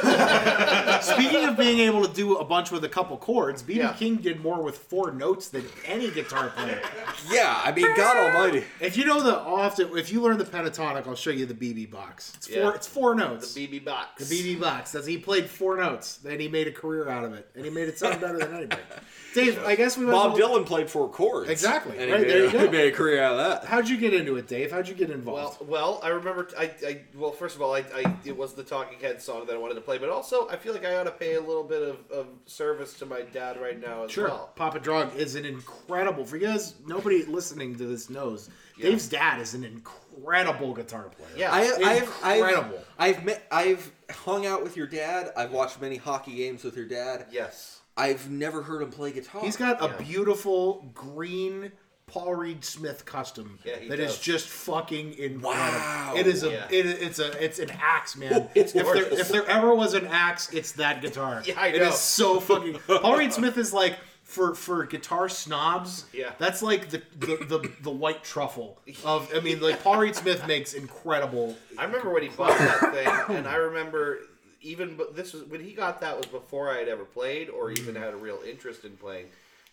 speaking of being able to do a bunch with a couple chords, BB
Yeah.
King did more with four notes than any guitar player.
Yeah, I mean, God Almighty.
if you know the I'll have to if you learn the pentatonic, I'll show you the BB box. It's four.
Yeah.
It's four notes.
BB box.
BB box. That's he played four notes, and he made a career out of it, and he made it sound better than anybody. Dave, I guess we might as
Bob
well-
Dylan played four chords.
Exactly,
And he,
right,
made,
there you
he
go.
made a career out of that.
How'd you get into it, Dave? How'd you get involved?
Well, Uh, well, I remember. I, I well, first of all, I, I it was the Talking Heads song that I wanted to play, but also I feel like I ought to pay a little bit of, of service to my dad right now as
Sure.
well.
Papa Drog is an incredible. For you guys, nobody listening to this knows. Dave's dad is an incredible guitar player.
Yeah,
I, uh, I've, I've,
Incredible.
I've met, I've hung out with your dad. I've watched many hockey games with your dad.
yes,
I've never heard him play guitar.
He's got a beautiful green Paul Reed Smith custom that
Yeah,
is
he does.
just fucking incredible.
Wow.
It is a
Yeah.
it, it's a it's an axe, man.
It's
if there
gorgeous.
if there ever was an axe, it's that guitar.
Yeah, I
It
know.
is so fucking Paul Reed Smith is like for for guitar snobs.
Yeah.
that's like the the the, the white truffle of. I mean, like Paul Reed Smith makes incredible.
I remember when he bought that thing, and I remember even but this was when he got that was before I had ever played or
Mm.
even had a real interest in playing,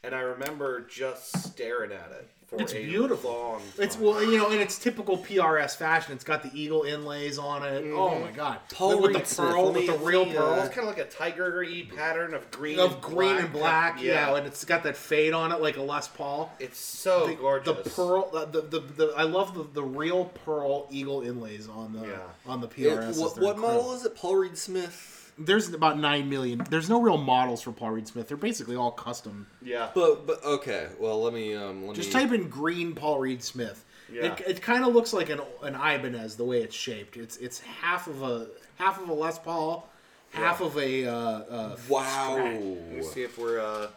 and I remember just staring at it for
It's
a
beautiful.
long.
It's well, you know, in its typical PRS fashion, it's got the eagle inlays on it.
Mm-hmm.
Oh my god!
Paul
with
Reed
the
Smith,
pearl,
let
with
me-
the real
let me, uh,
pearl.
It's kind of like a tiger-y pattern of green,
of green and black, yeah.
yeah.
and it's got that fade on it like a Les Paul.
It's so
the,
gorgeous.
The pearl, the, the, the, the I love the, the real pearl eagle inlays on the
Yeah.
on the
It-
PRS.
what what model is it? Paul Reed Smith.
There's about nine million. There's no real models for Paul Reed Smith. They're basically all custom.
Yeah.
But, but okay, well let me um let
Just
me
type in green Paul Reed Smith.
Yeah.
It, it kind of looks like an an Ibanez the way it's shaped. It's it's half of a half of a Les Paul, half of a uh, uh,
wow.
Let me see if we're. Uh,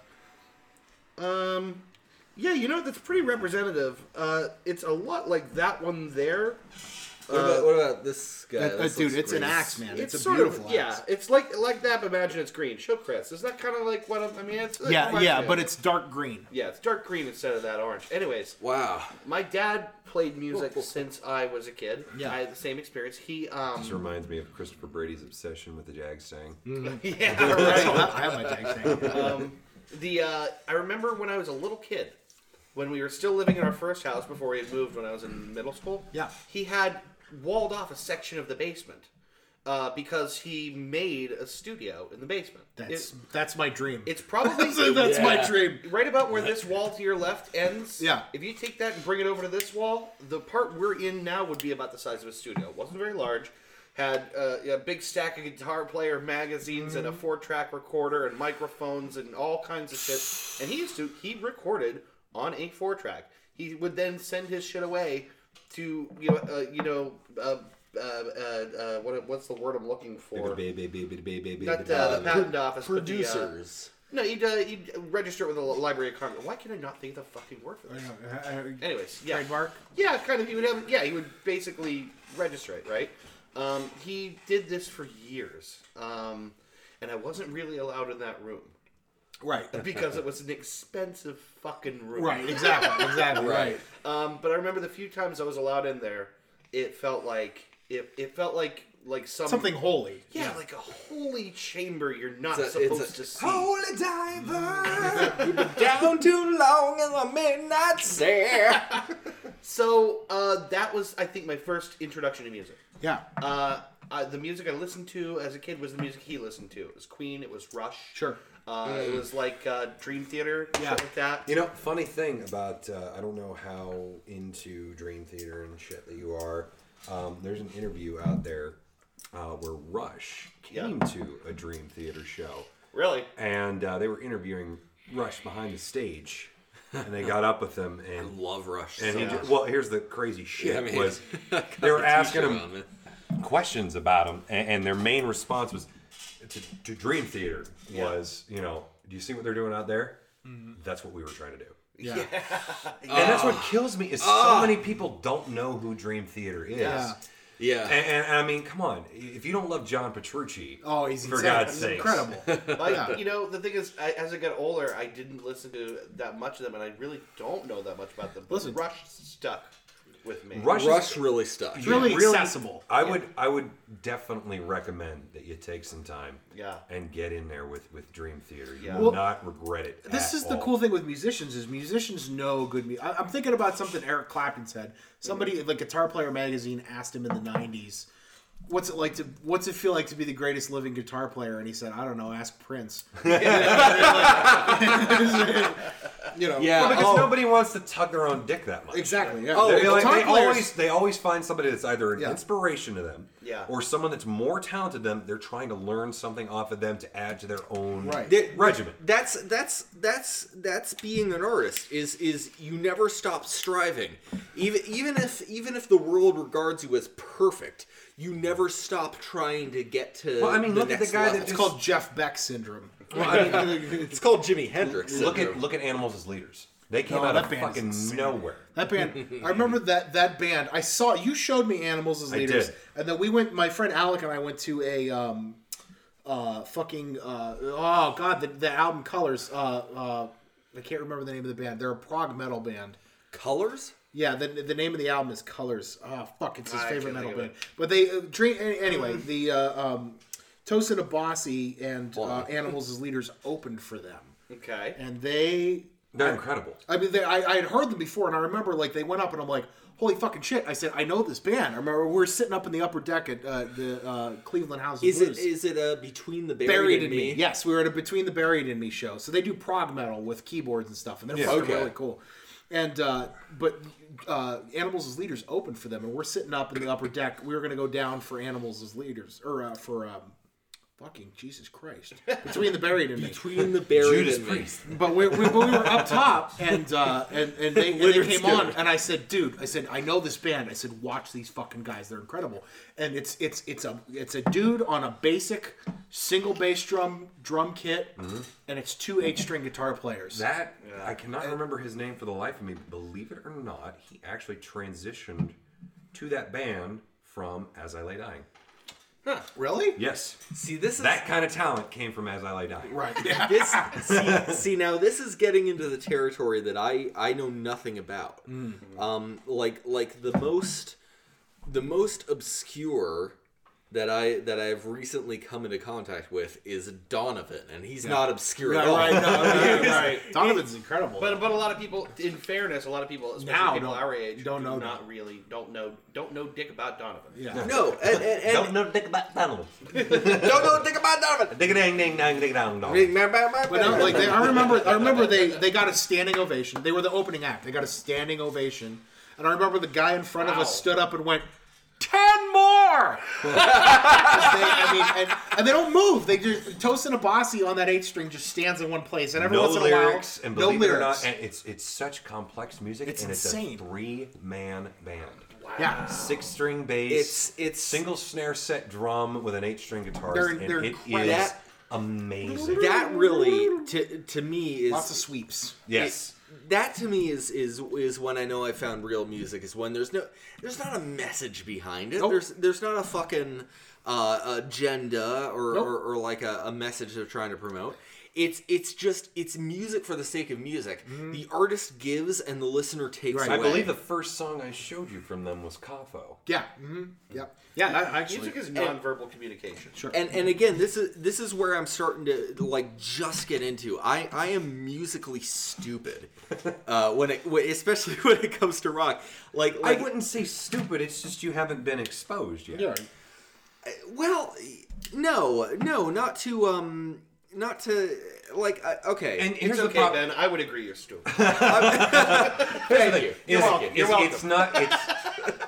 um, yeah, you know that's pretty representative. Uh, it's a lot like that one there.
What about, what about this guy?
uh,
This
dude.
looks
It's an
great.
axe, man. It's, a
sort of
beautiful axe.
yeah. It's like like that. But imagine it's green. Show Chris. Is that kind of like what I'm, I mean? It's, it
Yeah,
reminds
yeah,
me of-
but it's dark green.
yeah, it's dark green instead of that orange. Anyways,
Wow.
my dad played music since I was a kid.
Yeah.
I had the same experience. He um.
This reminds me of Christopher Brady's obsession with the Jags saying.
Yeah. Right.
I have my tag thing.
The uh, I remember when I was a little kid, when we were still living in our first house before we had moved when I was in middle school.
Yeah.
he had walled off a section of the basement uh, because he made a studio in the basement.
That's
It-
that's my dream.
it's probably
that's my dream.
right about where this wall to your left ends.
Yeah.
if you take that and bring it over to this wall, the part we're in now would be about the size of a studio. It wasn't very large. Had uh, a big stack of guitar player magazines and a four track recorder and microphones and all kinds of shit. And he used to, he recorded on a four track. He would then send his shit away to, you know, uh, you know, uh, uh, uh, uh, what, what's the word I'm looking for? Not uh, the patent office, but the, uh,
Producers.
no, you'd, uh, you'd register it with the Li- Library of Congress. Why can I not think of the fucking word for this? Anyways, yeah.
Trademark.
Yeah, kind of. He would have. Yeah, he would basically register it, right? Um, he did this for years, um, and I wasn't really allowed in that room
Right.
because it was an expensive fucking room.
Right. Exactly. Exactly. right.
Um, but I remember the few times I was allowed in there, it felt like it, it felt like like some,
Something holy.
Yeah, like a holy chamber you're not
It's a- it's
supposed
a-
to see.
Oh.
Holy diver, you've been down too long in the midnight stare.
So uh, that was, I think, my first introduction to music.
Yeah.
Uh, I, the music I listened to as a kid was the music he listened to. It was Queen. It was Rush.
Sure.
Uh, It was like uh, Dream Theater. Yeah.
Yeah.
like that.
You know, funny thing about uh, I don't know how into Dream Theater and shit that you are. Um, there's an interview out there uh, where Rush came to a Dream Theater show,
Really?
and uh, they were interviewing Rush behind the stage, and they got up with him and
Love Rush.
and he
so
ju- well, here's the crazy shit
I mean,
was
much.
they were
Got the
asking
t-shirt
him
on, man.
questions about him, and, and their main response was to, to Dream Theater was, you know, do you see what they're doing out there? That's what we were trying to do.
Yeah.
And that's what kills me is so many people don't know who Dream Theater is.
Yeah.
Yeah.
And, and, and I mean, come on, if you don't love John Petrucci,
Oh, he's
for
insane.
God's
He's
sake,
incredible.
Like
Yeah.
you know, the thing is, I, as I got older, I didn't listen to that much of them, and I really don't know that much about them. But
Listen.
Rush stuck with me.
Rush, is-
Rush really stuck.
It's really, accessible.
I would I would definitely recommend that you take some time
Yeah.
and get in there with with Dream Theater. You
Yeah.
will
Well,
not regret it.
This
at
is the
all.
cool thing with musicians is musicians know good music. I'm thinking about something Eric Clapton said. Somebody at the Guitar Player magazine asked him in the '90s, "What's it like to What's it feel like to be the greatest living guitar player?" And he said, "I don't know. Ask Prince." you know,
Yeah.
Well, because
oh,
nobody wants to tug their own dick that much.
exactly. Yeah.
Oh,
They,
Guitar
like, they
players-
always they always find somebody that's either an
Yeah.
inspiration to them,
Yeah.
or someone that's more talented than them. They're trying to learn something off of them to add to their own
Right.
They-
regimen.
that's that's that's that's being an artist is is you never stop striving even even if even if the world regards you as perfect you never stop trying to get to
Well, I mean,
the
look at the
next
guy that
level.
It's called Jeff Beck syndrome.
it's called jimi hendrix
Look at
syndrome.
look at animals as leaders. They came
No,
out
that
of
band is
fucking
insane.
nowhere.
That band, I remember that that band. I saw you showed me Animals as
I
leaders,
did.
and then we went. My friend Alec and I went to a um, uh, fucking uh, oh god, the, the album Colors. Uh, uh, I can't remember the name of the band. They're a prog metal band.
colors
Yeah, the, the name of the album is Colors. Oh fuck, it's his
I
favorite
can't
metal
think of
band.
it.
But they uh, dream an- anyway. The uh, um, Tosin Abasi and uh, Animals as leaders opened for them,
Okay.
and they
They're incredible.
I mean, they, I, I had heard them before, and I remember like they went up, and I'm like, "Holy fucking shit!" I said, "I know this band." I remember we were sitting up in the upper deck at uh, the uh, Cleveland House of
is it
Blues.
is it uh between the buried,
Buried
and
in me. Yes, we were at a Between the Buried in Me show. So they do prog metal with keyboards and stuff, and they're fucking
Okay.
really cool. And uh, but uh, Animals as Leaders opened for them, and we're sitting up in the upper deck. We were gonna go down for Animals as Leaders, or uh, for um, fucking Jesus Christ, Between the Buried and Me.
between the buried
Judas
and
Priest.
But we, we, but we were up top, and uh, and and they, and they
Leonard
came
Skinner.
on, and I said, "Dude, I said I know this band. I said, watch these fucking guys. They're incredible." And it's it's it's a it's a dude on a basic single bass drum drum kit, and it's two eight string guitar players.
That I cannot remember his name for the life of me. Believe it or not, he actually transitioned to that band from As I Lay Dying.
really?
Yes,
me see this is
that kind of talent came from As I Lay Dying.
Right. Yeah.
this see, see now this is getting into the territory that I I know nothing about.
Mm-hmm.
Um, like like the most the most obscure that I that I've recently come into contact with is Donovan, and he's not obscure at all.
right. No, no, no, right. Donovan's incredible.
But but a lot of people, in fairness, a lot of people, especially
Now
people
don't-
our age,
don't
do
know
not
that.
really don't know don't know dick about Donovan.
yeah.
No, and, and, and
Don't know dick about Donald.
don't know anything about Donovan.
Dig dang ding dang dig dong dong.
But no, like they, I remember, I remember they they got a standing ovation. They were the opening act. They got a standing ovation, and I remember the guy in front of
Wow.
us stood up and went. Ten more. 'Cause they- I mean, and, and they don't move. They just Tosin Abasi on that eight string just stands in one place, and every
No
once in a
lyrics,
while,
and
no
believe it or
lyrics.
not, and it's it's such complex music,
It's
and
insane.
it's a three man band.
yeah,
Six string bass,
It's- it's-
single snare set drum with an eight string guitar,
They're-
and
they're
it
incredible.
is
That-
amazing.
That really to to me is
lots of sweeps.
yes,
It- that to me is is is when I know I found real music is when there's no there's not a message behind it.
Nope.
There's there's not a fucking uh, agenda or,
Nope.
or or like a, a message they're trying to promote. It's it's just it's music for the sake of music. The artist gives and the listener takes
Right.
away.
Mm-hmm. I believe the first song I showed you from them was Kafo.
Yeah, mm-hmm. yep, yeah. That, actually,
Music is nonverbal communication.
sure.
and and again this is this is where i'm starting to like just get into i i am musically stupid uh when it when- especially when it comes to rock like like
I wouldn't say stupid. It's just you haven't been exposed yet.
yeah,
well no no not to um not to like I okay
And here's
It's
the
okay,
problem.
Ben. I would agree you're stupid.
thank you
Is,
welcome.
is-
You're welcome.
It's not. It's,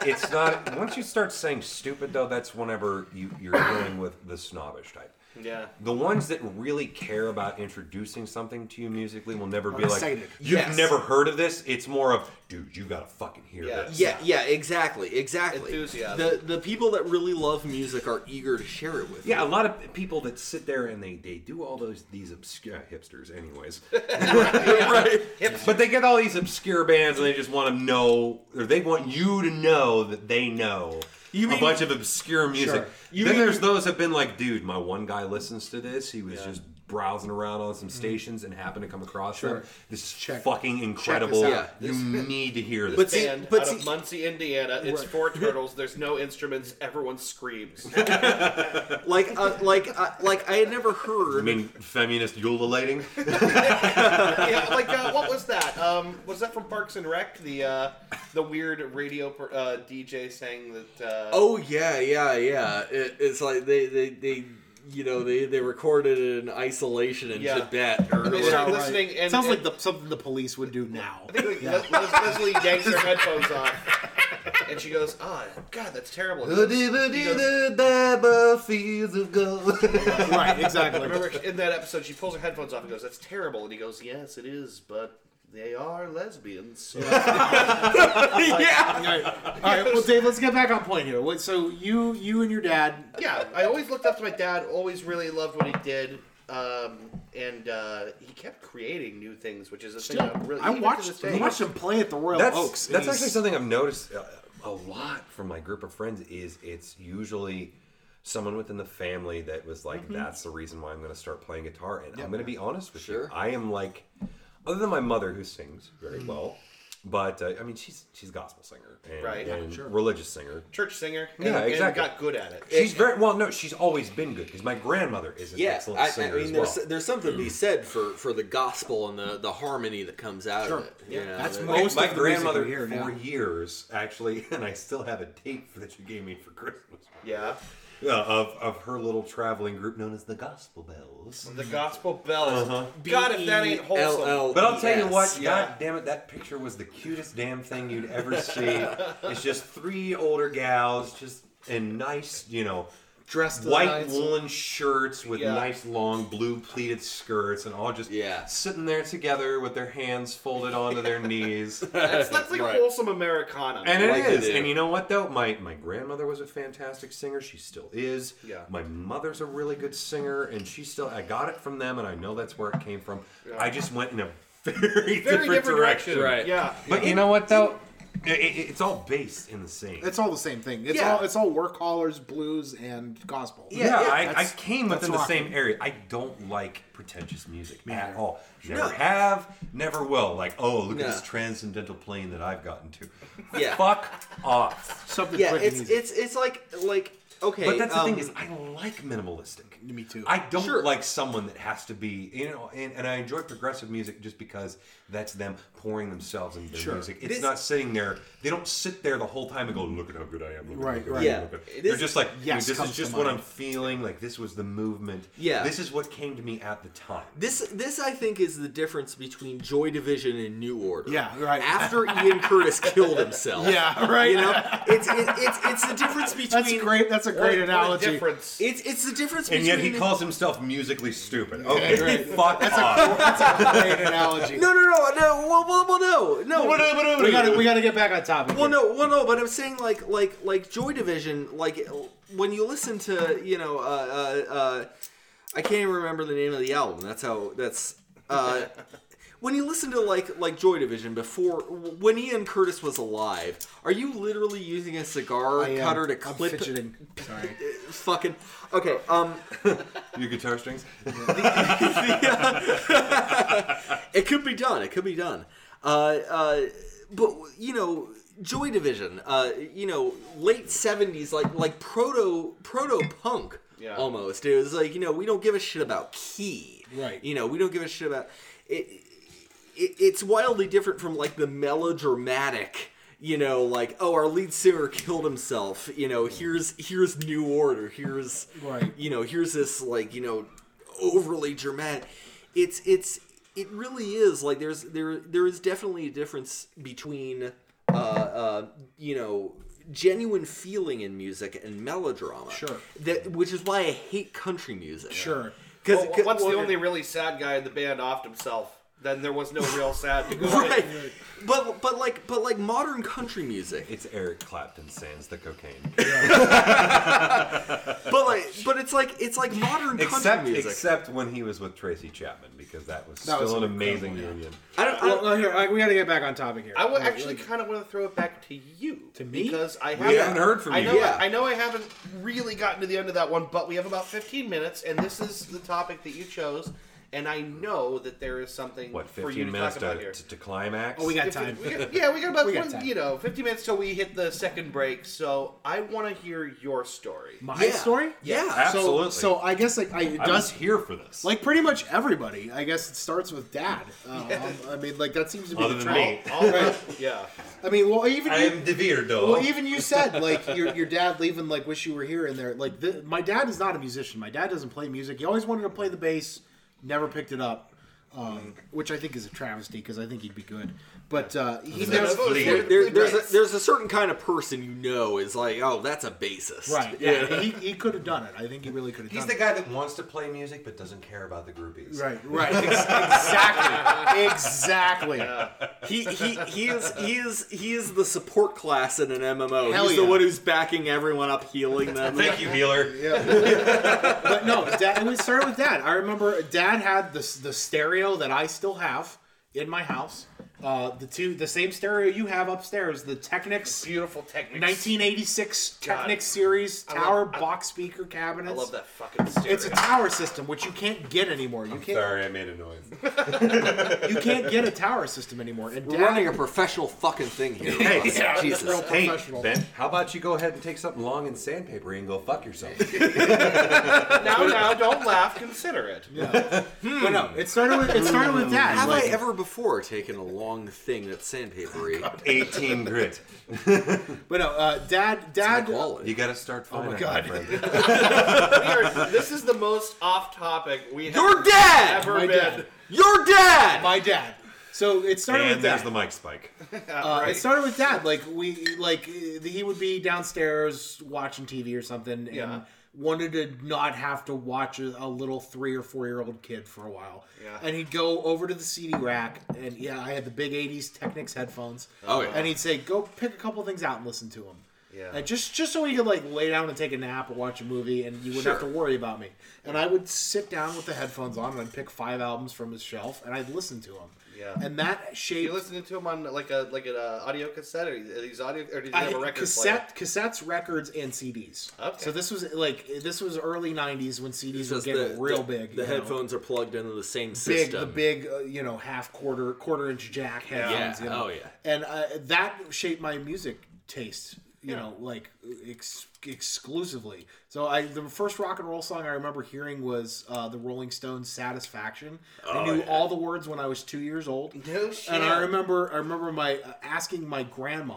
it's not. Once you start saying stupid, though, that's whenever you, you're dealing with the snobbish type.
yeah.
The ones that really care about introducing something to you musically will never be
excited.
like, "You've
Yes.
never heard of this." It's more of, "Dude, you gotta fucking hear
Yeah.
this."
yeah yeah exactly exactly
Enthusiasm.
the the people that really love music are eager to share it with you.
Yeah, a lot of people that sit there and they, they do all those these obscure hipsters, anyways. right. But they get all these obscure bands and they just want to know, or they want you to know that they know. a bunch of obscure music.
Sure.
then there's those that have been like, dude, my one guy listens to this. He was just browsing around on some stations and happened to come across them. This is
Check-
fucking incredible.
out.
Yeah,
you need to hear this.
But see,
Band
but
out
see,
of Muncie, Indiana. It's four turtles. There's no instruments. Everyone screams.
like, uh, like, uh, like, I had never
I
heard.
mean, feminist ululating.
yeah, like uh, what was that? Um, was that from Parks and Rec? The uh, the weird radio per- uh, DJ saying that. Uh,
Oh yeah, yeah, yeah. It, it's like they, they, they, you know, they, they recorded it in isolation in
Yeah.
Tibet or
They
whatever.
start listening and
Sounds
and,
like the, something the police would do now.
I think like, Les- Les- Leslie yanks her headphones off, and she goes, "Oh God, that's terrible." And he goes- he goes-
fields of gold.
right, exactly.
Remember in that episode, she pulls her headphones off and goes, "That's terrible," and he goes, "Yes, it is, but." They are lesbians. So.
All right. All right, well, Dave, let's get back on point here. What, so you, you and your dad.
yeah, I always looked up to my dad. Always really loved what he did, um, and uh, he kept creating new things, which is a
Still,
thing I'm really.
I
even to
watched.
this
I
day-
watched him play at the Royal
that's,
Oaks.
That's
It was-
actually something I've noticed uh, a lot from my group of friends. Is it's usually someone within the family that was like, "That's the reason why I'm going to start playing guitar." And I'm going to be honest with you,
Sure.
I am like, other than my mother who sings very well, but uh, I mean, she's she's a gospel singer, and,
Right.
and religious singer.
church singer. And,
Yeah,
and
exactly.
got good at it.
She's very well. No, she's always been good because my grandmother is an
Yeah,
excellent
I, I
singer
mean,
as well. Mm.
there's there's something to be said for for the gospel and the the harmony that comes out
Sure.
of it. you know,
That's
that-
most
my
of the
grandmother
music you hear
for
now.
years actually, and I still have a tape that she gave me for Christmas.
yeah.
Yeah, of of her little traveling group known as the Gospel Bells.
The gospel bells. God, if that ain't wholesome.
B-E-L-L-E-S.
But I'll tell you what,
Yeah.
god damn it, that picture was the cutest damn thing you'd ever see. it's just three older gals, just in nice, you know,
dressed to the
white
nines.
woolen shirts with
Yeah.
nice long blue pleated skirts, and all just
Yeah.
sitting there together with their hands folded onto their knees.
That's, that's like
Right.
wholesome Americana.
And it is,
Like they do.
And you know what though? My my grandmother was a fantastic singer. She still is.
Yeah.
My mother's a really good singer, and she still I got it from them, and I know that's where it came from. I just went in a very,
Very
different, direction.
Right.
Yeah.
But you know what though? I- I- it's all based in the same.
It's all the same thing. It's
Yeah.
all it's all work hollers, blues, and gospel.
yeah,
yeah,
I, I
that's-
came
that's
within the
rock.
same area. I don't like pretentious music at all. Never have, never will. Like, oh, look at
No.
this transcendental plane that I've gotten to.
Yeah.
Fuck off.
Something
Yeah,
quick and
it's
easy.
it's it's like like okay.
But that's the
um,
thing is, I like minimalistic.
Me too.
I don't
Sure.
like someone that has to be, you know, and, and I enjoy progressive music just because that's them pouring themselves into their
Sure.
music. It's
is-
not sitting there. They don't sit there the whole time and go, "Look at how good I am." Look at
Right,
how good I
right.
am,
Yeah.
look at-"
It
They're
is-
just like,
Yes,
"Dude, "This
comes
is
to
just what
mind.
I'm feeling. Like this was the movement.
Yeah.
this is what came to me at the time."
This this I think is the difference between Joy Division and New Order.
Yeah, right.
After Ian Curtis killed himself.
yeah, right.
You know, it's it, it's it's the difference between
that's great. That's a great
What a
analogy.
difference.
It's it's the difference
and
between
yet he
the-
calls himself musically stupid. Okay,
right.
fuck off.
Great analogy.
No, no, no, no. Well, well, well no, no.
we got to we got to get back on topic.
Well,
here.
no, well, no, but I'm saying like, like, like Joy Division, like when you listen to, you know, uh, uh, uh, I can't even remember the name of the album. That's how. That's uh, when you listen to like, like Joy Division before when Ian Curtis was alive. Are you literally using a cigar
I am-
cutter to
I'm
clip
fidgeting. Sorry.
fucking? Okay, um,
Your guitar strings.
it could be done. It could be done. Uh, uh, but you know, Joy Division. Uh, you know, late seventies, like like proto proto punk.
Yeah.
Almost, it was like you know we don't give a shit about key.
Right.
You know we don't give a shit about it. it it's wildly different from like the melodramatic. You know, like oh, our lead singer killed himself. You know, here's here's New Order. Here's
Right.
you know here's this like you know overly dramatic it's it's it really is like there's there there is definitely a difference between uh uh you know genuine feeling in music and melodrama
Sure.
that which is why i hate country music
Sure.
because
Well, what's the only really sad guy in the band offed himself? then there was no real sad to go with.
Right. But but like but like modern country music.
It's Eric Clapton sans the cocaine.
But like but it's like it's like modern country
except
music.
except when he was with Tracy Chapman because that was
That
still
was
an
incredible,
amazing
yeah.
union.
I don't, I
Well,
don't,
no, here, I, we got to get back on topic here.
I would
Like,
actually
like,
kind of want to throw it back to you.
To me?
Because I haven't,
We haven't heard from
I
you
know,
yet.
I know I haven't really gotten to the end of that one, but we have about 15 minutes, and this is the topic that you chose, and I know that there is something
What,
for you
fifteen
to
minutes
talk about
to,
here.
to, to climax?
oh, we got
If
time.
we got- yeah, we got about
We got
one,
time.
you know 50 minutes till we hit the second break. So I want to hear your story.
My
yeah.
story.
Yeah.
absolutely.
So, so I guess like I, it
I was
does
here for this.
like pretty much everybody. I guess it starts with dad. Um, I mean, like that seems to be
Other
the
than
trend.
me.
All right. Yeah.
I mean, well, even
I
you-
am Devere, dog.
Well, even you said like your your dad leaving like wish you were here and there. Like the, my dad is not a musician. My dad doesn't play music. He always wanted to play the bass, never picked it up, um, which I think is a travesty because I think he'd be good. But uh, he
That's
never.
bleak.
There, there- there's a, there's a certain kind of person you know is like oh that's a bassist.
Right, yeah, he, he could have done it. I think he really could have
He's
done
the
it.
guy that wants to play music but doesn't care about the groupies.
Right, right, ex- exactly, exactly.
He, he he is he is he is the support class in an MMO.
Hell
He's
yeah.
the one who's backing everyone up, healing them.
Thank you, healer.
But no, dad, and we started with dad. I remember dad had the the stereo that I still have in my house. Uh, the two, the same stereo you have upstairs, the Technics
Beautiful technique.
1986 Technic series
love-
tower
I-
box speaker cabinets.
I love that fucking stereo.
It's a tower system, which you can't get anymore. You can't.
Sorry, I made a noise.
You can't get a tower system anymore. And
We're
Dad-
running a professional fucking thing here. Ross.
yeah, it's
Jesus.
real
Hey,
professional.
Ben, how about you go ahead and take something long and sandpaper and go fuck yourself?
now, now, don't laugh. Consider it.
But no, hmm. it started with it started with Dad.
Have
like-
I ever before taken a long thing that's sandpapery?
18 grit.
but no, uh, Dad.
High
Dad.
quality.
You got to Oh start finding
my
it,
God.
friend.
We are- this is the most off-topic we have
Your dad!
ever
My
been.
dad.
Your dad.
My dad. So it started
And
with Dad.
there's the mic spike.
Uh, It started with dad. Like we, like uh, he would be downstairs watching TV or something, and
Yeah.
wanted to not have to watch a, a little three or four year old kid for a while.
Yeah.
And he'd go over to the CD rack, and yeah, I had the big '80s Technics headphones.
Oh, yeah.
And he'd say, "Go pick a couple things out and listen to them."
Yeah.
And just just so he could like lay down and take a nap or watch a movie, and you wouldn't have to
Sure.
worry about me. And I would sit down with the headphones on, and I'd pick five albums from his shelf, and I'd listen to them.
Yeah.
And that shaped
You listening to him on like a like an uh, audio cassette, or are these audio, or did you
I
have a
had
record
cassette, cassettes, records, and CDs.
Okay.
So this was like this was early '90s when CDs were
Just
getting real
the,
big.
The
you know.
headphones are plugged into the same
big,
system.
the big, uh, you know, half quarter, quarter inch jack headphones.
Yeah.
You know?
Oh, yeah.
And uh, that shaped my music taste. You know, like ex- exclusively. So I, the first rock and roll song I remember hearing was uh, the Rolling Stones' "Satisfaction." I
Oh,
knew all the words when I was two years old.
No shit.
And I remember, I remember my uh, asking my grandma,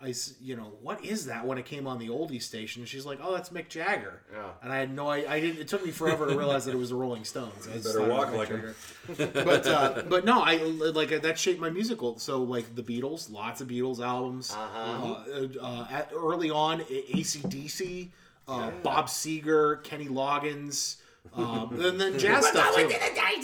I, s- you know, what is that when it came on the oldie station? And she's like, oh, that's Mick Jagger.
Yeah.
And I had no, I, I didn't. It took me forever to realize that it was the Rolling Stones. I just thought
better
it was
walk
Mick
like 'em.
Jagger. But uh, but no, I like that shaped my musical. So like the Beatles, lots of Beatles albums. Uh-huh.
Mm-hmm.
Uh, uh, at, early on, A- AC/DC, uh, Bob Seger, Kenny Loggins. Um, and then jazz stuff too.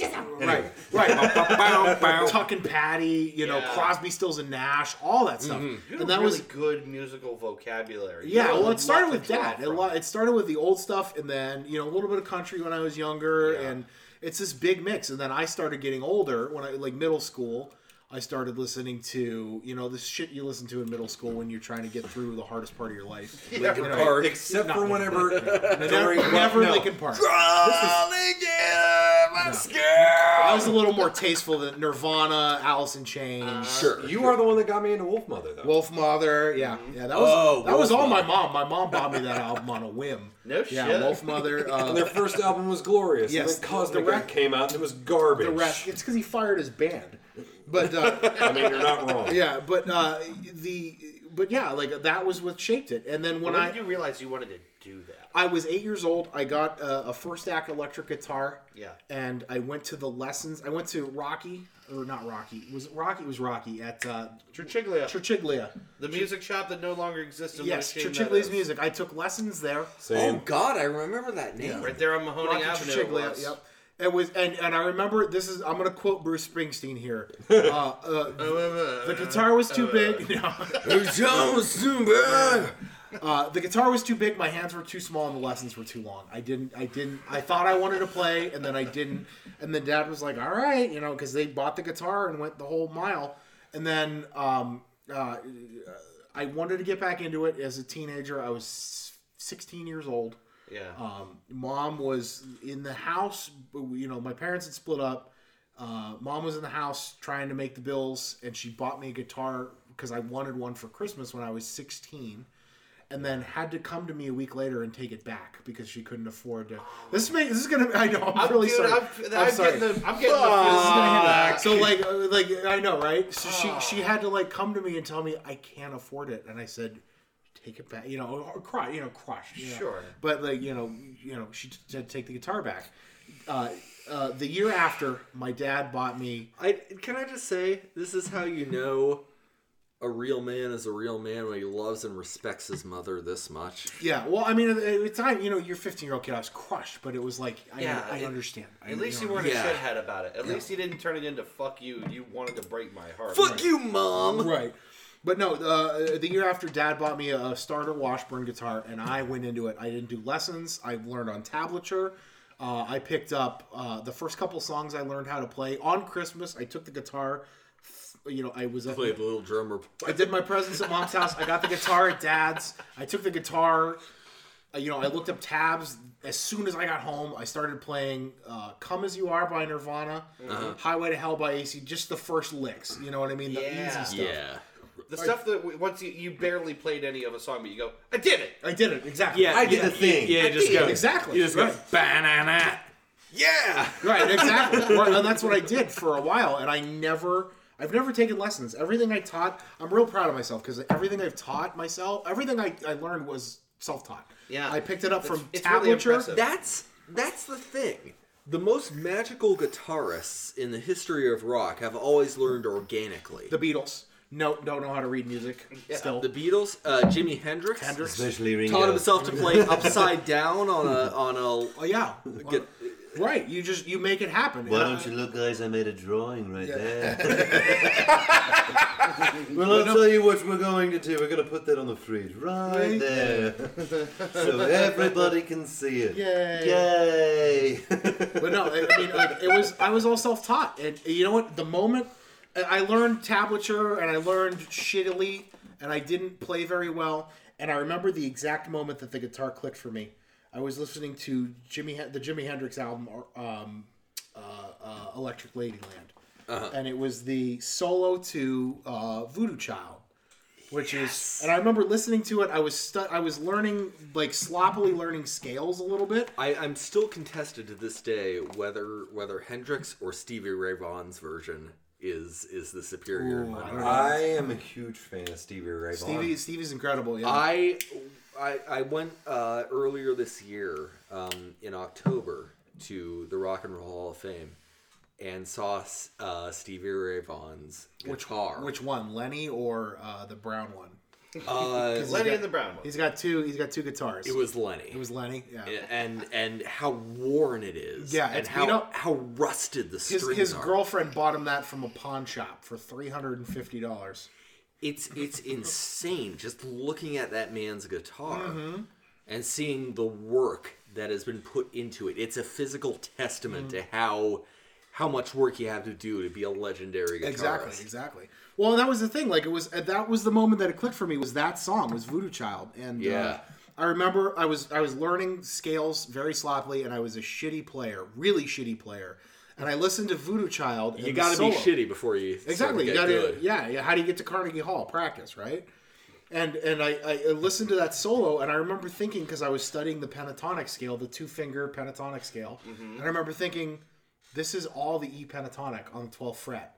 Right, right. Tuck and Patty, you know,
Yeah. Mm-hmm.
Crosby, Stills and Nash, all that stuff.
You
And
have
that
really
was
good musical vocabulary. You
yeah.
know
Well,
a
it started
lot
with
to draw
that. It,
from.
lo- it started with the old stuff, and then you know a little bit of country when I was younger,
Yeah.
and it's this big mix. And then I started getting older when I like middle school. I started listening to you know the shit you listen to in middle school when you're trying to get through the hardest part of your life.
Yeah,
You know,
Park.
Except
Not
for
me.
whenever.
never,
during- well,
never
no.
Linkin Park.
Crawling in my
I
skull.
was a little more tasteful than Nirvana, Alice in Chains.
Uh-huh.
Sure.
You are the one that got me into Wolf Mother, though.
Wolf Mother, yeah,
Mm-hmm.
yeah. That was
Oh,
that was
Wolf
all my
Mother.
mom. My mom bought me that album on a whim.
No
yeah,
shit.
Wolf Mother.
and their
Uh,
first album was glorious.
Yes,
and then Cosmic
the
Wreck
Wreck-
came out and it was garbage.
the rest, it's because he fired his band. But uh,
I mean, you're not wrong.
yeah, but uh, the but yeah, like that was what shaped it. And then when
When
I
did you realize you wanted to do that?
I was eight years old. I got a, a first act electric guitar.
Yeah.
And I went to the lessons. I went to Rocky, or not Rocky. Was it Rocky? It was Rocky at uh,
Trichiglia,
Churchiglia.
the music shop that no longer exists. and what a
Yes,
shame that
Churchiglia's
is.
music. I took lessons there.
Same.
Oh God, I remember that name.
Right there on Mahoney
Rocky
Avenue. it
Churchiglia,
was.
Yep. It was, and, and I remember this is. I'm gonna quote Bruce Springsteen here. Uh, uh,
Oh,
the guitar was too big. No. Uh, the guitar was too big. My hands were too small, and the lessons were too long. I didn't. I didn't. I thought I wanted to play, and then I didn't. And then Dad was like, "All right," you know, because they bought the guitar and went the whole mile. And then um, uh, I wanted to get back into it as a teenager. I was 16 years old.
Yeah.
Um, mom was in the house. You know, my parents had split up. Uh, mom was in the house trying to make the bills, and she bought me a guitar because I wanted one for Christmas when I was 16. And then had to come to me a week later and take it back because she couldn't afford to. This may this is gonna. I know. I'm, really
Dude,
sorry.
I'm, I'm,
I'm sorry.
getting the. I'm getting the.
So like uh, like I know right. So
Ah.
she she had to like come to me and tell me I can't afford it, and I said, take it back, you know, or cry, you know, crushed. you know.
Sure.
But like you know you know she t- said take the guitar back. Uh, uh, the year after, my dad bought me.
I can I just say this is how you know a real man is a real man when he loves and respects his mother this much.
Yeah, well, I mean, uh, at the time, you know, your 15 year old kid, I was crushed, but it was like, I,
Yeah,
I
it-
understand. I,
At least
you
you
know,
weren't a
Yeah.
shithead about it. At least you didn't turn it into "fuck you." You wanted to break my heart.
Fuck you, mom.
Right. But no, uh, the year after, Dad bought me a starter Washburn guitar, and I went into it. I didn't do lessons. I learned on tablature. Uh, I picked up uh, the first couple songs I learned how to play on Christmas. I took the guitar. You know, I was
Played the little drummer.
I did my presents at mom's house. I got the guitar at dad's. I took the guitar. uh, You know, I looked up tabs. As soon as I got home, I started playing uh, "Come as You Are" by Nirvana, "Highway to Hell" by AC. Just the first licks. You know what I mean? The
Yeah.
easy stuff.
Yeah.
The stuff that we, once you, you barely played any of a song, but you go, "I did it."
I did it exactly.
I did the thing.
Yeah, just go.
exactly.
You just go,
right.
banana.
Yeah.
right, exactly. Right, and that's what I did for a while, and I never. I've never taken lessons. Everything I taught, I'm real proud of myself because everything I've taught myself, everything I, I learned was self-taught.
Yeah.
I picked it up from
it's really
tablature.
impressive.
That's that's the thing. The most magical guitarists in the history of rock have always learned organically.
the Beatles. No, don't know how to read music. Still,
The Beatles, uh, Jimi Hendrix,
Hendrix.
Especially Ringo.
taught himself to play upside down on a on a.
Oh yeah,
Get-
right. You just you make it happen.
Why
And I-
don't you look, guys? I made a drawing right
Yeah.
there. well, I'll tell you what we're going to do. We're going to put that on the fridge right,
Right
there, so everybody can see it.
Yay.
Yay!
but no, I, I mean, like, it was I was all self taught, and you know what? The moment I I learned tablature and I learned shittily, and I didn't play very well, and I remember the exact moment that the guitar clicked for me. I was listening to Jimmy the Jimi Hendrix album, um, uh, uh, Electric Ladyland, and it was the solo to uh, Voodoo Child. Which is, and I remember listening to it. I was stu- I was learning like sloppily learning scales a little bit,
I, I'm still contested to this day whether whether Hendrix or Stevie Ray Vaughan's version is is the superior. in my mind.
I am a huge fan of Stevie Ray Vaughan.
Stevie, Stevie's incredible. Yeah.
I I, I went uh, earlier this year um, in October to the Rock and Roll Hall of Fame and saw s- uh, Stevie Ray Vaughan's guitar.
Which one, Lenny or uh, the brown one?
uh,
Lenny and the Brown one.
He's got two. He's got two guitars.
it was Lenny.
It was Lenny. Yeah.
and and how worn it is.
Yeah,
and
it's-
how
you know-
how rusted the strings
His, his
are.
girlfriend bought him that from a pawn shop for three hundred and fifty dollars.
it's it's insane just looking at that man's guitar
Mm-hmm.
and seeing the work that has been put into it. It's a physical
Mm.
testament to how how much work you have to do to be a legendary guitarist.
Exactly. Exactly. Well, and that was the thing. Like it was that was the moment that it clicked for me. Was that song was Voodoo Child? And uh,
Yeah.
I remember I was I was learning scales very sloppily, and I was a shitty player, really shitty player. And I listened to Voodoo Child.
You got to be shitty before you start to
Exactly. You
get
gotta,
good.
Yeah, yeah. How do you get to Carnegie Hall? Practice, right? And and I, I listened to that solo, and I remember thinking because I was studying the pentatonic scale, the two finger pentatonic scale,
Mm-hmm.
and I remember thinking, this is all the E pentatonic on the 12th fret.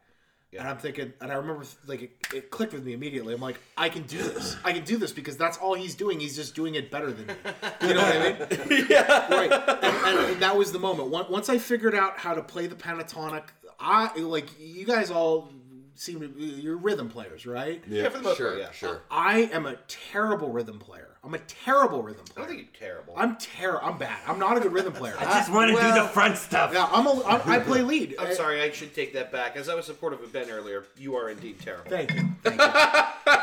And I'm thinking, and I remember like it, it clicked with me immediately. I'm like, I can do this. I can do this because that's all he's doing. He's just doing it better than me. You know what I mean? right. And, and that was the moment. Once once I figured out how to play the pentatonic, I like you guys all seem to you're rhythm players, right?
Yeah, for the most
Sure,
part. Yeah.
sure.
I am a terrible rhythm player. I'm a terrible rhythm
I don't
player.
think you're terrible.
I'm ter- I'm bad. I'm not a good rhythm player.
I just want to do the front stuff.
yeah, I'm a, I'm, I play lead.
I'm sorry, I should take that back. As I was supportive of Ben earlier, you are indeed terrible.
Thank you. Thank you.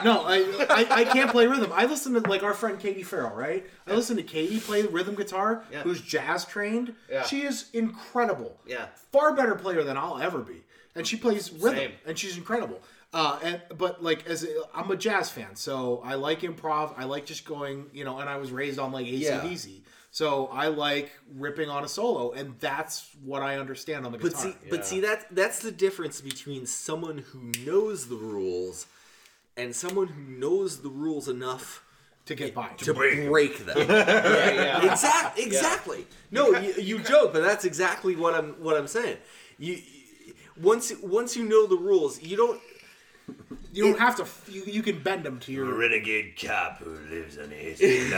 no, I, I I can't play rhythm. I listen to like our friend Katie Farrell, right? I listen to Katie play rhythm guitar,
Yeah.
who's jazz trained.
Yeah.
She is incredible.
Yeah.
Far better player than I'll ever be. And she plays rhythm
Same.
and she's incredible. Uh, and but like as a, I'm a jazz fan, so I like improv. I like just going, you know. And I was raised on like ACDC, so I like ripping on a solo, and that's what I understand on the
But
guitar.
see, but see that that's the difference between someone who knows the rules and someone who knows the rules enough
to get by,
to break them. yeah, Exactly. Exactly. No, you, you joke, but that's exactly what I'm what I'm saying. You you- once once you know the rules, you don't.
you don't have to. f- You, you can bend them to your
renegade cop who lives on the hill.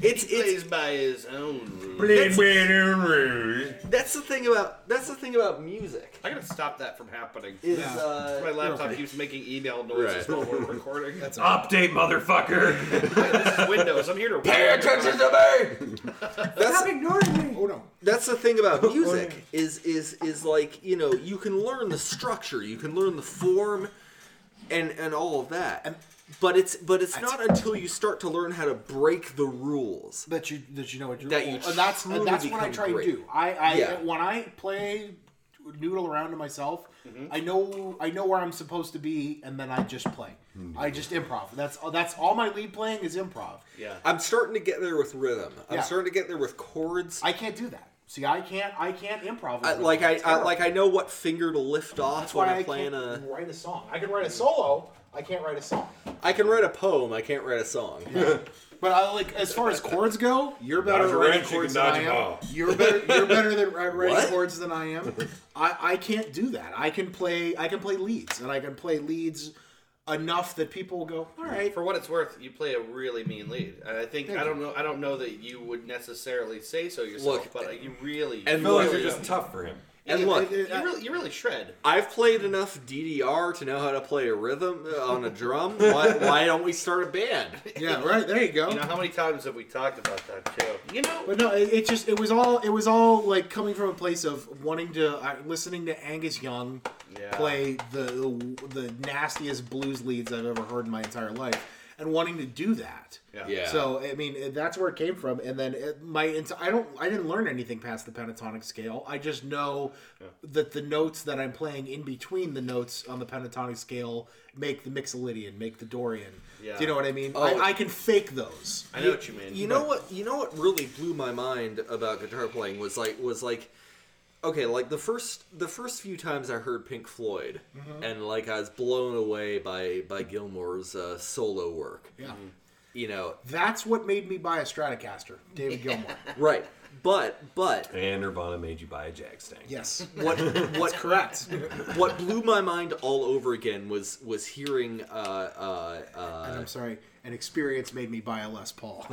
It's it's
Plays by his own rules.
that's the thing about that's the thing about music
I gotta stop that from happening.
is
Yeah.
My
uh,
laptop keeps making email noises while we're recording. That's
Update, motherfucker.
this is Windows. I'm here to
Pay attention to me.
that's
Hold on.
that's the thing about music is is is like you know you can learn the structure you can learn the form and and all of that but it's but it's not until you start to learn how to break the rules
that you that you know what you're
That you
and that's and
truly
that's what I
become
try
great.
to do. I, I
Yeah.
when I play noodle around to myself,
Mm-hmm.
I know I know where I'm supposed to be, and then I just play.
Hmm.
I just improv. That's that's all my lead playing is improv.
Yeah.
i'm starting to get there with rhythm i'm
Yeah.
starting to get there with chords
I can't do that. See, I can't I can't improv.
I, like I, I like I know what finger to lift off
That's
when
why
I'm
I
playing
can't
a.
write a song. I can write a solo. I can't write a song.
I can write a poem. I can't write a song.
But I like as far as chords go, you're better
Dodge
at
a
writing
wrench, you
chords
can
than I
dodge a
am.
ball.
You're better you're better than at writing
What?
chords than I am. I, I can't do that. I can play I can play leads and I can play leads enough that people will go, all right.
For what it's worth, you play a really mean lead, and I think I don't know. I don't know that you would necessarily say so yourself,
Look,
but uh, you really
and
you
look-
Those are
really,
just tough for him.
And look,
you really, you really shred.
I've played enough DDR to know how to play a rhythm uh, on a drum. Why, why don't we start a band?
Yeah, right, there you go.
You know how many times have we talked about that too? You know,
But no, it, it just it was all it was all like coming from a place of wanting to uh, listening to Angus Young
Yeah.
play the, the nastiest blues leads I've ever heard in my entire life, and wanting to do that.
Yeah.
Yeah.
So I mean it- that's where it came from, and then it, my ent- I don't I didn't learn anything past the pentatonic scale. I just know that the notes that I'm playing in between the notes on the pentatonic scale make the Mixolydian, make the Dorian.
Yeah.
Do you know what I mean?
Oh.
I, I can fake those.
I know what you mean.
You know what? You know what really blew my mind about guitar playing was like was like, okay, like the first the first few times I heard Pink Floyd, and like I was blown away by by Gilmore's uh, solo work.
Yeah.
You know,
Mm-hmm. That's what made me buy a Stratocaster, David Gilmour.
right? But but
And Nirvana made you buy a jag stank.
yes,
what what
correct.
what blew my mind all over again was was hearing uh, uh, uh,
I'm sorry. An experience made me buy a Les Paul.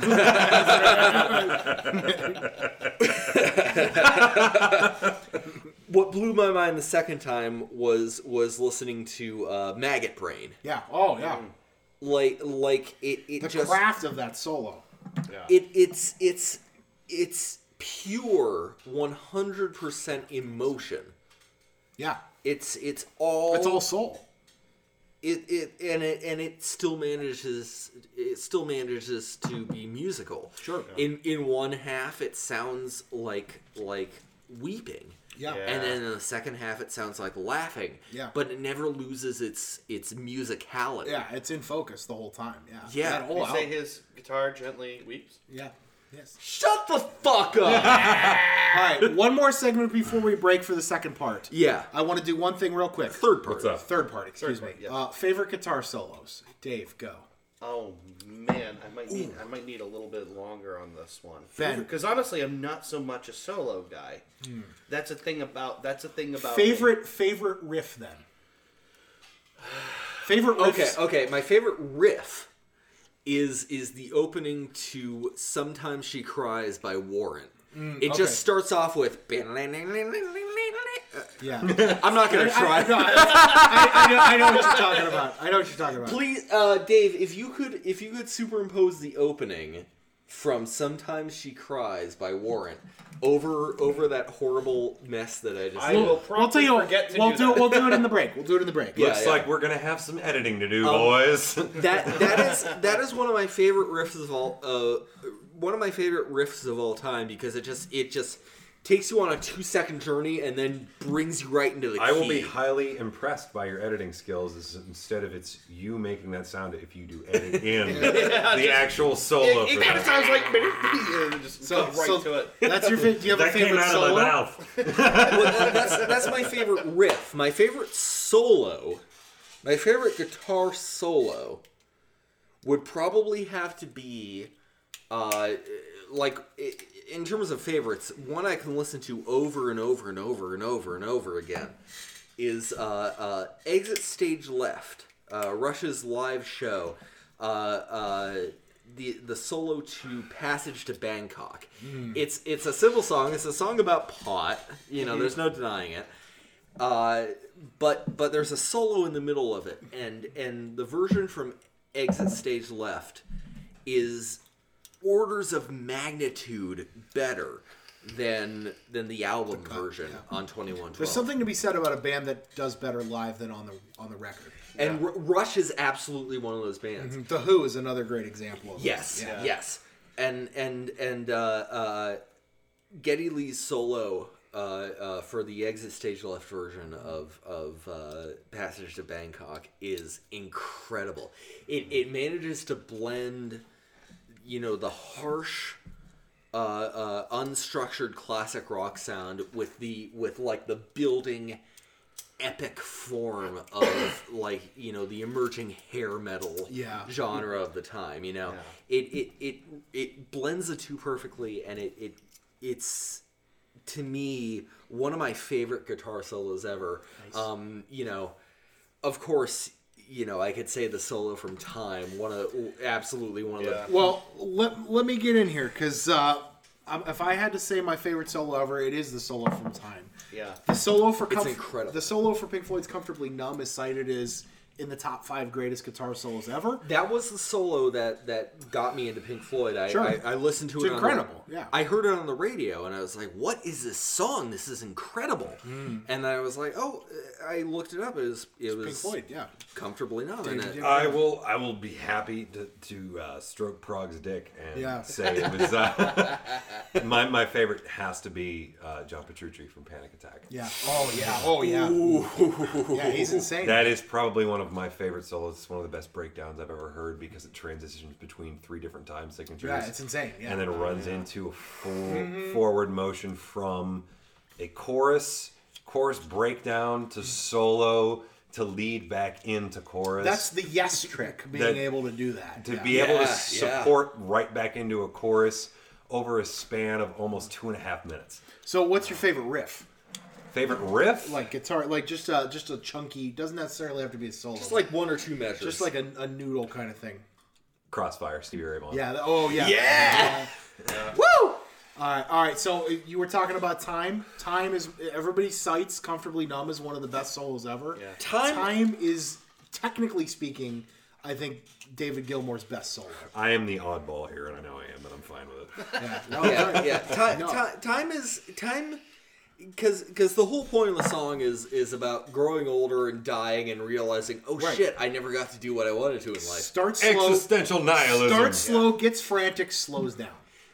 what blew my mind the second time was was listening to uh, Maggot Brain.
yeah. Oh yeah.
Like like it Mm. it
The
just
craft of that solo.
it it's it's it's pure 100% emotion.
Yeah.
It's it's all
It's all soul.
it, it and it and it still manages it still manages to be musical.
Sure.
In in one half it sounds like like weeping.
Yeah.
Yeah.
And then in the second half, it sounds like laughing.
Yeah.
But it never loses its its musicality.
Yeah, It's in focus the whole time. Yeah.
Yeah.
That whole
You say
album.
his guitar gently weeps.
Yeah. Yes.
Shut the fuck up.
All right. One more segment before we break for the second part.
yeah.
I want to do one thing real quick.
Third part.
What's up?
Third part. Excuse
Third part,
me.
yeah.
Uh, favorite guitar solos. Dave, go.
Oh man, I might need I might need a little bit longer on this one.
Ben.
Because honestly, I'm not so much a solo guy. That's a thing about that's a thing about me.
Favorite favorite riff then. Favorite riff.
Okay. Okay. My favorite riff is is the opening to "Sometimes She Cries" by Warren. it
okay.
just starts off with.
Yeah.
I'm not gonna try.
No, I, I, I know, I know what you're talking about. I know what you're talking about.
Please, uh, Dave, if you could, if you could superimpose the opening from "Sometimes She Cries" by Warrant over over that horrible mess that I just.
I will probably
I'll tell you what.
forget to
We'll
do,
do,
that.
it. We'll do it in the break. We'll do it in the break.
Yeah,
Looks
yeah.
like we're gonna have some editing to do, boys.
that that is that is one of my favorite riffs of all uh, one of my favorite riffs of all time because it just it just takes you on a two second journey and then brings you right into the
I will be
key.
highly impressed by your editing skills. Is instead of it's you making that sound, if you do edit in the actual solo.
It, it
for
kind of
that.
sounds like and just
So-
cut right
so-
to it.
That's your. Fa- do you have a
That
favorite
came out
solo?
of my mouth.
Well, that- that's that's my favorite riff. My favorite solo, my favorite guitar solo, would probably have to be, uh, like i- in terms of favorites, one I can listen to over and over and over and over and over again is uh, uh, "Exit Stage Left," uh, Rush's live show. Uh, uh, the, the solo to passage to Bangkok.
Hmm.
It's it's a simple song. It's a song about pot. You
Mm-hmm.
know, there's no denying it. Uh, but but there's a solo in the middle of it, and and the version from Exit Stage Left is orders of magnitude better than than the album version on Twenty One
There's
Twelve.
something to be said about a band that does better live than on the on the record.
And R- Rush is absolutely one of those bands.
The Who is another great example. Of
Yes,
This.
yes, and and and uh, uh, Getty Lee's solo uh, uh, for the exit stage left version of of uh, Passage to Bangkok is incredible. It it manages to blend, you know, the harsh. Uh, uh, unstructured classic rock sound with the with like the building epic form of like you know the emerging hair metal
Yeah.
genre of the time you know it, it it it blends the two perfectly and it, it it's to me one of my favorite guitar solos ever um you know of course you know i could say the solo from time one of absolutely one of the
Well, let, let me get in here because uh, um, if I had to say my favorite solo ever, it is the solo from Time.
Yeah.
The solo for comf-
incredible.
The solo for Pink Floyd's "Comfortably Numb" is cited as in the top five greatest guitar solos ever.
that was the solo that that got me into Pink Floyd. I
Sure.
I, I listened to
It's
it. on the-
incredible, yeah.
I heard it on the radio, and I was like, "What is this song? This is incredible!" And I was like, "Oh," I looked it up. It was it was
Hmm. Pink Floyd, yeah.
comfortably numb. And it-
I will. I will be happy to, to uh, stroke Prog's dick and
Yeah.
say it was uh, my my favorite has to be uh, John Petrucci from Panic Attack.
Yeah. Oh yeah. Oh yeah. Yeah, he's insane.
That is probably one of my favorite solos. It's one of the best breakdowns I've ever heard because it transitions between three different time signatures.
Yeah, it's insane, yeah. Mm-hmm.
And then runs into a full forward motion from a chorus, chorus breakdown to solo to lead back into chorus.
That's the yes trick, being
That-
able to do that.
to
yeah.
be able to
Yeah, yeah.
support right back into a chorus over a span of almost two and a half minutes.
So, what's your favorite riff?
Favorite riff?
Like guitar, like just a just a chunky. Doesn't necessarily have to be a solo.
It's like one or two measures.
just like a, a noodle kind of thing.
Crossfire, Stevie Ray Vaughan.
Yeah. th- Oh yeah. Yeah. Woo. All right, all right. So uh, you were talking about time. Time is everybody cites "Comfortably Numb" as one of the best solos ever.
Time-
time is technically speaking, I think David Gilmour's best solo.
I am the oddball here, and I know I am, but I'm fine with it.
Yeah,
yeah, yeah. Time,
No.
ti- time is time because because the whole point of the song is is about growing older and dying and realizing, oh
Right.
shit, I never got to do what I wanted to in life.
Start slow.
Existential nihilism.
Starts slow, gets frantic, slows down,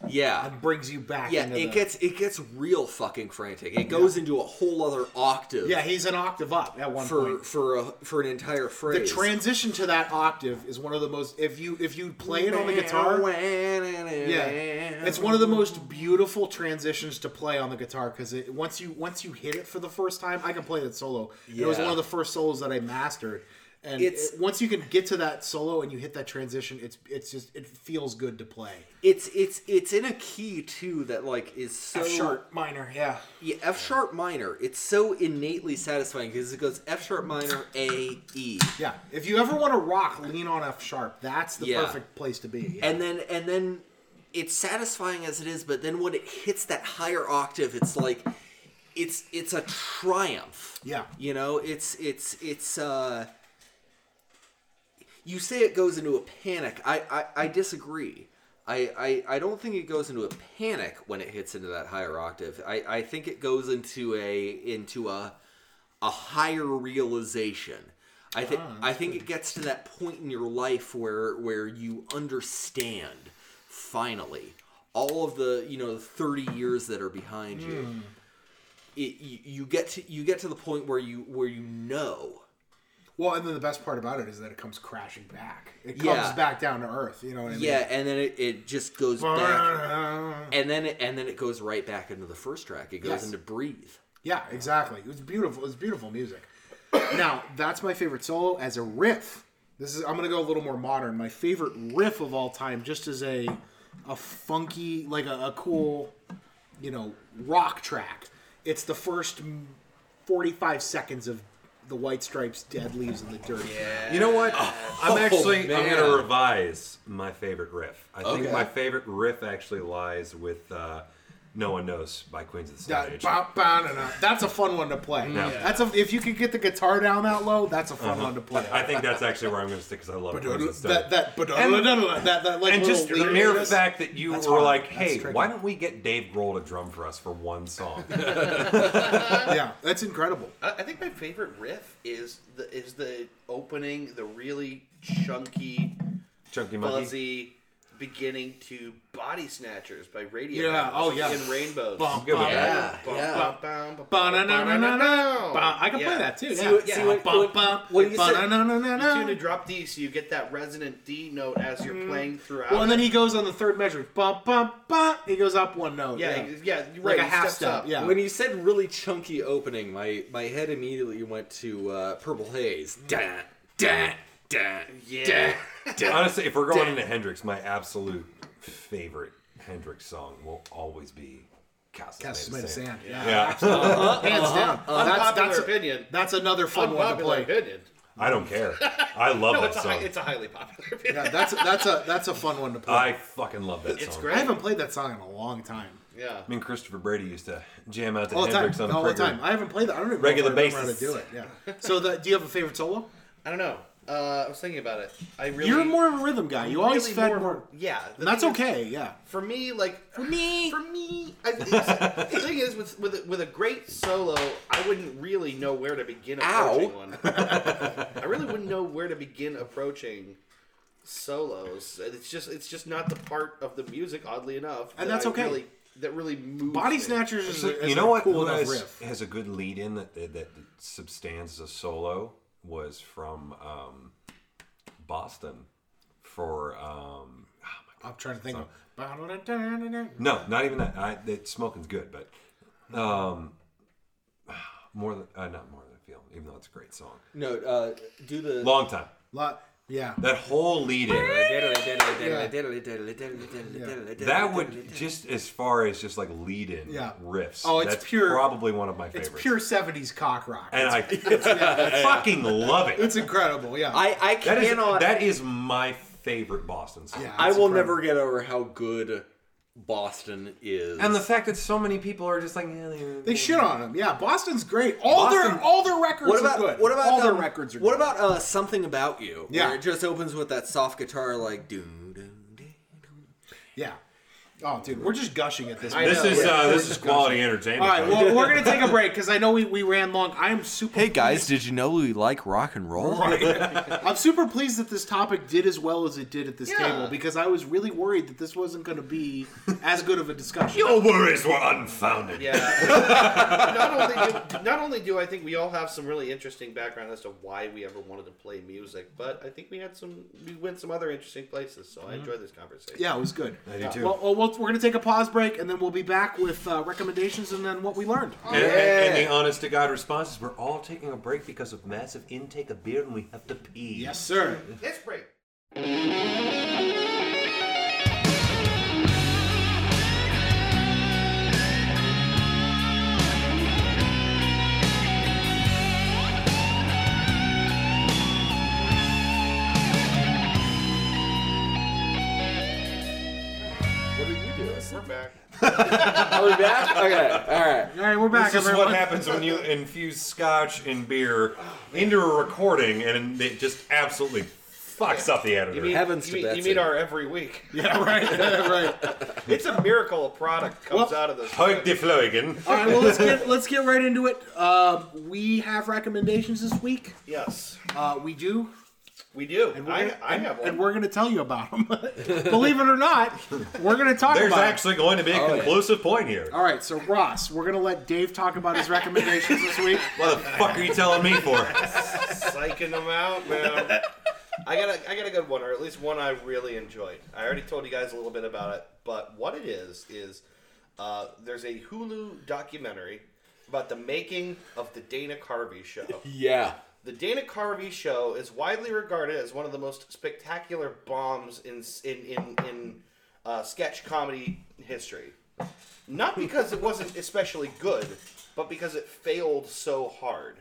Yeah,
and brings you back.
Yeah,
into
it
the-
gets it gets real fucking frantic. It goes into a whole other octave.
Yeah, he's an octave up at one
for
point.
for a, for an entire
The
phrase.
transition to that octave is one of the most. If you if you play it on the guitar,
oh,
yeah, it's one of the most beautiful transitions to play on the guitar because it once you once you hit it for the first time, I can play that solo. It was
Yeah.
one of the first solos that I mastered. And
It's-
it- once you can get to that solo and you hit that transition, it's it's just it feels good to play.
It's it's it's in a key too that like is so
F sharp minor, yeah.
Yeah, F sharp minor. It's so innately satisfying because it goes F sharp minor A E.
Yeah, if you ever want to rock, lean on F sharp. That's the
Yeah.
perfect place to be. yeah.
and then and then it's satisfying as it is but then when it hits that higher octave it's like it's it's a triumph.
Yeah.
You know, it's it's it's uh you say it goes into a panic. I I, I disagree. I, I, I don't think it goes into a panic when it hits into that higher octave. I, I think it goes into a into a a higher realization. I think I think it gets to that point in your life where where you understand finally all of the you know the 30 years that are behind you. It, you you get to you get to the point where you where you know
Well, and then the best part about it is that it comes crashing back. It comes
Yeah.
back down to earth. You know what I mean?
yeah and then it, it just goes back and then it, and then it goes right back into the first track it goes
Yes.
into breathe
Yeah, exactly. It was beautiful. It was beautiful music. now, that's my favorite solo as a riff. This is I'm gonna go a little more modern. My favorite riff of all time, just as a a funky, like a, a cool, you know, rock track. It's the first mm, 45 seconds of the White Stripes' "Dead Leaves in the Dirt." Yeah. Oh,
You know what? I'm actually I'm
man.
gonna revise my favorite riff. I think
Okay.
my favorite riff actually lies with uh, "No One Knows" by Queens of the Stone
That,
Age.
ba- ba- na- na. That's a fun one to play.
Yeah. Uh-huh.
That's a if you could get the guitar down that low, that's a fun one to play.
I think that's actually where I'm gonna stick because I love Queens of the Stone.
that that that that like
and just
little
the mere
leadiness.
fact that you
That's
were
hard.
like,
That's
"Hey,
tricky.
why don't we get Dave Grohl to drum for us for one song?"
yeah, that's incredible.
I I think my favorite riff is the is the opening, the really chunky,
Chunky Monkey.
buzzy beginning to "Body Snatchers" by Radiohead.
Yeah, oh, yeah.
in Rainbows.
Good one.
yeah
Bum,
yeah
bum, bum, bum,
Ba- na-
bum,
na- na-
bum,
na-
bum,
na.
bum.
Ba- I can play
Yeah.
that too.
See
yeah.
what- see
Ba-
what-
ba-
what-
ba-
when you
ba-
said-
na- na- na-
You
na.
tune to drop D, so you get that resonant D note as you're playing throughout.
Mm. Well, and then he goes on the third measure. Ba ba ba. He goes up one note.
yeah,
yeah.
yeah, yeah you're
like
right.
a
he
half
steps
step.
up.
Yeah.
When you said really chunky opening, my, my head immediately went to uh, Purple Haze.
Mm.
Da, da, da,
Yeah.
da, da.
Honestly, if we're going into Hendrix, my absolute favorite Hendrix song will always be "Castles,
Castles
Made of Sand."
Yeah.
Yeah.
Hands down. Oh, that's
Unpopular
that's
opinion.
that's another fun one to
Unpopular
play.
opinion.
I don't care. I love
No,
that
it's a, high,
song.
it's a highly popular opinion.
Yeah, that's that's a that's a fun one to play.
I fucking love that song.
It's
I
great.
haven't played that song in a long time.
Yeah.
I mean, Christopher Brady used to jam out to
All the time.
Hendrix on a
All the
regular-
time. I haven't played that. I don't even
Regular
know if I remember
basis.
how to do it. Yeah. So, the, do you have a favorite solo?
I don't know. Uh, I was thinking about it. I really.
You're more of a rhythm guy. You always
really
fed
more-
more.
Yeah, the
And that's
thing is,
okay. Yeah.
For me, like for me, for me, I, it's- the thing is with with a- with a great solo, I wouldn't really know where to begin
Ow.
approaching one. I really wouldn't know where to begin approaching solos. It's just it's just not the part of the music, oddly enough,
And
that
that's
I
okay.
Really, that really moves.
Body
me.
Snatchers is, a, is
you
a
know what?
cool
Who
enough
has,
riff.
has a good lead in that that, that substands a solo was from um, Boston for um,
I'm trying to think of.
no, not even that. I, that smoking's good, but um, more than uh, not more than feel, even though it's a great song.
No, uh, do the.
Long time.
Lot, yeah.
That whole lead in. That would just as far as just like lead in
Yeah.
riffs.
Oh, it's
that's
pure-
Probably one of my
It's
favorites.
pure 70s cock rock.
and I fucking love it.
it's incredible, yeah.
I, I
That is
cannot.
that is my favorite Boston song.
yeah
I
it's
will
incredible.
never get over how good Boston is.
And the fact that so many people are just like, "Yeah, yeah,
They
yeah."
shit on him. Yeah, Boston's great. All
Boston-
their all their records
what about
are good.
what about
all their
um,
records are
What
good.
about uh, something about you?
Yeah.
where it just opens with that soft guitar like doo doo doo.
Yeah. Oh, dude, we're just gushing at this. point.
This is uh, this is quality entertainment.
all right,
folks.
well, we're gonna take a break because I know we, we ran long. I am super.
Hey guys, did you know we like rock and roll?
I'm super pleased that this topic did as well as it did at this table because I was really worried that this wasn't going to be as good of a discussion.
Your worries were unfounded.
Yeah. not, only do, not only do I think we all have some really interesting background as to why we ever wanted to play music, but I think we had some, we went some other interesting places. So I enjoyed this conversation.
Yeah, it was good.
I do too.
Well, well, we'll- we're going to take a pause break, and then we'll be back with uh, recommendations and then what we learned.
And, and, and the honest to God response is we're all taking a break because of massive intake of beer and we have to pee.
Yes, sir.
Let's break.
What are you doing?
We're back.
I
Are we back? Okay, all right.
All right, we're back.
This is
everyone. Oh,
what happens when you infuse scotch and beer into a recording, and it just absolutely fucks up the editor.
Heavens
you,
to
mean-
Betsy.
you mean our every week?
Yeah, right, right.
It's a miracle a product comes out of this.
Hug die Fleugen.
All right, well let's get let's get right into it. Uh, we have recommendations this week.
Yes,
Uh, we do,
we do.
we're
I,
gonna-
I have
and
one.
we're going to tell you about them. Believe it or not, we're going to talk
There's
about. it.
actually going to be
Oh,
a conclusive point here.
All right, so Ross, we're going to let Dave talk about his recommendations this week.
What the fuck are you telling me for?
Psyching them out, man. I got a, I got a good one, or at least one I really enjoyed. I already told you guys a little bit about it, but what it is is uh, there's a Hulu documentary about the making of the Dana Carvey show.
yeah.
The Dana Carvey show is widely regarded as one of the most spectacular bombs in in in, in uh, sketch comedy history. Not because it wasn't especially good, but because it failed so hard.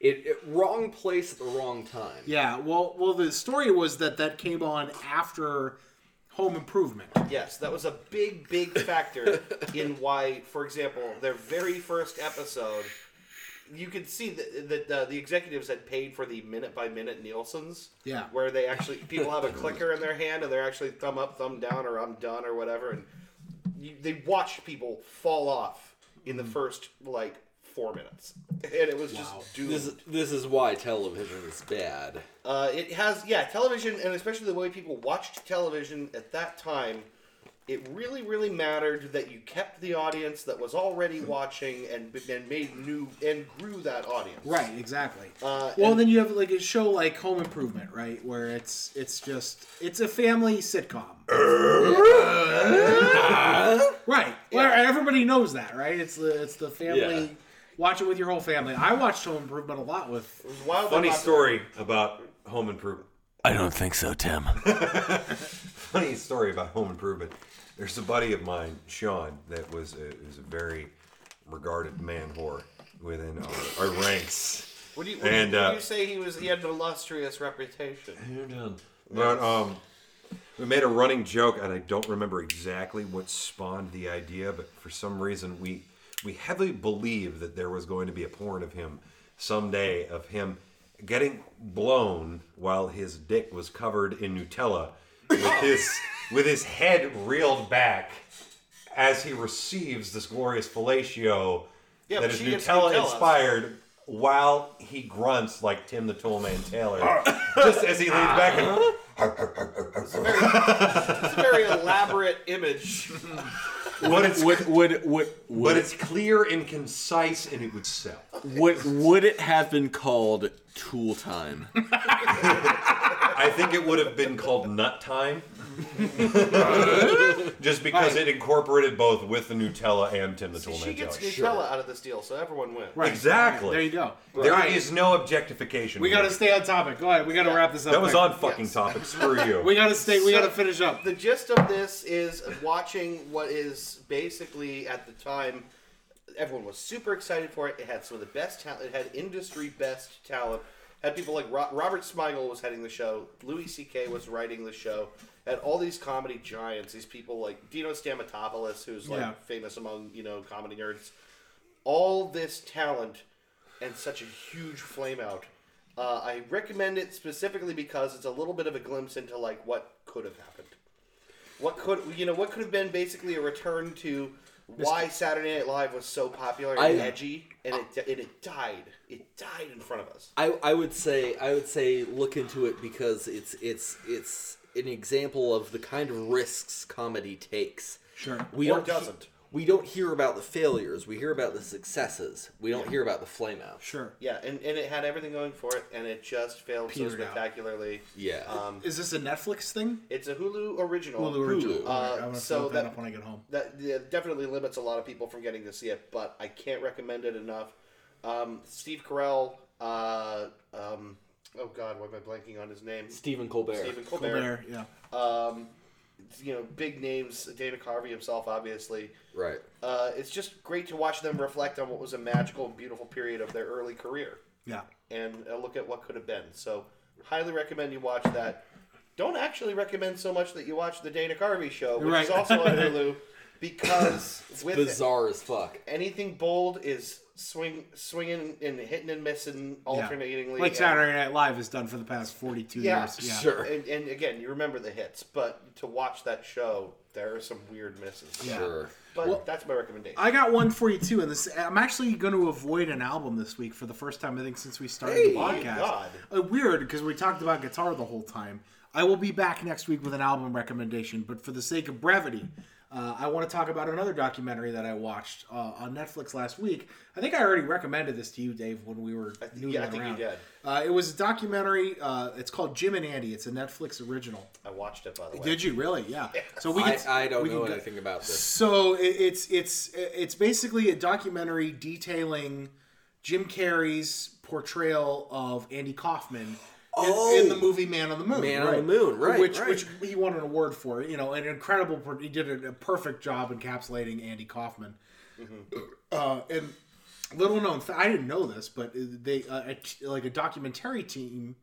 It, it wrong place at the wrong time.
Yeah, well, well, the story was that that came on after Home Improvement.
Yes, that was a big, big factor in why, for example, their very first episode, you could see that the, the, the executives had paid for the minute by minute Nielsen's.
Yeah.
Where they actually, people have a clicker in their hand and they're actually thumb up, thumb down, or I'm done, or whatever. And you, they watched people fall off in the first, like, four minutes. And it was just doomed.
This is, this is why television is bad.
Uh, it has, yeah, television, and especially the way people watched television at that time, it really, really mattered that you kept the audience that was already watching and, and made new and grew that audience.
Right, exactly.
Uh,
well,
and-
then you have like a show like Home Improvement, right, where it's it's just it's a family sitcom. right, where everybody knows that, right? It's the it's the family.
Yeah.
Watch it with your whole family. I watched Home Improvement a lot with.
It was wildly
Funny
popular.
story about home improvement.
I don't think so, Tim.
Funny story about home improvement. There's a buddy of mine, Sean, that was a, is a very regarded man whore within our, our ranks.
What do you, what do you-
And,
what do
uh,
you say he was? He had an illustrious reputation.
But um, we made a running joke, and I don't remember exactly what spawned the idea, but for some reason we we heavily believed that there was going to be a porn of him someday of him getting blown while his dick was covered in Nutella with his with his head reeled back as he receives this glorious fellatio
Yeah,
that
but
is
she gets
Nutella
Nutella.
inspired while he grunts like Tim the Toolman Taylor just as he leans back and
It's a very elaborate image.
but it's
Would would would
but
would
it's clear and concise and it would sell.
Would would it have been called Tool Time?
I think it would have been called Nut Time. Just because it incorporated both with the Nutella and Tim the
she
Toolman Taylor.
gets Nutella out of this deal, so everyone wins.
Right.
Exactly.
There you go.
There is no objectification.
We
here.
got to stay on topic. Go ahead. We got to wrap this up.
That was
quick.
on fucking topic. Screw you.
We got to stay. We
So-
got to finish up.
The gist of this is watching what is basically at the time everyone was super excited for it. It had some of the best talent. It had industry best talent. Had people like Ro- Robert Smigel was heading the show. Louis C.K. was writing the show. Had all these comedy giants. These people like Dino Stamatopoulos, who's like
Yeah.
famous among you know comedy nerds. All this talent and such a huge flame out. Uh, I recommend it specifically because it's a little bit of a glimpse into like what could have happened. What could you know? What could have been basically a return to why Saturday Night Live was so popular and
I-
edgy, and it and it died. It died in front of us.
I, I would say I would say look into it because it's it's it's an example of the kind of risks comedy takes.
Sure.
We
Or
don't he-
doesn't.
we don't hear about the failures. We hear about the successes. We don't hear about the flame out.
Sure.
Yeah, and, and it had everything going for it, and it just failed so
Petered out.
spectacularly.
Yeah.
Um,
Is this a Netflix thing?
it's a Hulu original.
Hulu original.
Hulu.
All right,
Uh,
I'm gonna
so
look
that-
that up when I get home.
that yeah, definitely limits a lot of people from getting to see it, but I can't recommend it enough. Um, Steve Carell, uh, um, oh God, why am I blanking on his name?
Stephen Colbert.
Stephen Colbert.
Colbert. Yeah.
Um, you know, big names, Dana Carvey himself, obviously.
Right.
Uh, it's just great to watch them reflect on what was a magical and beautiful period of their early career
Yeah.
and uh, look at what could have been. So, highly recommend you watch that. Don't actually recommend so much that you watch the Dana Carvey show, which
Right.
is also on Hulu. because with
Bizarre as fuck.
anything bold is swing, swinging and hitting and missing alternatingly.
like
and-
Saturday Night Live has done for the past forty-two
Yeah,
years. Yeah,
Sure.
And, and again, you remember the hits, but to watch that show, there are some weird misses.
Yeah.
Sure.
But that's my recommendation.
I got one for you too, and this I'm actually going to avoid an album this week for the first time I think since we started
Hey,
the
my
podcast.
God.
Uh, weird because we talked about guitar the whole time. I will be back next week with an album recommendation, but for the sake of brevity, uh, I want to talk about another documentary that I watched uh, on Netflix last week. I think I already recommended this to you, Dave, when we were noodling
yeah, I think you
around.
did.
Uh, it was a documentary. Uh, it's called Jim and Andy. It's a Netflix original.
I watched it by the way.
Did you really? Yeah. So we.
I,
can-
I don't
we can
know
go-
anything about this.
so it, it's it's it's basically a documentary detailing Jim Carrey's portrayal of Andy Kaufman in- in, the movie Man on the Moon.
Oh. Man on the Moon, right,
Which
right.
which he won an award for. You know, an incredible. per- He did a, a perfect job encapsulating Andy Kaufman.
Mm-hmm.
Uh, and little known, fa- I didn't know this, but they uh, a t- like a documentary team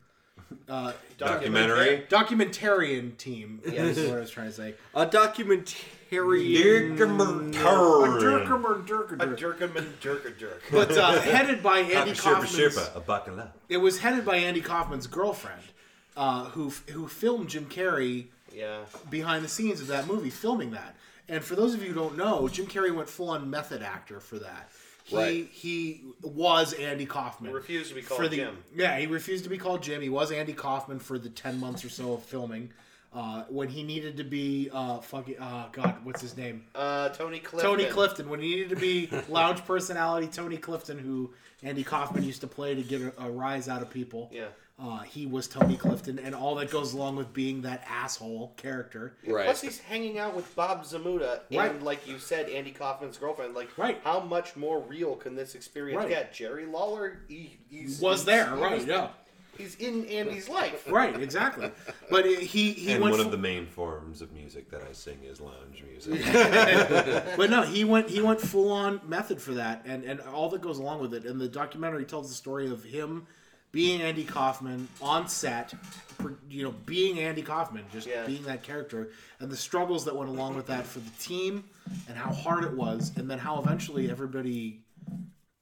Documentary.
documentarian team. Yeah, is what I was trying to say.
A documentary.
Documentary.
Durkamer, Durkamer, Durkamer.
Jerkerman jerker jerk.
But uh, headed by Andy
Sherpa
Kaufman's,
Sherpa, a buckle up.
it was headed by Andy Kaufman's girlfriend, uh, who who filmed Jim Carrey
Yeah.
behind the scenes of that movie, filming that. And for those of you who don't know, Jim Carrey went full on method actor for that. He
Right.
he was Andy Kaufman.
refused to be called
for the,
Jim.
Yeah, he refused to be called Jim. He was Andy Kaufman for the ten months or so of filming. Uh, when he needed to be uh, fucking uh, God, what's his name?
Uh, Tony Clifton.
Tony Clifton, when he needed to be lounge personality, Tony Clifton, who Andy Kaufman used to play to get a, a rise out of people.
Yeah.
Uh, he was Tony Clifton, and all that goes along with being that asshole character.
Plus,
Right.
he's hanging out with Bob Zamuda and,
Right.
like you said, Andy Kaufman's girlfriend. Like,
Right.
how much more real can this experience
Right.
get? Jerry Lawler he, he's,
Was there, right?
He's,
Yeah.
he's in Andy's life.
Right, exactly. But it- he he
And
went.
one
fu-
of the main forms of music that I sing is lounge music.
but no, he went he went full on method for that, and and all that goes along with it. And the documentary tells the story of him being Andy Kaufman on set, pr- you know, being Andy Kaufman, just
Yeah.
being that character, and the struggles that went along with that for the team, and how hard it was, and then how eventually everybody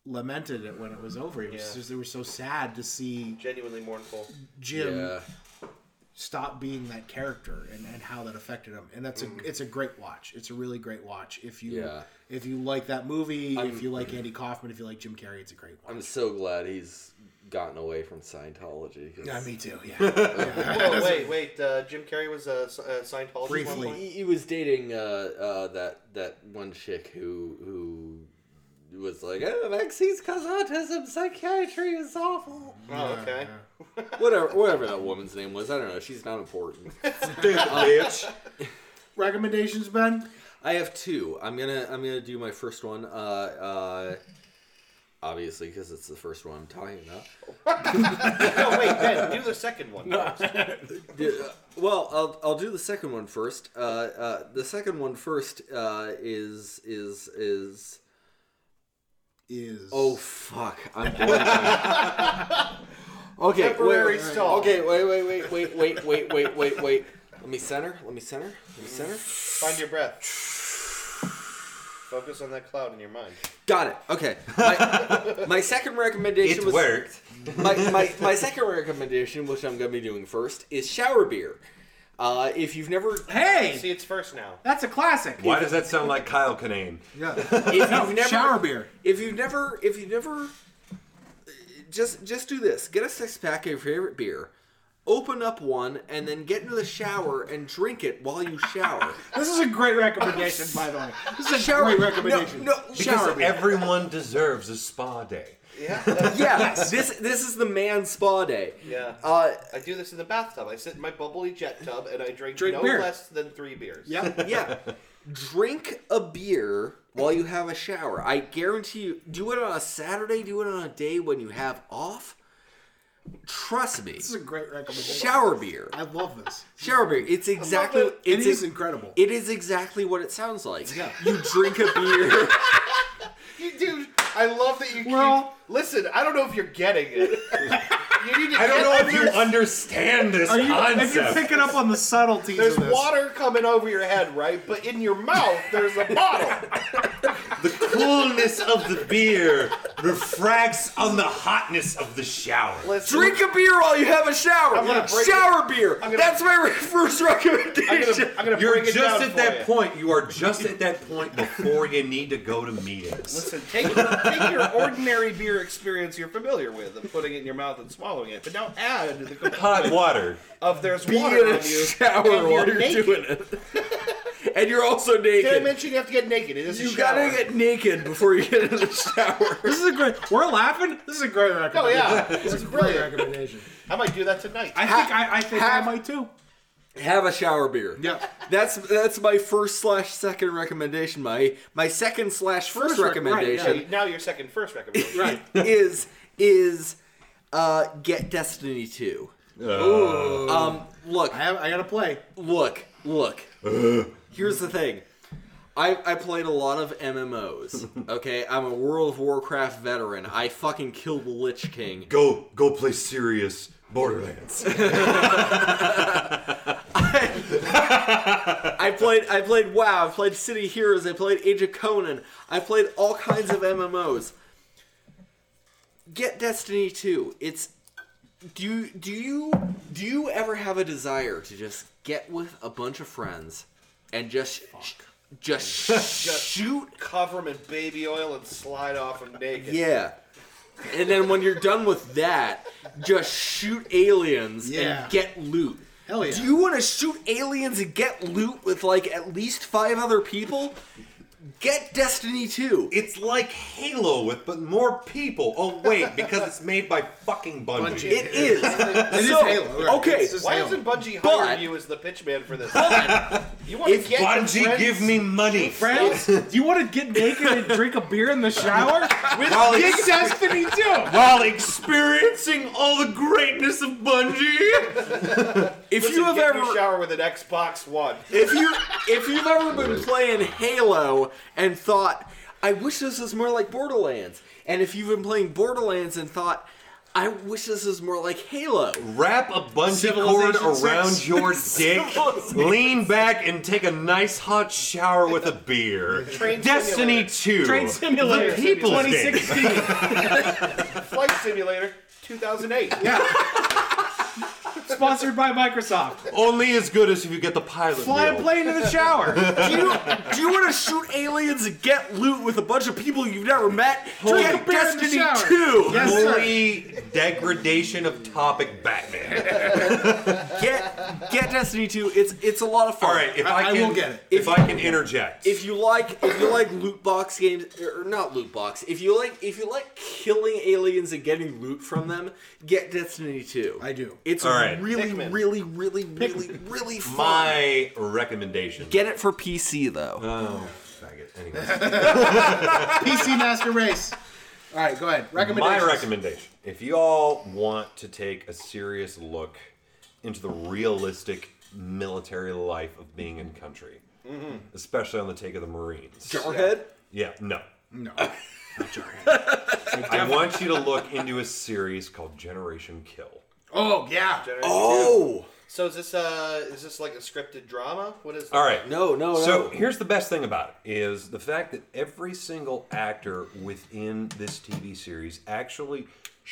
lamented it when it was over. It was
Yeah.
just they were so sad to see
Genuinely mournful.
Jim
Yeah.
stop being that character and, and how that affected him and that's a it's a great watch it's a really great watch if you
Yeah.
if you like that movie if you like andy kaufman if you like jim carrey it's a great one
I'm so glad he's gotten away from Scientology. 'cause
yeah me too yeah
Whoa, wait, wait. Uh, Jim Carrey was a, S- a Scientologist. at
Briefly.
one point?
he, he was dating uh, uh, that that one chick who who was like, oh, vaccines cause autism. Psychiatry is awful.
Oh, okay.
whatever, whatever that woman's name was. I don't know. She's not important.
bitch.
recommendations ben
I have two. I'm gonna I'm gonna do my first one. Uh, uh, obviously, because it's the first one I'm talking about.
No, wait, Ben, do the second one. first.
Yeah, uh, well, I'll, I'll do the second one first. Uh, uh, the second one first uh, is is is
is
oh fuck! I'm blanking. okay, wait,
Temporary
wait,
stall.
Okay, wait, wait, wait, wait, wait, wait, wait, wait, wait. Let me center. Let me center. Let me center.
Find your breath. Focus on that cloud in your mind.
Got it. Okay. My, my second recommendation
It
was
worked.
my, my, my second recommendation, which I'm gonna be doing first, is shower beer. Uh, if you've never
See,
hey
it's first now.
that's a classic
Why does that sound like Kyle Kinane?
yeah
if
No,
you've never
shower beer.
If you've never, if you've never, just just do this. Get a six pack of your favorite beer. Open up one and then get into the shower and drink it while you shower.
this is a great recommendation by the way this is a great recommendation
No, no
Because
shower beer.
everyone deserves a spa day.
Yeah. that's-
yeah, this this is the man spa day.
Yeah.
Uh,
I do this in the bathtub. I sit in my bubbly jet tub and I drink,
Drink
no
beer.
less than three beers.
yeah
yeah. Drink a beer while you have a shower. I guarantee you. Do it on a Saturday. Do it on a day when you have off. Trust me.
this is a great recommendation
Shower beer.
i love this
Shower beer. It's exactly.
it. It
It's
is incredible.
It is exactly what it sounds like.
Yeah.
You drink a beer.
You, dude, I love that you
We're all-
keep. Listen, I don't know if you're getting it. You need to
I don't
get
know if
under-
you understand this
Are you, if you're
concept.
picking up on the subtleties
There's
of this,
water coming over your head, right? But in your mouth, there's a bottle.
The coolness of the beer refracts on the hotness of the shower.
Listen,
Drink a beer while you have a shower.
I'm gonna break
shower beer.
gonna-
That's my re- first recommendation.
I'm gonna, I'm gonna
You're
break it down
just at
for
that
you.
point. You are just at that point before you need to go to meetings.
Listen, take your, take your ordinary beer experience you're familiar with of putting it in your mouth and swallowing it, but now add the component
Hot water.
of there's
be
water
in
on
a
you.
shower
and you're
while you're
naked.
doing it. and you're also
Did I
naked.
mention you have to get naked? It is a
you
shower.
gotta get naked before you get in the shower.
this is a great. We're laughing. This is a great
Oh
recommendation.
yeah, this is
Great
brilliant.
recommendation.
I might do that tonight.
I think I, I think I might too.
Have a shower beer.
Yeah.
That's that's my first slash second recommendation. My my second slash first
First rec- right,
recommendation
Hey, now your second first recommendation.
Right.
is is uh, get Destiny two. Um, look,
I, have, I gotta play.
look, look. Here's the thing. I, I played a lot of MMOs. Okay, I'm a World of Warcraft veteran. I fucking killed the Lich King.
Go, go play serious Borderlands.
I played I played WoW. I played City Heroes. I played Age of Conan. I played all kinds of MMOs. Get Destiny 2. It's do you do you do you ever have a desire to just get with a bunch of friends and just just, shoot
Cover them in baby oil and slide off them naked.
yeah. And then when you're done with that, just shoot aliens
Yeah.
and get loot.
Hell yeah.
Do you want to shoot aliens and get loot with like at least five other people? Get Destiny 2.
It's like Halo with but more people. Oh wait, because it's made by fucking Bungie.
Bungie.
It is.
It is
So,
Halo, right.
Okay.
It's just
Why
Halo.
isn't Bungie hiring
But-
you as the pitch man for this? you want
If
to get your
Bungie,
friends-
give me money.
Friends, do you want to get naked and drink a beer in the shower?
While,
Big
ex-
Destiny too.
while experiencing all the greatness of Bungie.
if you have
get in
ever
your shower with an Xbox One.
if you if you've ever been playing Halo and thought, I wish this was more like Borderlands, and if you've been playing Borderlands and thought, I wish this was more like Halo.
Wrap a Bungie cord
Civilization
around
six.
your dick. lean back and take a nice hot shower with a beer.
Train
Destiny 2.
Train Simulator
The people's game.
2016.
Flight Simulator 2008.
Sponsored by Microsoft.
Only as good as if you get the pilot.
Fly a
reel.
plane in the shower.
Do you, do you want to shoot aliens and get loot with a bunch of people you've never met?
Drink
Get
a beer in the
Destiny
shower.
2!
Yes, sir.
Holy degradation of topic Batman.
Get, get Destiny 2. It's it's a lot of fun.
All right, if I,
I- I
can,
will get it.
If, I can interject,
If you like if you like loot box games or not loot box, if you like if you like killing aliens and getting loot from them, get Destiny 2.
I do.
It's
All right.
really,
Pikmin.
really, really, really, really fun.
my recommendation.
Get it for PC though.
oh, faggot. Anyways,
PC Master Race. All right, go ahead.
my
Recommendations.
recommendation: if you all want to take a serious look into the realistic military life of being in country,
Mm-hmm.
especially on the take of the Marines.
Jarhead?
Yeah, no.
No.
I want you to look into a series called Generation Kill.
Oh yeah.
Oh
So is this uh is this like a scripted drama? What is
All right.
no, no, no.
So here's the best thing about it is the fact that every single actor within this TV series actually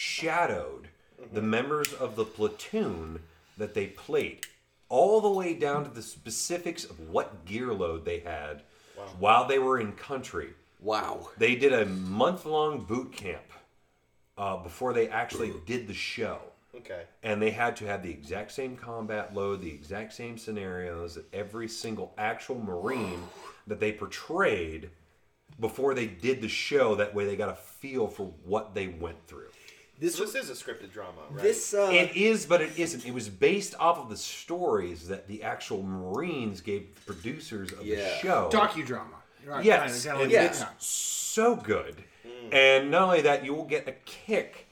shadowed the members of the platoon that they played, all the way down to the specifics of what gear load they had while they were in country.
wow.
They did a month long boot camp uh, before they actually did the show
Okay.
and they had to have the exact same combat load, the exact same scenarios that every single actual Marine that they portrayed before they did the show. That way, they got a feel for what they went through.
This
So this is a scripted drama, right?
this uh
It is, but it isn't. It was based off of the stories that the actual Marines gave the producers of the
Yeah.
show.
Docudrama. Right,
Yes,
fine, exactly.
and
Yeah.
it's so good. And not only that, you will get a kick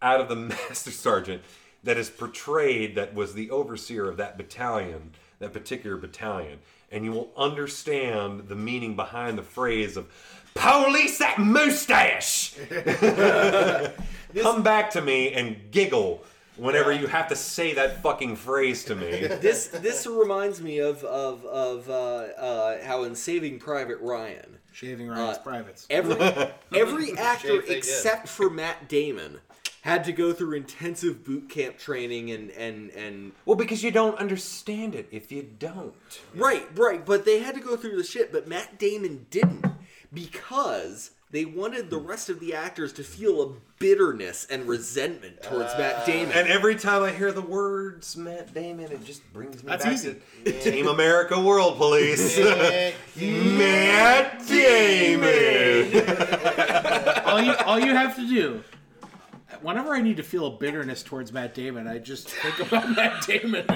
out of the master sergeant that is portrayed, that was the overseer of that battalion, that particular battalion, and you will understand the meaning behind the phrase of "police that mustache." Come back to me and giggle whenever you have to say that fucking phrase to me.
this this reminds me of of of uh, uh, how in Saving Private Ryan,
Shaving Ryan's
Uh,
privates.
every every actor
Shave they did.
except for Matt Damon had to go through intensive boot camp training and and and
Well, because you don't understand it if you don't.
Right, right, but they had to go through the shit, but Matt Damon didn't because they wanted
Hmm.
the rest of the actors to feel a bitterness and resentment towards
Uh.
Matt Damon.
And every time I hear the words Matt Damon, it just brings me
That's
back
easy.
to Team America World Police. Matt Damon.
all you all you have to do. Whenever I need to feel a bitterness towards Matt Damon, I just think about Matt Damon.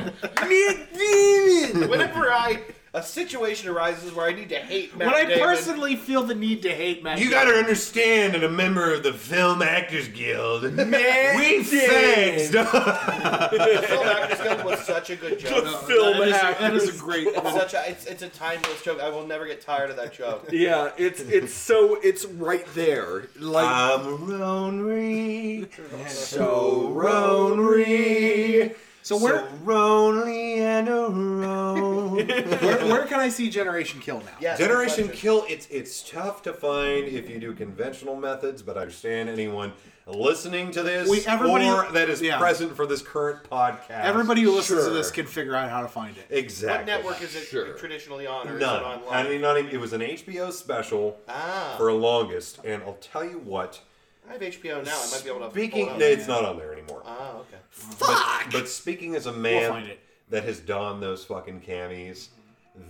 Whenever I a situation arises where I need to hate Matt
when I
Damon,
personally feel the need to hate Matt
You
Damon.
gotta understand that a member of the Film Actors Guild, we fixed.
Phil Actors Guild was such a good joke.
film that is, that is a great
It's such a it's, it's a timeless joke. I will never get tired of that joke.
yeah, it's it's so it's right there. Like
I'm lonely,
so
lonely,
So where,
lonely and alone.
where where can I see Generation Kill now?
Yes,
Generation
question.
Kill, it's it's tough to find if you do conventional methods, but I understand anyone listening to this
We- everybody-
or that is
yeah.
present for this current podcast.
Everybody who listens
Sure.
to this can figure out how to find it.
What
Exactly.
network is it
Sure.
traditionally on? Or is it
None.
online?
I mean, not even, it was an HBO special
ah,
for longest, and I'll tell you what.
I have HBO now. I might be able to.
Speaking,
pull
no,
it up.
it's not on there anymore.
Ah, okay.
But, but speaking as a man
find it.
that has donned those fucking camis,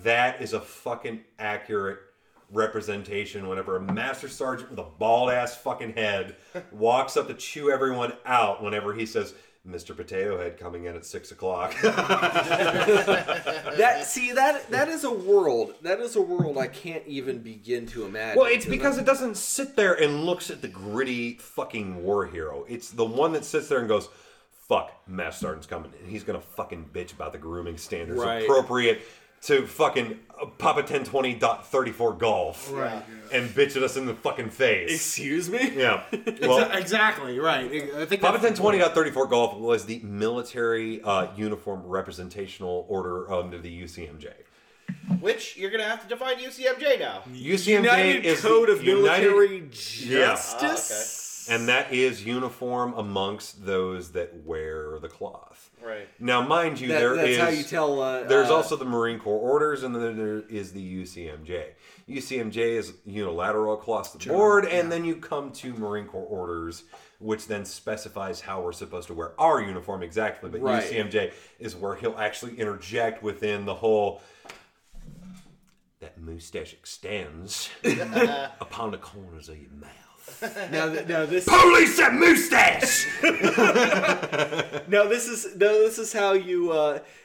that is a fucking accurate representation whenever a master sergeant with a bald ass fucking head walks up to chew everyone out whenever he says, Mr. Potato Head coming in at six o'clock.
that see that that is a world. That is a world I can't even begin to imagine.
Well, it's because it doesn't sit there and looks at the gritty fucking war hero. It's the one that sits there and goes, "Fuck, Mass Sergeant's coming, and he's gonna fucking bitch about the grooming standards
Right.
appropriate to fucking uh, Papa 1020.34 golf, right? And bitch at us in the fucking face."
excuse me?
yeah. Well,
Exactly right. I think
Papa
that's-
1020.34 golf was the military uh, uniform representational order under the UCMJ.
Which you're gonna have to define UCMJ now.
UCMJ
United
is the
Code of
United-
Military
Yeah.
Justice.
And that is uniform amongst those that wear the cloth.
Right.
Now, mind you,
That-
there
that's
is-
how you tell. Uh,
there's
uh,
also the Marine Corps orders, and then there is the UCMJ. UCMJ is unilateral across the board, and then you come to Marine Corps orders, which then specifies how we're supposed to wear our uniform exactly. But
Right.
UCMJ is where he'll actually interject within the whole. That mustache extends upon the corners of your mouth.
now, th- now this
Police that mustache!
No, this is no, this is how you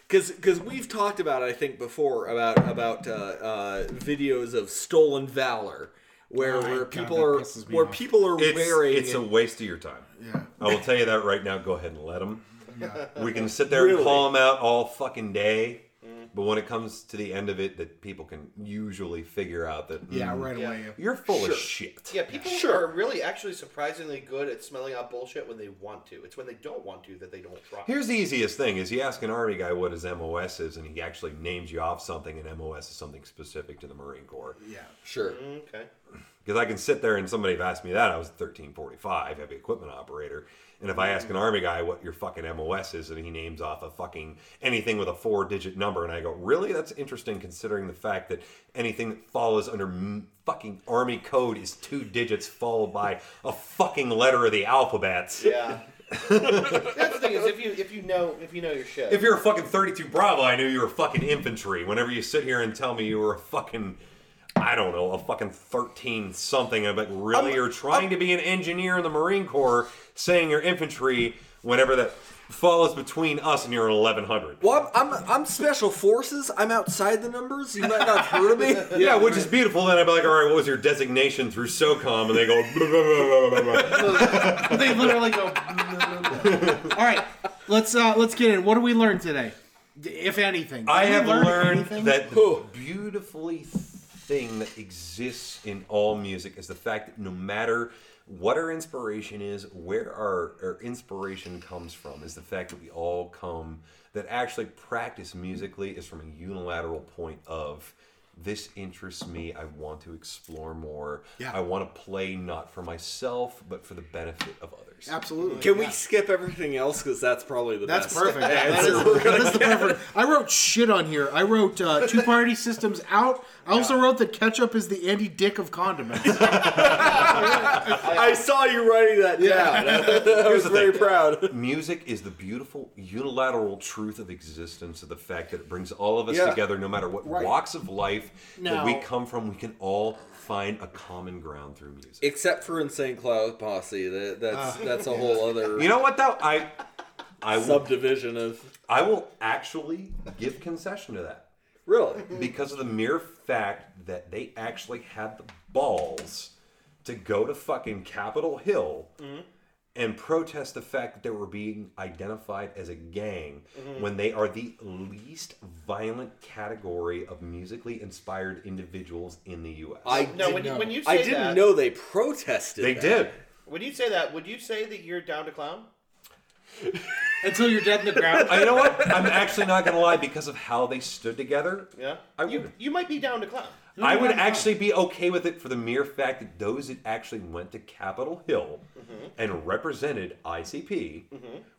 because because we've talked about I think before about about uh, uh, videos of stolen valor where
Oh,
where
God,
people
that
are
pisses me
where
off.
people are
It's,
wearing
it's a waste of your time.
Yeah.
I will tell you that right now. Go ahead and let them. We can sit there
Really?
and call them out all fucking day, but when it comes to the end of it, that people can usually figure out that
Yeah,
mm,
right away.
you're full of shit.
Yeah, people are really actually surprisingly good at smelling out bullshit when they want to. It's when they don't want to that they don't try.
Here's the easiest thing: is you ask an army guy what his MOS is, and he actually names you off something, and MOS is something specific to the Marine Corps.
Yeah.
sure
Mm, Okay.
Because I can sit there and somebody have asked me that. I was 1345, heavy equipment operator. And if I ask an army guy what your fucking MOS is, and he names off a fucking anything with a four digit number, and I go, really? That's interesting considering the fact that anything that follows under m- fucking army code is two digits followed by a fucking letter of the alphabet.
Yeah. That's the thing is if you if you know if you know your shit.
If you're a fucking 32 Bravo, I knew you were fucking infantry. Whenever you sit here and tell me you were a fucking, I don't know, a fucking 13 something, I'm like, really? you're trying to be an engineer in the Marine Corps saying you're infantry whenever that follows between us and you're an 1100.
well I'm, I'm I'm special forces I'm outside the numbers you might not have heard of me
Yeah, which is beautiful. Then I'd be like, all right, what was your designation through SOCOM? And they go, blah, blah, blah, blah, blah, blah.
They literally go. All right, let's uh, let's get in. What do we learn today, D- if anything?
I
Did we
have
learn
learned
anything?
that the beautifully thing that exists in all music is the fact that no matter what our inspiration is, where our, our inspiration comes from, is the fact that we all come, that actually practice musically is from a unilateral point of this interests me. I want to explore more.
Yeah.
I want to play not for myself, but for the benefit of others.
Absolutely.
Can we
Yeah.
skip everything else? Because that's probably the
That's
best.
perfect. Yeah, that, is, that is the perfect. I wrote shit on here. I wrote uh, two party systems out. I also wrote that ketchup is the Andy Dick of condiments.
I saw you writing that down. I was very proud.
Music is the beautiful unilateral truth of existence of the fact that it brings all of us
Yeah.
together, no matter what
Right.
walks of life that we
Now-
come from. We can all find a common ground through music.
Except for Insane Cloud Posse. That, that's that's a whole other
you know what though? I I will
subdivision of.
I will actually give concession to that
Really?
because of the mere fact that they actually had the balls to go to fucking Capitol Hill. And protest the fact that they were being identified as a gang when they are the least violent category of musically inspired individuals in the U.S.
I,
No,
did-
when you, when you say
I didn't
that,
know they protested.
they
that.
did.
when you say that, would you say that you're down to clown?
Until you're dead in the ground.
I, you know what? I'm actually not going to lie because of how they stood together.
Yeah,
I
you
would.
you might be down to clown.
I would actually be okay with it for the mere fact that those that actually went to Capitol Hill and represented ICP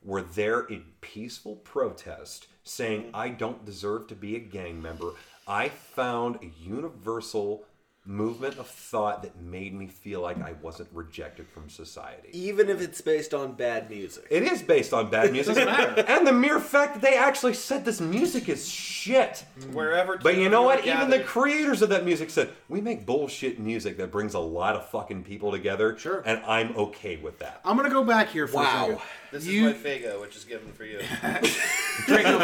were there in peaceful protest saying, I don't deserve to be a gang member. I found a universal movement of thought that made me feel like I wasn't rejected from society.
Even if it's based on bad music.
It is based on bad music. And the mere fact that they actually said this music is shit.
Wherever.
But
two
you know
were
what? Even the
gathered-
creators of that music said, we make bullshit music that brings a lot of fucking people together.
Sure.
And I'm okay with that.
I'm gonna go back here for
Wow.
a second.
This
You-
is my Fago, which is given for you.
Drink of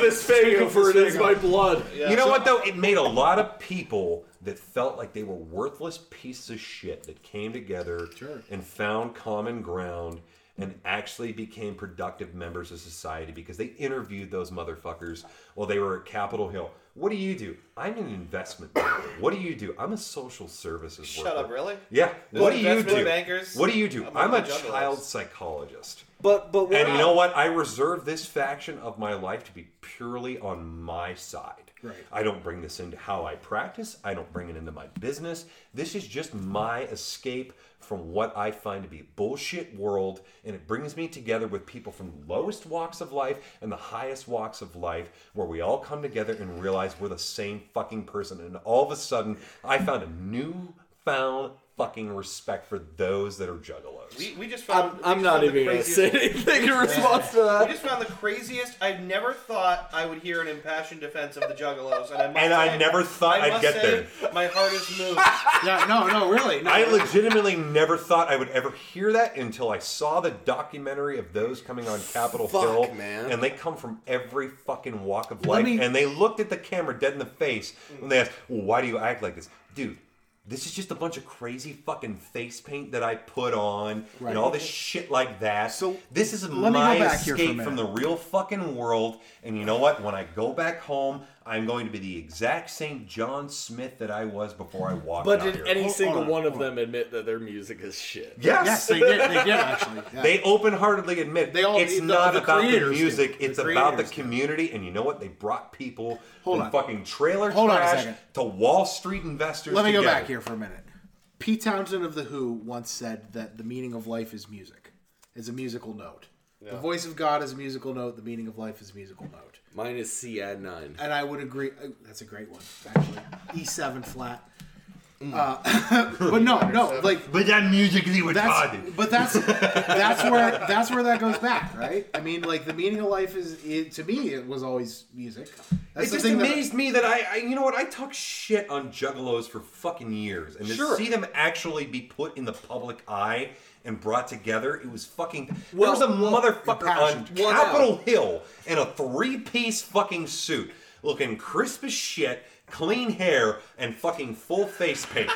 this fago, for it is my blood.
Yeah.
you know what, though? It made a lot of people that felt like they were worthless pieces of shit that came together
Sure.
and found common ground and actually became productive members of society because they interviewed those motherfuckers while they were at Capitol Hill. What do you do? I'm an investment banker. What do you do? I'm a social services
Shut
worker.
up, really?
Yeah. what do you
investment
do?
bankers?
What do you do?
I'm
I'm,
one
a
of the juggalos.
child psychologist.
But but what
And you know what? I reserve this faction of my life to be purely on my side. Right. I don't bring this into how I practice. I don't bring it into my business. This is just my escape from what I find to be a bullshit world, and it brings me together with people from the lowest walks of life and the highest walks of life, where we all come together and realize we're the same fucking person. And all of a sudden, I found a new found fucking respect for those that are juggalos.
We, we just
I'm,
found. we
I'm
just
not
found the
even going to
craziest-
say anything in response to
We
that.
just found the craziest. I never thought I would hear an impassioned defense of the Juggalos, and I must
and I
say-
never thought
I
I'd
must
get there.
say, My heart is moved.
Yeah, no, no, really. No.
I legitimately never thought I would ever hear that until I saw the documentary of those coming on Capitol
Fuck,
Hill,
man.
and they come from every fucking walk of life,
me-
and they looked at the camera dead in the face when they asked, well, "Why do you act like this, dude?" This is just a bunch of crazy fucking face paint that I put on and all this shit like that.
So,
this is
let me go
my
back here for a
escape from
minute.
the real fucking world. And you know what? When I go back home, I'm going to be the exact same John Smith that I was before I walked.
But
out
did
here.
any
Hold
single
on,
one of
hold
them admit that their music is shit?
Yes.
yes, they did. They did actually. Yeah.
They open-heartedly admit
They all-
it's
the-
not
the
about the
creators do.
music;
The
it's about the
creators do.
community. And you know what? They brought people
Hold
from
on.
fucking trailer
Hold on a
trash
second.
to Wall Street investors.
Let me go
together.
back here for a minute. Pete Townsend of The Who once said that the meaning of life is music, is a musical note. The voice of God is a musical note. The meaning of life is a musical note.
Mine is C add nine.
And I would agree. uh, That's a great one, actually. E7 flat. Uh, but no, no, like
But that musically
that's
retarded.
but that's that's where that's where that goes back, right? I mean, like the meaning of life is it, to me it was always music. That's
It
the
just
thing that-
amazed me that I, I, you know what, I talk shit on juggalos for fucking years, and to
Sure.
see them actually be put in the public eye and brought together, it was fucking.
Well,
there was a motherfucker on
impassioned.
Well,
Capitol Hill in a three-piece fucking suit, looking crisp as shit, clean hair, and fucking full face paint.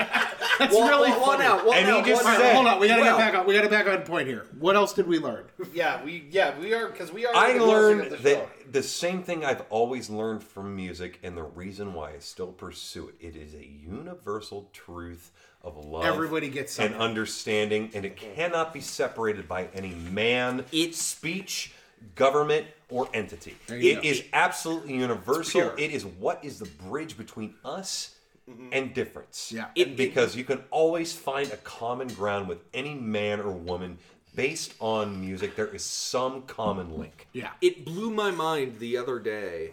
That's really funny.
out, one
And he
out,
just
one
All
out.
right, hold on, we gotta
Well-
get back on. We gotta back on point here. What else did we learn?
Yeah, we yeah we are because we are.
I
the closing
learned
of the show.
that the same thing I've always learned from music, and the reason why I still pursue it. It is a universal truth of love.
Everybody gets
and
something.
understanding, and it cannot be separated by any man,
It-
speech, government, or entity. It
you
is
go.
absolutely universal.
pure.
It is what is the bridge between us. And difference.
Mm-hmm. Yeah.
It-
because you can always find a common ground with any man or woman based on music. There is some common link.
Yeah.
It blew my mind the other day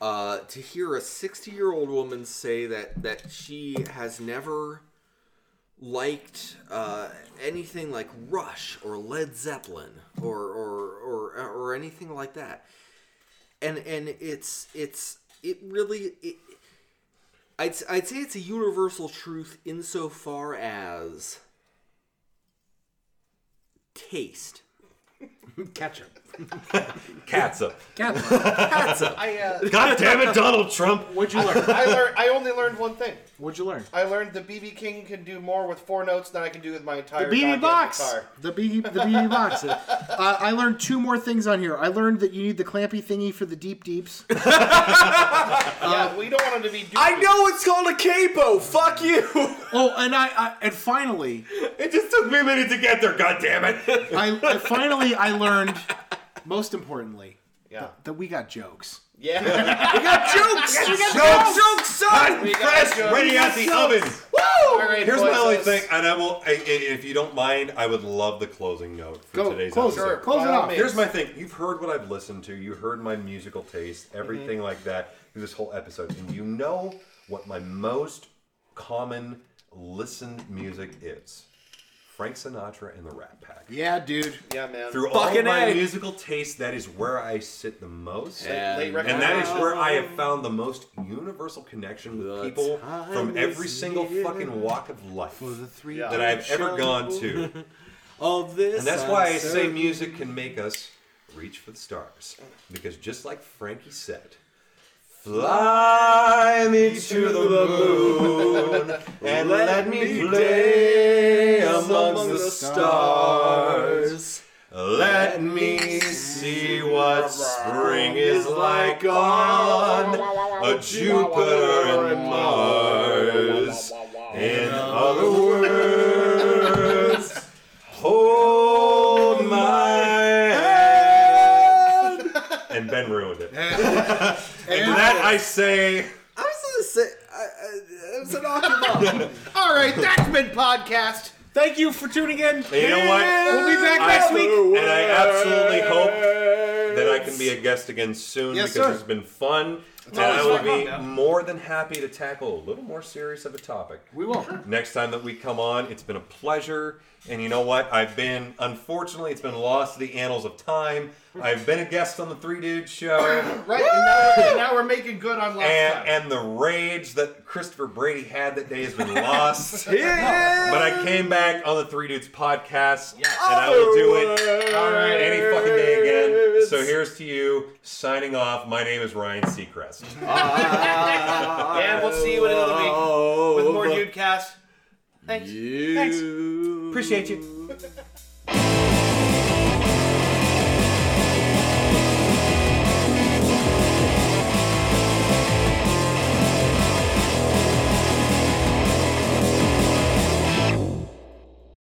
uh, to hear a 60 year old woman say that, that she has never liked uh, anything like Rush or Led Zeppelin or, or, or, or anything like that. And, and it's, it's, it really, it, I'd, I'd say it's a universal truth insofar as taste.
Ketchup.
Cats up.
Ketchup.
I uh,
God damn it, Donald Trump.
What'd you learn?
I learned I only learned one thing.
What'd you learn?
I learned that BB King can do more with four notes than I can do with my entire
The BB
goddamn
box.
guitar.
The BB, the BB box. Uh, I learned two more things on here. I learned that you need the clampy thingy for the deep deeps. Uh,
yeah, we don't want him to be. Doing
I know it's called a capo. Fuck you.
Oh, and I, I and finally,
It just took me a minute to get there, God damn it.
I, I finally I learned most importantly
Yeah,
that we got jokes.
yeah.
Jokes! Hot and
We got
fresh,
jokes.
ready out the oven.
All right,
Here's my
boys,
only
let's-
thing, and I will, I, I- if you don't mind, I would love the closing note for
Go
today's
close
episode.
it. Close
by
it
all
off.
means.
Here's my thing. You've heard what I've listened to. You heard my musical taste,
Mm-hmm.
everything like that through this whole episode, and you know what my most common listened music is: Frank Sinatra and the Rat Pack.
Yeah, dude.
Yeah, man.
Through all
Fucking
my
A.
musical taste, that is where I sit the most.
Late record.
And that is where I have found the most universal connection with
The
people
time
from every
is
single
near
fucking walk of life
three
Yeah.
that I have ever gone to.
of this.
And that's why I
uncertain-
say music can make us reach for the stars. Because just like Frankie said, fly me to the moon and let me play among the stars. Let me see what spring is like on a Jupiter and Mars. In other words, hold my hand. And Ben ruined it. and to that I say,
I was gonna say. I, I, it was an awkward
All right, that's been podcast.
Thank you for tuning in.
you know what?
We'll be back
I-
next week.
And I absolutely hope that I can be a guest again soon
Yes,
because
sir.
it's been fun. and I will
fun,
be
yeah.
more than happy to tackle a little more serious of a topic.
We will.
Next time that we come on, it's been a pleasure. And you know what? I've been, unfortunately, it's been lost to the annals of time. I've been a guest on the Three Dudes show.
Right and now, we're- and now we're making good on last
And,
time.
and the rage that Christopher Brady had that day has been lost.
yeah.
But I came back on the Three Dudes podcast, and I will do it
All right.
any fucking day again. So here's to you signing off. My name is Ryan Seacrest.
and we'll see you in another
Oh,
week with more dude cast. Thanks. Thanks.
Appreciate you.